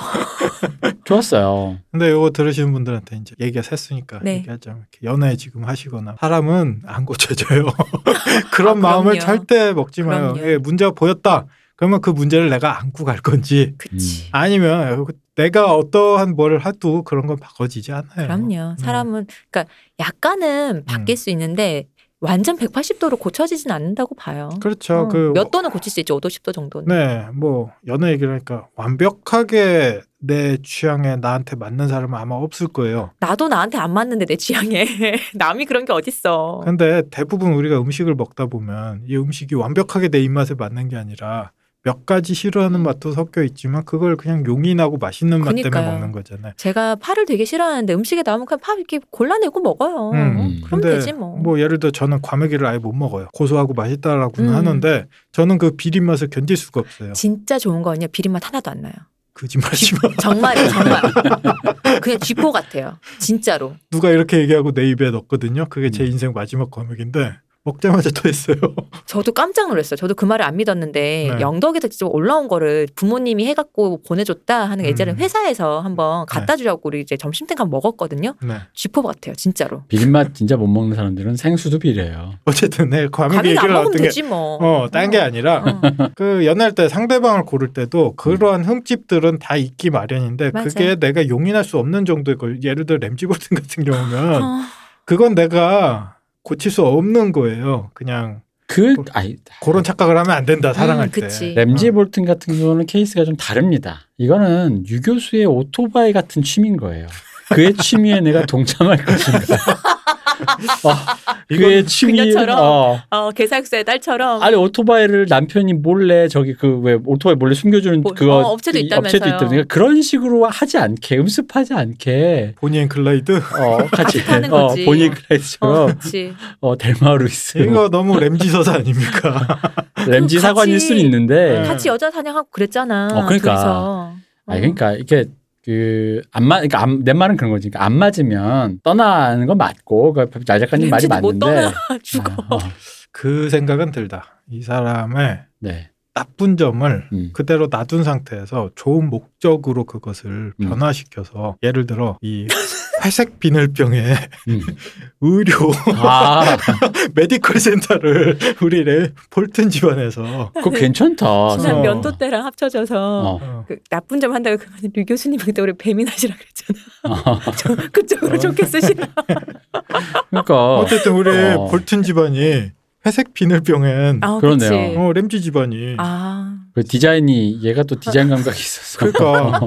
S3: 좋았어요. 음.
S2: 근데 이거 들으시는 분들한테 이제 얘기가 샜으니까
S1: 네.
S2: 얘기하자면 이렇게 연애 지금 하시거나 사람은 안 고쳐져요. 그런
S1: 아, 그럼요.
S2: 마음을 절대 먹지 마요.
S1: 그럼요.
S2: 예, 문제가 보였다. 그러면 그 문제를 내가 안고 갈 건지
S1: 그치.
S2: 아니면 내가 어떠한 뭐를 하도 그런 건 바꿔지지 않아요.
S1: 그럼요. 사람은 그러니까
S2: 음.
S1: 약간은 바뀔 수 있는데 완전 180도로 고쳐지진 않는다고 봐요.
S2: 그렇죠.
S1: 어,
S2: 그
S1: 몇 도는 고칠 수 있죠. 5도 10도 정도는.
S2: 네, 뭐 연애 얘기라니까 완벽하게 내 취향에 나한테 맞는 사람은 아마 없을 거예요.
S1: 나도 나한테 안 맞는데 내 취향에 남이 그런 게 어딨어.
S2: 근데 대부분 우리가 음식을 먹다 보면 이 음식이 완벽하게 내 입맛에 맞는 게 아니라 몇 가지 싫어하는 맛도 섞여 있지만 그걸 그냥 용인하고 맛있는 맛
S1: 음.
S2: 때문에
S1: 그니까요.
S2: 먹는 거잖아요.
S1: 제가 파를 되게 싫어하는데 음식에 나오면 그냥 파 이렇게 골라내고 먹어요.
S2: 음.
S1: 그럼
S2: 근데
S1: 되지 뭐.
S2: 뭐 예를 들어 저는 과메기를 아예 못 먹어요. 고소하고 맛있다라고는
S1: 음.
S2: 하는데 저는 그 비린 맛을 견딜 수가 없어요.
S1: 진짜 좋은 거는요. 비린맛 하나도 안 나요.
S2: 거짓말하지 마.
S1: 정말이에요, 정말. 그냥 쥐포 같아요. 진짜로.
S2: 누가 이렇게 얘기하고 내 입에 넣었거든요. 그게 제
S3: 음.
S2: 인생 마지막 과메기인데 먹자마자 토했어요.
S1: 저도 깜짝 놀랐어요. 저도 그 말을 안 믿었는데
S2: 네.
S1: 영덕에서 직접 올라온 거를 부모님이 해갖고 보내줬다 하는 게 예전에
S2: 음.
S1: 회사에서 한번 갖다 주려고 우리 이제 점심때 가면 먹었거든요.
S2: 네.
S1: 쥐포 같아요, 진짜로.
S3: 비린맛 진짜 못 먹는 사람들은 생수도 비려요.
S2: 어쨌든 네, 과메기
S1: 가면 안
S2: 얘기를
S1: 먹으면
S2: 나왔던 게
S1: 되지 뭐.
S2: 어, 딴 게 아니라
S1: 어.
S2: 그 연애할 때 상대방을 고를 때도 그러한 흠집들은 다 있기 마련인데
S1: 음. 맞아요.
S2: 그게 내가 용인할 수 없는 정도의 걸 예를 들어 램지 볼튼 같은 경우는
S1: 어.
S2: 그건 내가 고칠 수 없는 거예요. 그냥
S3: 그
S2: 뭐,
S3: 아이
S2: 그런 착각을 하면 안 된다 사랑할
S1: 음, 그치.
S2: 때.
S3: 램지 볼튼 같은 경우는 케이스가 좀 다릅니다. 이거는 유교수의 오토바이 같은 취미인 거예요. 그의 취미에 내가 동참할 것인가? 어, 그의 취미.
S1: 그녀처럼?
S3: 어,
S1: 어, 개사육사의 딸처럼.
S3: 아니 오토바이를 남편이 몰래 저기 그 왜 오토바이 몰래 숨겨주는
S1: 뭐,
S3: 그거
S1: 어, 업체도
S3: 이-
S1: 있다면서요.
S3: 업체도 있다면서요. 그러니까 그런 식으로 하지 않게 음습하지 않게
S2: 본인 글라이드
S3: 어, 같이
S1: 같이 타는
S3: 어,
S1: 거지.
S3: 본인
S1: 어,
S3: 클래스처럼
S1: 그치.
S3: 어, 델마루이스
S2: 이거 너무 램지 서사 아닙니까?
S1: 같이-
S3: 램지
S1: 어.
S3: 사관일 순 있는데
S2: 네.
S1: 같이 여자 사냥하고 그랬잖아.
S3: 예. 어, 그러니까.
S1: 둘이서. 어.
S3: 아 그러니까 이게 그안맞 그러니까 안- 내 말은 그런 거지. 그러니까 안 맞으면 떠나는 건 맞고 그날 작가님 말이
S1: 왠지도 못
S3: 맞는데
S1: 떠나 죽어.
S3: 아, 어,
S2: 그 생각은 들다. 이 사람의
S3: 네.
S2: 나쁜 점을
S3: 음.
S2: 그대로 놔둔 상태에서 좋은 목적으로 그것을
S3: 음.
S2: 변화시켜서 예를 들어 이 회색 비늘병에
S3: 음.
S2: 의료
S3: 아,
S2: 메디컬 센터를 우리 레 볼튼 집안에서
S3: 그거 괜찮다.
S1: 지난
S2: 어.
S1: 면도 때랑 합쳐져서
S3: 어.
S2: 어,
S1: 그 나쁜 점 한다고 그만 류 교수님 그때 우리 배민하시라 그랬잖아.
S3: 어.
S1: 저- 그쪽으로 좋게 쓰시나.
S3: 그러니까
S2: 어쨌든 우리
S3: 어.
S2: 볼튼 집안이 회색 비늘병엔
S1: 아,
S3: 그러네요.
S1: 그치.
S2: 어, 램지 집안이
S1: 아,
S3: 그 디자인이 얘가 또 디자인 감각이 있어서
S2: 그러니까.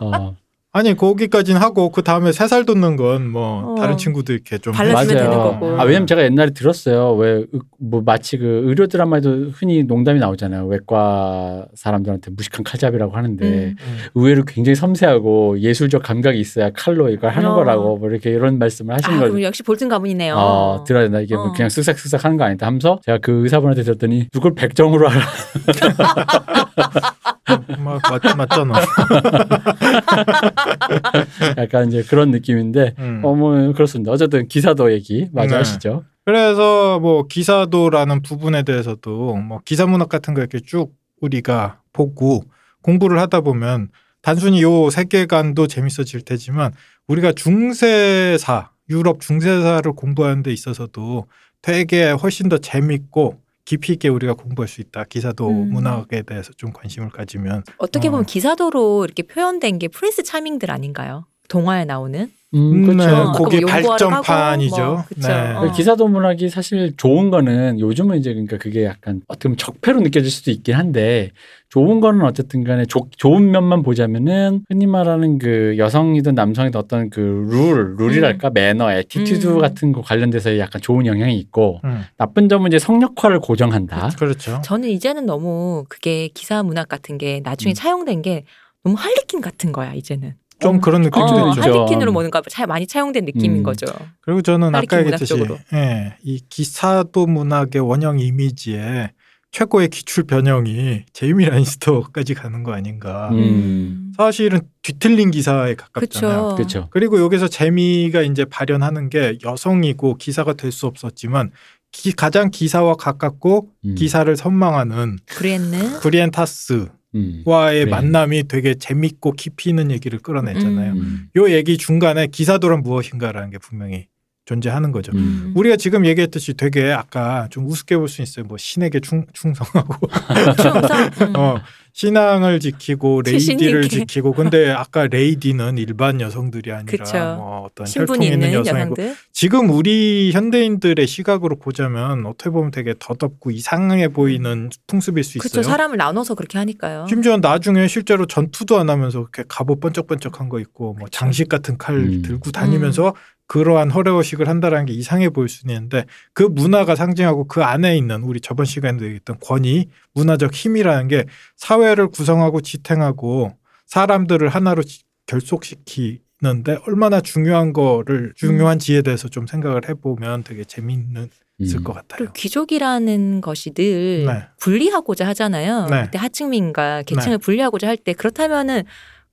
S3: 어,
S2: 아니 거기까진 하고 그 다음에 세 살 돋는 건 뭐
S1: 어.
S2: 다른 친구도 이렇게 좀
S1: 발라주면
S2: 해주고.
S1: 되는 거고.
S3: 아 왜냐면 제가 옛날에 들었어요. 왜 뭐 마치 그 의료 드라마에도 흔히 농담이 나오잖아요. 외과 사람들한테 무식한 칼잡이라고 하는데
S1: 음.
S2: 음.
S3: 의외로 굉장히 섬세하고 예술적 감각이 있어야 칼로 이걸 하는
S1: 어.
S3: 거라고 뭐 이렇게 이런 말씀을 하신
S1: 아
S3: 거죠.
S1: 그럼 역시 볼튼 가문이네요.
S3: 어, 들어야 된다. 이게 뭐
S1: 어.
S3: 그냥 쓱싹쓱싹 하는 거 아니다 하면서 제가 그 의사분한테 들었더니 누굴 백정으로 하라.
S2: 음, 막 맞, 맞잖아.
S3: 약간 이제 그런 느낌인데
S2: 음.
S3: 어머 뭐 그렇습니다. 어쨌든 기사도 얘기 마저
S2: 네.
S3: 하시죠.
S2: 그래서 뭐 기사도라는 부분에 대해서도 뭐 기사 문학 같은 거 이렇게 쭉 우리가 보고 공부를 하다 보면 단순히 요 세계관도 재밌어질 테지만 우리가 중세사 유럽 중세사를 공부하는 데 있어서도 되게 훨씬 더 재밌고 깊이 있게 우리가 공부할 수 있다 기사도
S1: 음.
S2: 문학에 대해서 좀 관심을 가지면
S1: 어떻게 보면
S2: 어.
S1: 기사도로 이렇게 표현된 게 프린스 차밍들 아닌가요? 동화에 나오는
S3: 음, 그렇죠.
S1: 네,
S2: 거기
S1: 그거 연구하러
S2: 발전판이죠
S1: 가고 뭐, 그쵸.
S2: 네.
S1: 어.
S3: 기사도 문학이 사실 좋은 거는 요즘은 이제 그러니까 그게 약간 어떻게 보면 적폐로 느껴질 수도 있긴 한데 좋은 거는 어쨌든 간에 조- 좋은 면만 보자면은 흔히 말하는 그 여성이든 남성이든 어떤 그 룰, 룰이랄까
S2: 음.
S3: 매너, 에티튜드
S1: 음.
S3: 같은 거 관련돼서 약간 좋은 영향이 있고
S2: 음,
S3: 나쁜 점은 이제 성역화를 고정한다.
S2: 그렇죠
S1: 저는 이제는 너무 그게 기사 문학 같은 게 나중에
S3: 음.
S1: 차용된 게 너무 할리퀸 같은 거야 이제는.
S2: 좀 그런 느낌도
S1: 어,
S2: 있죠
S1: 할리퀸으로 뭔가 차- 많이 차용된 느낌인
S3: 음.
S1: 거죠.
S2: 그리고 저는 아까
S1: 파리키
S2: 얘기했듯이
S1: 문학적으로.
S2: 예, 이 기사도 문학의 원형 이미지에 최고의 기출 변형이 제이미 라니스터까지 가는 거 아닌가.
S3: 음.
S2: 사실은 뒤틀린 기사에 가깝잖아요.
S1: 그렇죠.
S3: 그렇죠.
S2: 그리고 여기서 재미가 이제 발현하는 게 여성이고 기사가 될 수 없었지만 기- 가장 기사와 가깝고
S3: 음.
S2: 기사를 선망하는
S1: 그랬네.
S2: 브리엔 타스와의
S3: 음. 네.
S2: 만남이 되게 재밌고 깊이 있는 얘기를 끌어냈잖아요.
S1: 음.
S3: 음.
S2: 요 얘기 중간에 기사도란 무엇인가라는 게 분명히 존재하는 거죠.
S3: 음.
S2: 우리가 지금 얘기했듯이 되게 아까 좀 우습게 볼 수 있어요. 뭐 신에게 충, 충성하고
S1: 충성. 음.
S2: 어, 신앙을 지키고 레이디를
S1: 최신님께.
S2: 지키고 근데 아까 레이디는 일반 여성들이 아니라
S1: 그쵸.
S2: 뭐 어떤 혈통
S1: 신분이
S2: 있는 그
S1: 있는
S2: 여성이고
S1: 여성들.
S2: 지금 우리 현대인들의 시각으로 보자면 어떻게 보면 되게 더덥고 이상해 보이는 풍습일 수 있어요.
S1: 그렇죠. 사람을 나눠서 그렇게 하니까요.
S2: 심지어 나중에 실제로 전투도 안 하면서 이렇게 갑옷 번쩍번쩍한 거 있고 뭐 장식 같은 칼
S3: 음.
S2: 들고 다니면서 그러한 허례허식을 한다라는 게 이상해 보일 수 있는데 그 문화가 상징하고 그 안에 있는 우리 저번 시간에도 얘기했던 권위, 문화적 힘이라는 게 사회를 구성하고 지탱하고 사람들을 하나로 지- 결속시키는데 얼마나 중요한 거를 중요한지에 대해서 좀 생각을 해보면 되게 재미있는
S3: 음.
S2: 것 같아요.
S1: 그리고 귀족이라는 것이 늘
S2: 네.
S1: 분리하고자 하잖아요.
S2: 네.
S1: 그때 하층민과 계층을 분리하고자 할 때 그렇다면은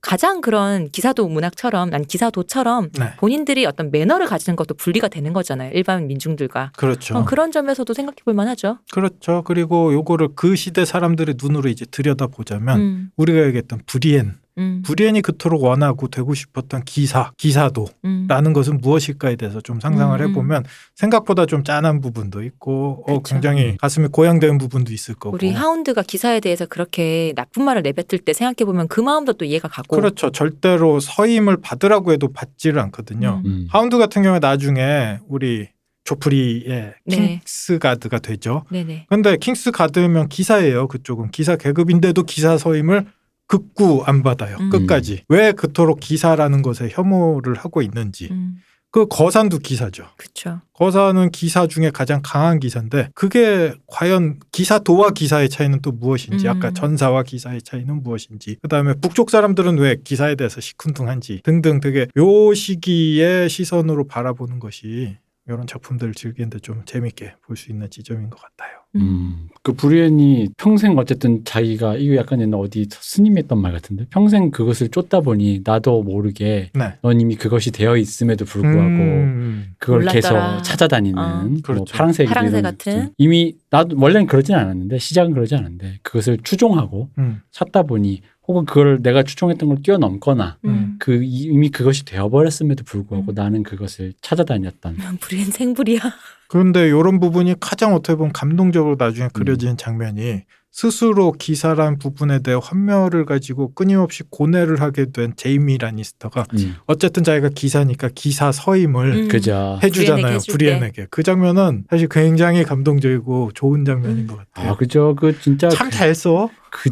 S1: 가장 그런 기사도 문학처럼 난 기사도처럼
S2: 네.
S1: 본인들이 어떤 매너를 가지는 것도 분리가 되는 거잖아요. 일반 민중들과.
S2: 그렇죠.
S1: 어, 그런 점에서도 생각해 볼 만하죠.
S2: 그렇죠. 그리고 요거를 그 시대 사람들의 눈으로 이제 들여다보자면
S1: 음,
S2: 우리가 얘기했던 브리엔,
S1: 음,
S2: 브리엔이 그토록 원하고 되고 싶었던 기사, 기사도라는
S1: 음.
S2: 것은 무엇일까에 대해서 좀 상상을
S1: 음, 음.
S2: 해보면 생각보다 좀 짠한 부분도 있고 어,
S1: 그렇죠.
S2: 굉장히 가슴이 고양되는 부분도 있을 거고.
S1: 우리 하운드가 기사에 대해서 그렇게 나쁜 말을 내뱉을 때 생각해 보면 그 마음도 또 이해가 가고.
S2: 그렇죠. 절대로 서임을 받으라고 해도 받지를 않거든요.
S1: 음.
S3: 음.
S2: 하운드 같은 경우에 나중에 우리 조프리의
S1: 네.
S2: 킹스가드가 되죠.
S1: 네네.
S2: 근데 킹스 가드면 기사예요. 그쪽은 기사 계급인데도 기사 서임을 극구 안 받아요.
S1: 음.
S2: 끝까지 왜 그토록 기사라는 것에 혐오를 하고 있는지
S1: 음,
S2: 그 거산도 기사죠.
S1: 그렇죠.
S2: 거사는 기사 중에 가장 강한 기사인데 그게 과연 기사도와 기사의 차이는 또 무엇인지
S1: 음.
S2: 아까 전사와 기사의 차이는 무엇인지 그다음에 북쪽 사람들은 왜 기사에 대해서 시큰둥한지 등등 되게 요 시기의 시선으로 바라보는 것이 이런 작품들을 즐기는데 좀 재밌게 볼 수 있는 지점인 것 같아요.
S3: 음, 그 브리엔이 평생 어쨌든 자기가 이거 약간 옛날 어디 스님이 했던 말 같은데 평생 그것을 쫓다 보니 나도 모르게
S2: 네.
S3: 넌 이미 그것이 되어 있음에도 불구하고
S2: 음.
S3: 그걸
S1: 몰랐더라.
S3: 계속 찾아다니는
S1: 어.
S3: 뭐
S2: 그렇죠.
S3: 파랑새
S1: 파랑새
S3: 이런
S1: 같은?
S3: 느낌. 이미 나도 원래는 그러진 않았는데 시작은 그러지 않았는데 그것을 추종하고
S2: 음.
S3: 찾다 보니 혹은 그걸 내가 추종했던 걸 뛰어넘거나
S1: 음.
S3: 그 이- 이미 그것이 되어버렸음에도 불구하고
S1: 음.
S3: 나는 그것을 찾아다녔던
S2: 음.
S1: 불엔 생불이야.
S2: 그런데 이런 부분이 가장 어떻게 보면 감동적으로 나중에
S3: 음.
S2: 그려지는 장면이 스스로 기사란 부분에 대해 환멸을 가지고 끊임없이 고뇌를 하게 된 제이미 라니스터가
S3: 음,
S2: 어쨌든 자기가 기사니까 기사 서임을
S1: 음.
S3: 그죠.
S2: 해주잖아요
S1: 브리엔에게 해줄
S2: 브리엔에게 그 장면은 사실 굉장히 감동적이고 좋은 장면인
S1: 음.
S2: 것 같아요.
S3: 아 그죠. 그 진짜
S2: 참 잘 써.
S3: 그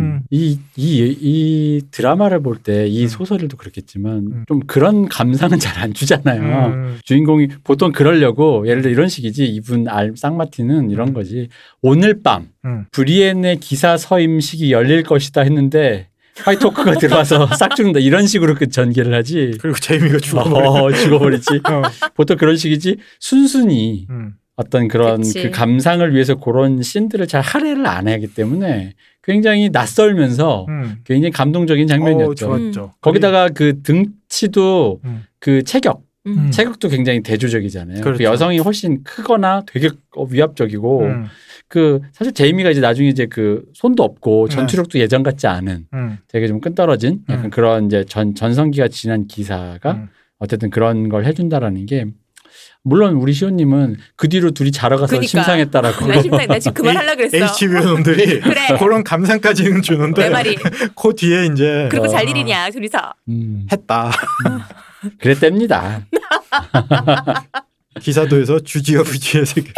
S2: 음.
S3: 이, 이, 이 드라마를 볼 때 이
S2: 음.
S3: 소설도 그렇겠지만
S2: 음.
S3: 좀 그런 감상은 잘 안 주잖아요.
S2: 음.
S3: 주인공이 보통 그러려고 예를 들어 이런 식이지 이분 알 쌍마티는 이런
S2: 음.
S3: 거지 오늘 밤
S2: 음.
S3: 브리엔의 기사 서임식이 열릴 것이다 했는데 화이토크가 들어와서 싹 죽는다 이런 식으로 그 전개를 하지
S2: 그리고 제이미가 죽어버려.
S3: 어, 죽어버리지
S2: 어.
S3: 보통 그런 식이지 순순히
S2: 음.
S3: 어떤 그런
S1: 그치.
S3: 그 감상을 위해서 그런 씬들을 잘 할애를 안 하기 때문에 굉장히 낯설면서
S2: 음.
S3: 굉장히 감동적인
S2: 어,
S3: 장면이었죠.
S2: 좋았죠.
S1: 음.
S3: 거기다가 그 등치도
S2: 음.
S3: 그 체격,
S2: 음.
S3: 체격도 굉장히 대조적이잖아요. 그
S2: 그렇죠.
S3: 여성이 훨씬 크거나 되게 어, 위압적이고
S2: 음.
S3: 그 사실 제이미가 이제 나중에 이제 그 손도 없고
S2: 네.
S3: 전투력도 예전 같지 않은
S2: 음.
S3: 되게 좀 끈떨어진 약간
S2: 음.
S3: 그런 이제 전 전성기가 지난 기사가
S2: 음.
S3: 어쨌든 그런 걸 해준다라는 게 물론 우리 시호님은 그 뒤로 둘이 자러 가서
S1: 그러니까.
S3: 심상했다라고
S1: 나 지금 나 지금 그말 하려 그랬어.
S2: HBO 놈들이
S1: 그래.
S2: 그런 감상까지는
S1: 내
S2: 주는데
S1: 말이.
S2: 그 뒤에 이제
S1: 네 그리고
S2: 어,
S1: 잘 일이냐 둘이서.
S3: 음,
S2: 했다.
S3: 그랬답니다.
S2: 기사도에서 주지와 부지의 세계.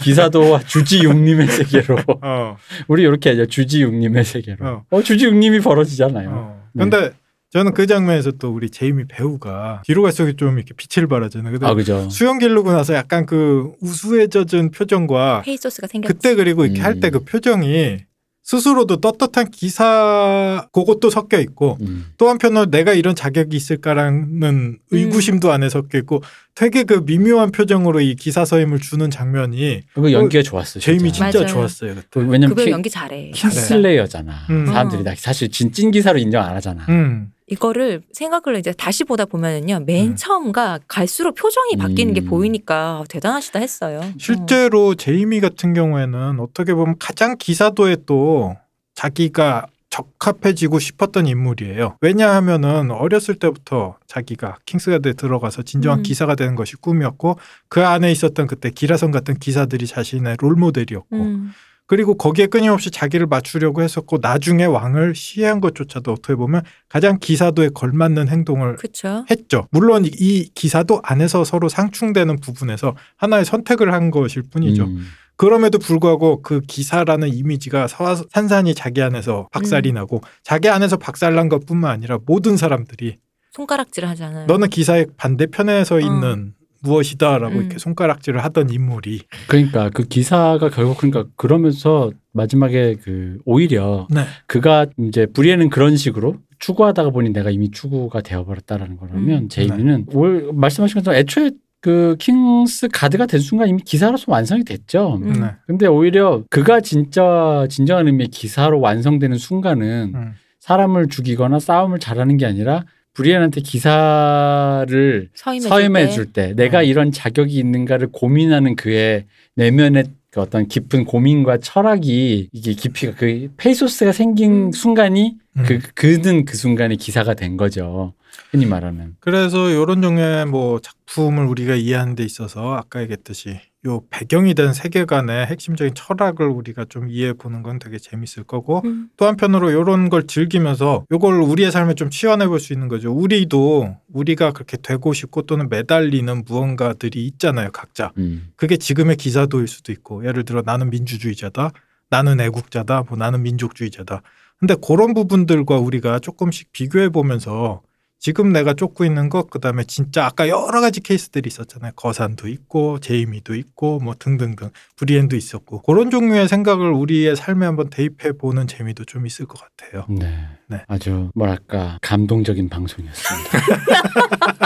S3: 기사도 주지육님의 세계로
S2: 어.
S3: 우리 이렇게 하죠. 주지육님의 세계로. 어,
S2: 어.
S3: 주지육님이 벌어지잖아요.
S2: 어. 근데 저는 그 장면에서 또 우리 제이미 배우가 뒤로 갈수록 좀 이렇게 빛을 발하잖아요. 근데
S3: 아 그죠.
S2: 수영 기르고 나서 약간 그 우수에 젖은 표정과
S1: 페이소스가 생겼지.
S2: 아. 그때 그리고 이렇게
S3: 음.
S2: 할 때 그 표정이 스스로도 떳떳한 기사 그것도 섞여 있고
S3: 음.
S2: 또 한편으로 내가 이런 자격이 있을까라는
S1: 음.
S2: 의구심도 안에 섞여 있고 되게 그 미묘한 표정으로 이 기사 서임을 주는 장면이
S3: 그 연기가 좋았어.
S2: 제이미 진짜
S1: 맞아요.
S2: 좋았어요 그때.
S3: 그 왜냐면
S1: 그분
S3: 키-
S1: 연기 잘해. 네.
S3: 킹슬레이어잖아.
S2: 음.
S3: 사람들이 나 사실 진 찐기사로 인정 안 하잖아.
S2: 음.
S1: 이거를 생각을 이제 다시 보다 보면은요 맨
S2: 음.
S1: 처음과 갈수록 표정이 바뀌는 게
S3: 음.
S1: 보이니까 대단하시다 했어요. 어.
S2: 실제로 제이미 같은 경우에는 어떻게 보면 가장 기사도에 또 자기가 적합해지고 싶었던 인물이에요. 왜냐하면은 어렸을 때부터 자기가 킹스가드에 들어가서 진정한
S1: 음.
S2: 기사가 되는 것이 꿈이었고 그 안에 있었던 그때 기라성 같은 기사들이 자신의 롤모델이었고
S1: 음.
S2: 그리고 거기에 끊임없이 자기를 맞추려고 했었고 나중에 왕을 시해한 것조차도 어떻게 보면 가장 기사도에 걸맞는 행동을
S1: 그렇죠.
S2: 했죠. 물론 이- 이 기사도 안에서 서로 상충되는 부분에서 하나의 선택을 한 것일 뿐이죠.
S3: 음.
S2: 그럼에도 불구하고 그 기사라는 이미지가 서- 산산이 자기 안에서
S1: 음.
S2: 박살이 나고 자기 안에서 박살난 것뿐만 아니라 모든 사람들이
S1: 손가락질을 하잖아요.
S2: 너는 기사의 반대편에서 있는 무엇이다라고
S1: 음.
S2: 이렇게 손가락질을 하던 인물이
S3: 그러니까 그 기사가 결국 그러니까 그러면서 마지막에 그 오히려
S2: 네.
S3: 그가 이제 불의에는 그런 식으로 추구하다가 보니 내가 이미 추구가 되어버렸다라는 거라면
S1: 음.
S2: 네.
S3: 제이미는 올 말씀하신 것처럼 애초에 그 킹스 가드가 된 순간 이미 기사로서 완성이 됐죠.
S1: 음.
S2: 네.
S3: 근데 오히려 그가 진짜 진정한 의미의 기사로 완성되는 순간은
S2: 음.
S3: 사람을 죽이거나 싸움을 잘하는 게 아니라 브리엔한테 기사를
S1: 서임해,
S3: 서임해
S1: 줄 때. 어.
S3: 줄 때 내가
S2: 음.
S3: 이런 자격이 있는가를 고민하는 그의 내면의 그 어떤 깊은 고민과 철학이 이게 깊이가 그 페이소스가 생긴
S1: 음.
S3: 순간이
S2: 음.
S3: 그 그는 그 순간에 기사가 된 거죠. 흔히 말하면
S2: 그래서 이런 종류의 뭐 작품을 우리가 이해하는 데 있어서 아까 얘기했듯이 요 배경이 된 세계관의 핵심적인 철학을 우리가 좀 이해해 보는 건 되게 재밌을 거고
S1: 음.
S2: 또 한편으로 이런 걸 즐기면서 이걸 우리의 삶에 좀 치환해 볼 수 있는 거죠. 우리도 우리가 그렇게 되고 싶고 또는 매달리는 무언가들이 있잖아요, 각자.
S3: 음.
S2: 그게 지금의 기사도일 수도 있고, 예를 들어 나는 민주주의자다, 나는 애국자다, 뭐 나는 민족주의자다. 근데 그런 부분들과 우리가 조금씩 비교해 보면서 지금 내가 쫓고 있는 것, 그 다음에 진짜 아까 여러 가지 케이스들이 있었잖아요. 거산도 있고, 제이미도 있고, 뭐 등등등, 브리엔도 있었고, 그런 종류의 생각을 우리의 삶에 한번 대입해 보는 재미도 좀 있을 것 같아요.
S3: 네.
S2: 네.
S3: 아주 뭐랄까 감동적인 방송이었습니다.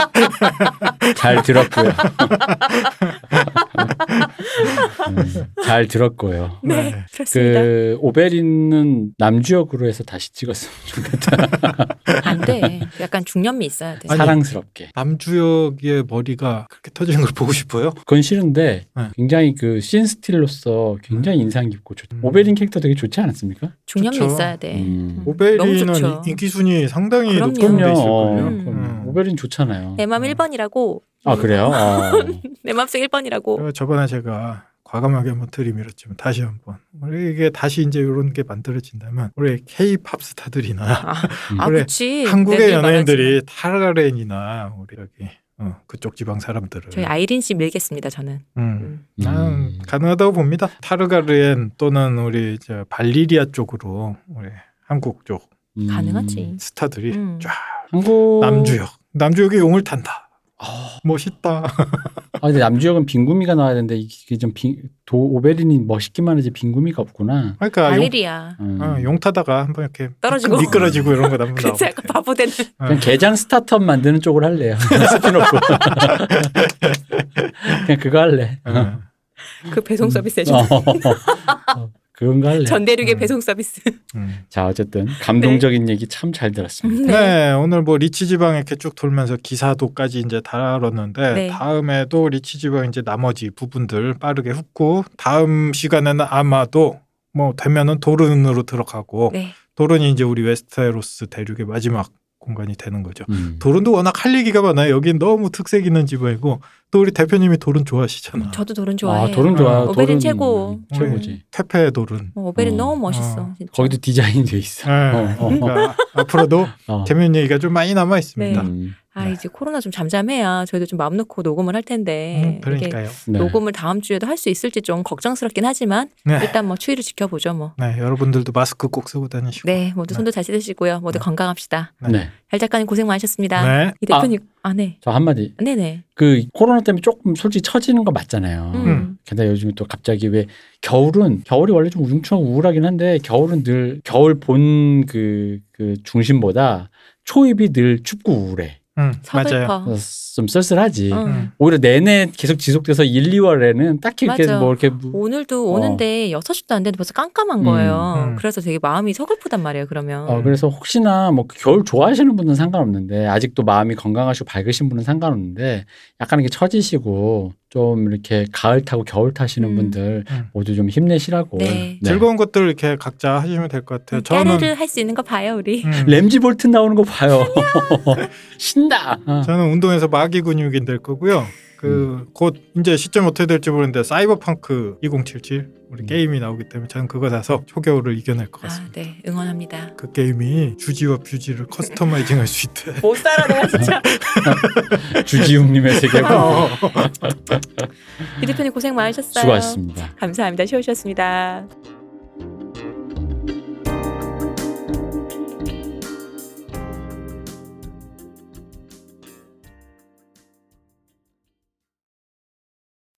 S3: 잘 들었고요. 음, 잘 들었고요.
S1: 네,
S2: 네.
S1: 그렇습니다.
S3: 그 오베린은 남주역으로 해서 다시 찍었으면 좋겠다.
S1: 안 돼. 약간 중년미 있어야 돼.
S2: 아니.
S3: 사랑스럽게.
S2: 남주혁의 머리가 그렇게 터지는 걸 보고 싶어요?
S3: 그건 싫은데
S2: 네.
S3: 굉장히 그 씬스틸로서 굉장히 인상 깊고 좋.
S2: 음.
S3: 오베린 캐릭터 되게 좋지 않았습니까?
S1: 중년미
S2: 좋죠.
S1: 있어야 돼.
S3: 음.
S1: 너무
S2: 오베리는
S1: 좋죠.
S2: 인기순위 상당히
S1: 그럼요.
S2: 높은 데
S3: 그럼요.
S2: 있을
S3: 어,
S2: 거예요.
S1: 음.
S3: 그럼 오베린 좋잖아요.
S1: 내 맘
S2: 음.
S1: 1번이라고.
S3: 아 그래요? 아.
S1: 내 맘속 1번이라고.
S2: 그래서 저번에 제가 과감하게 한번 들이밀었지만 다시 한번 우리 이게 다시 이제 이런 게 만들어진다면 우리 K-팝 스타들이나
S1: 아,
S2: 그래.
S1: 그치. 내
S2: 한국의
S1: 일 말하지만.
S2: 연예인들이 타가렌이나 우리 여기 어, 그쪽 지방 사람들을
S1: 저희 아이린 씨 밀겠습니다, 저는.
S2: 음.
S1: 음.
S3: 아.
S2: 난 가능하다고 봅니다. 타르가르엔 또는 우리 저 발리리아 쪽으로 우리 한국 쪽
S3: 음.
S1: 가능하지.
S2: 스타들이
S1: 음.
S2: 쫙
S3: 한국
S2: 남주혁 남주혁이 용을 탄다.
S3: 아,
S2: 멋있다.
S3: 아, 근데 남주역은 빈구미가 나와야 되는데 이게 좀 빈, 도, 오베린이 멋있기만 하지 빈구미가 없구나.
S2: 그러니까 용,
S1: 발리리아.
S3: 음.
S2: 어, 용 타다가 한번 이렇게
S1: 떨어지고.
S2: 미끄러지고 이런 거 나면 나오고.
S1: 그치, 약간 바보 되는.
S3: 그냥 게장 스타트업 만드는 쪽을 할래요. 스피노프. 그냥 그거 할래. 음.
S2: 어.
S1: 그 배송 서비스 해줘.
S3: 어. 어. 그건가 할래.
S1: 전 네. 대륙의
S2: 음.
S1: 배송 서비스.
S2: 음.
S3: 자 어쨌든 감동적인 얘기 참 잘 들었습니다.
S2: 네. 오늘 뭐 리치 지방 이렇게 쭉 돌면서 기사도까지 이제 다뤘는데
S1: 네.
S2: 다음에도 리치 지방 이제 나머지 부분들 빠르게 훑고 다음 시간에는 아마도 뭐 되면은 도른으로 들어가고
S1: 네.
S2: 도른이 이제 우리 웨스테로스 대륙의 마지막 공간이 되는 거죠.
S3: 음.
S2: 도른도 워낙 할 얘기가 많아요. 여긴 너무 특색 있는 지방이고 또 우리 대표님이 도른 좋아하시잖아.
S1: 저도 도른 좋아해요. 어,
S3: 아 도름 좋아.
S1: 오벨은
S3: 도름
S1: 최고.
S3: 최고지.
S2: 태페 도른.
S1: 어, 오벨은
S3: 어.
S1: 너무 멋있어.
S2: 어.
S1: 진짜.
S3: 거기도 디자인 돼 있어.
S2: 예.
S3: 어, 어,
S2: 그러니까 앞으로도
S3: 어.
S2: 재미있는 얘기가 좀 많이 남아 있습니다.
S1: 네.
S3: 음,
S1: 아
S2: 네.
S1: 이제 코로나 좀 잠잠해야 저희도 좀 마음 놓고 녹음을 할 텐데
S2: 음,
S1: 이게
S2: 그러니까요.
S3: 네.
S1: 녹음을 다음 주에도 할 수 있을지 좀 걱정스럽긴 하지만
S2: 네.
S1: 일단 뭐 추이를 지켜보죠 뭐.
S2: 네, 여러분들도 마스크 꼭 쓰고 다니시고.
S1: 네, 모두
S2: 네.
S1: 손도 잘 씻으시고요. 모두
S2: 네.
S1: 건강합시다.
S3: 네.
S1: 잘 작가님 고생 많으셨습니다.
S2: 네.
S1: 이 대표님, 아, 네,
S3: 저 한마디.
S1: 네, 네.
S3: 그 코로나 때문에 조금 솔직히 처지는 거 맞잖아요.
S1: 음.
S3: 게다가 요즘 또 갑자기 왜 겨울은 겨울이 원래 좀 우중충 우울하긴 한데 겨울은 늘 겨울 본 그 그 중심보다 초입이 늘 춥고 우울해.
S2: 음, 맞아요.
S1: 서글퍼.
S3: 그래서 좀 쓸쓸하지.
S1: 응.
S2: 음.
S3: 오히려 내내 계속 지속돼서 1, 2월에는 딱히 이렇게
S1: 맞아.
S3: 뭐 이렇게 무-
S1: 오늘도
S3: 어.
S1: 오는데 여섯 시도안 돼도 벌써 깜깜한
S3: 음,
S1: 거예요.
S2: 음.
S1: 그래서 되게 마음이 서글프단 말이에요. 그러면 음,
S3: 어, 그래서 혹시나 뭐 겨울 좋아하시는 분은 상관없는데 아직도 마음이 건강하시고 밝으신 분은 상관없는데 약간 이렇게 처지시고 좀 이렇게 가을 타고 겨울 타시는
S1: 음.
S3: 분들
S2: 음.
S3: 모두 좀 힘내시라고
S1: 네.
S2: 즐거운 것들 이렇게 각자 하시면 될 것 같아요. 저는
S1: 까르르 할 수 있는 거 봐요, 우리.
S2: 음,
S3: 램지 볼튼 나오는 거 봐요. 신다. 어.
S2: 저는 운동에서 마기 근육이 될 거고요. 그 곧 이제 시점 어떻게 될지 모르는데 사이버펑크 2077 우리
S3: 음.
S2: 게임이 나오기 때문에 저는 그거 사서 초겨울을 이겨낼 것 같습니다.
S1: 아, 네, 응원합니다.
S2: 그 게임이 주지와 뷰지를 커스터마이징할 수 있대.
S1: 못 살아 내가 진짜.
S3: 주지웅님의 세계고
S2: 어.
S1: 이 대표님 고생 많으셨어요.
S3: 수고하셨습니다.
S1: 감사합니다. 쉬우셨습니다.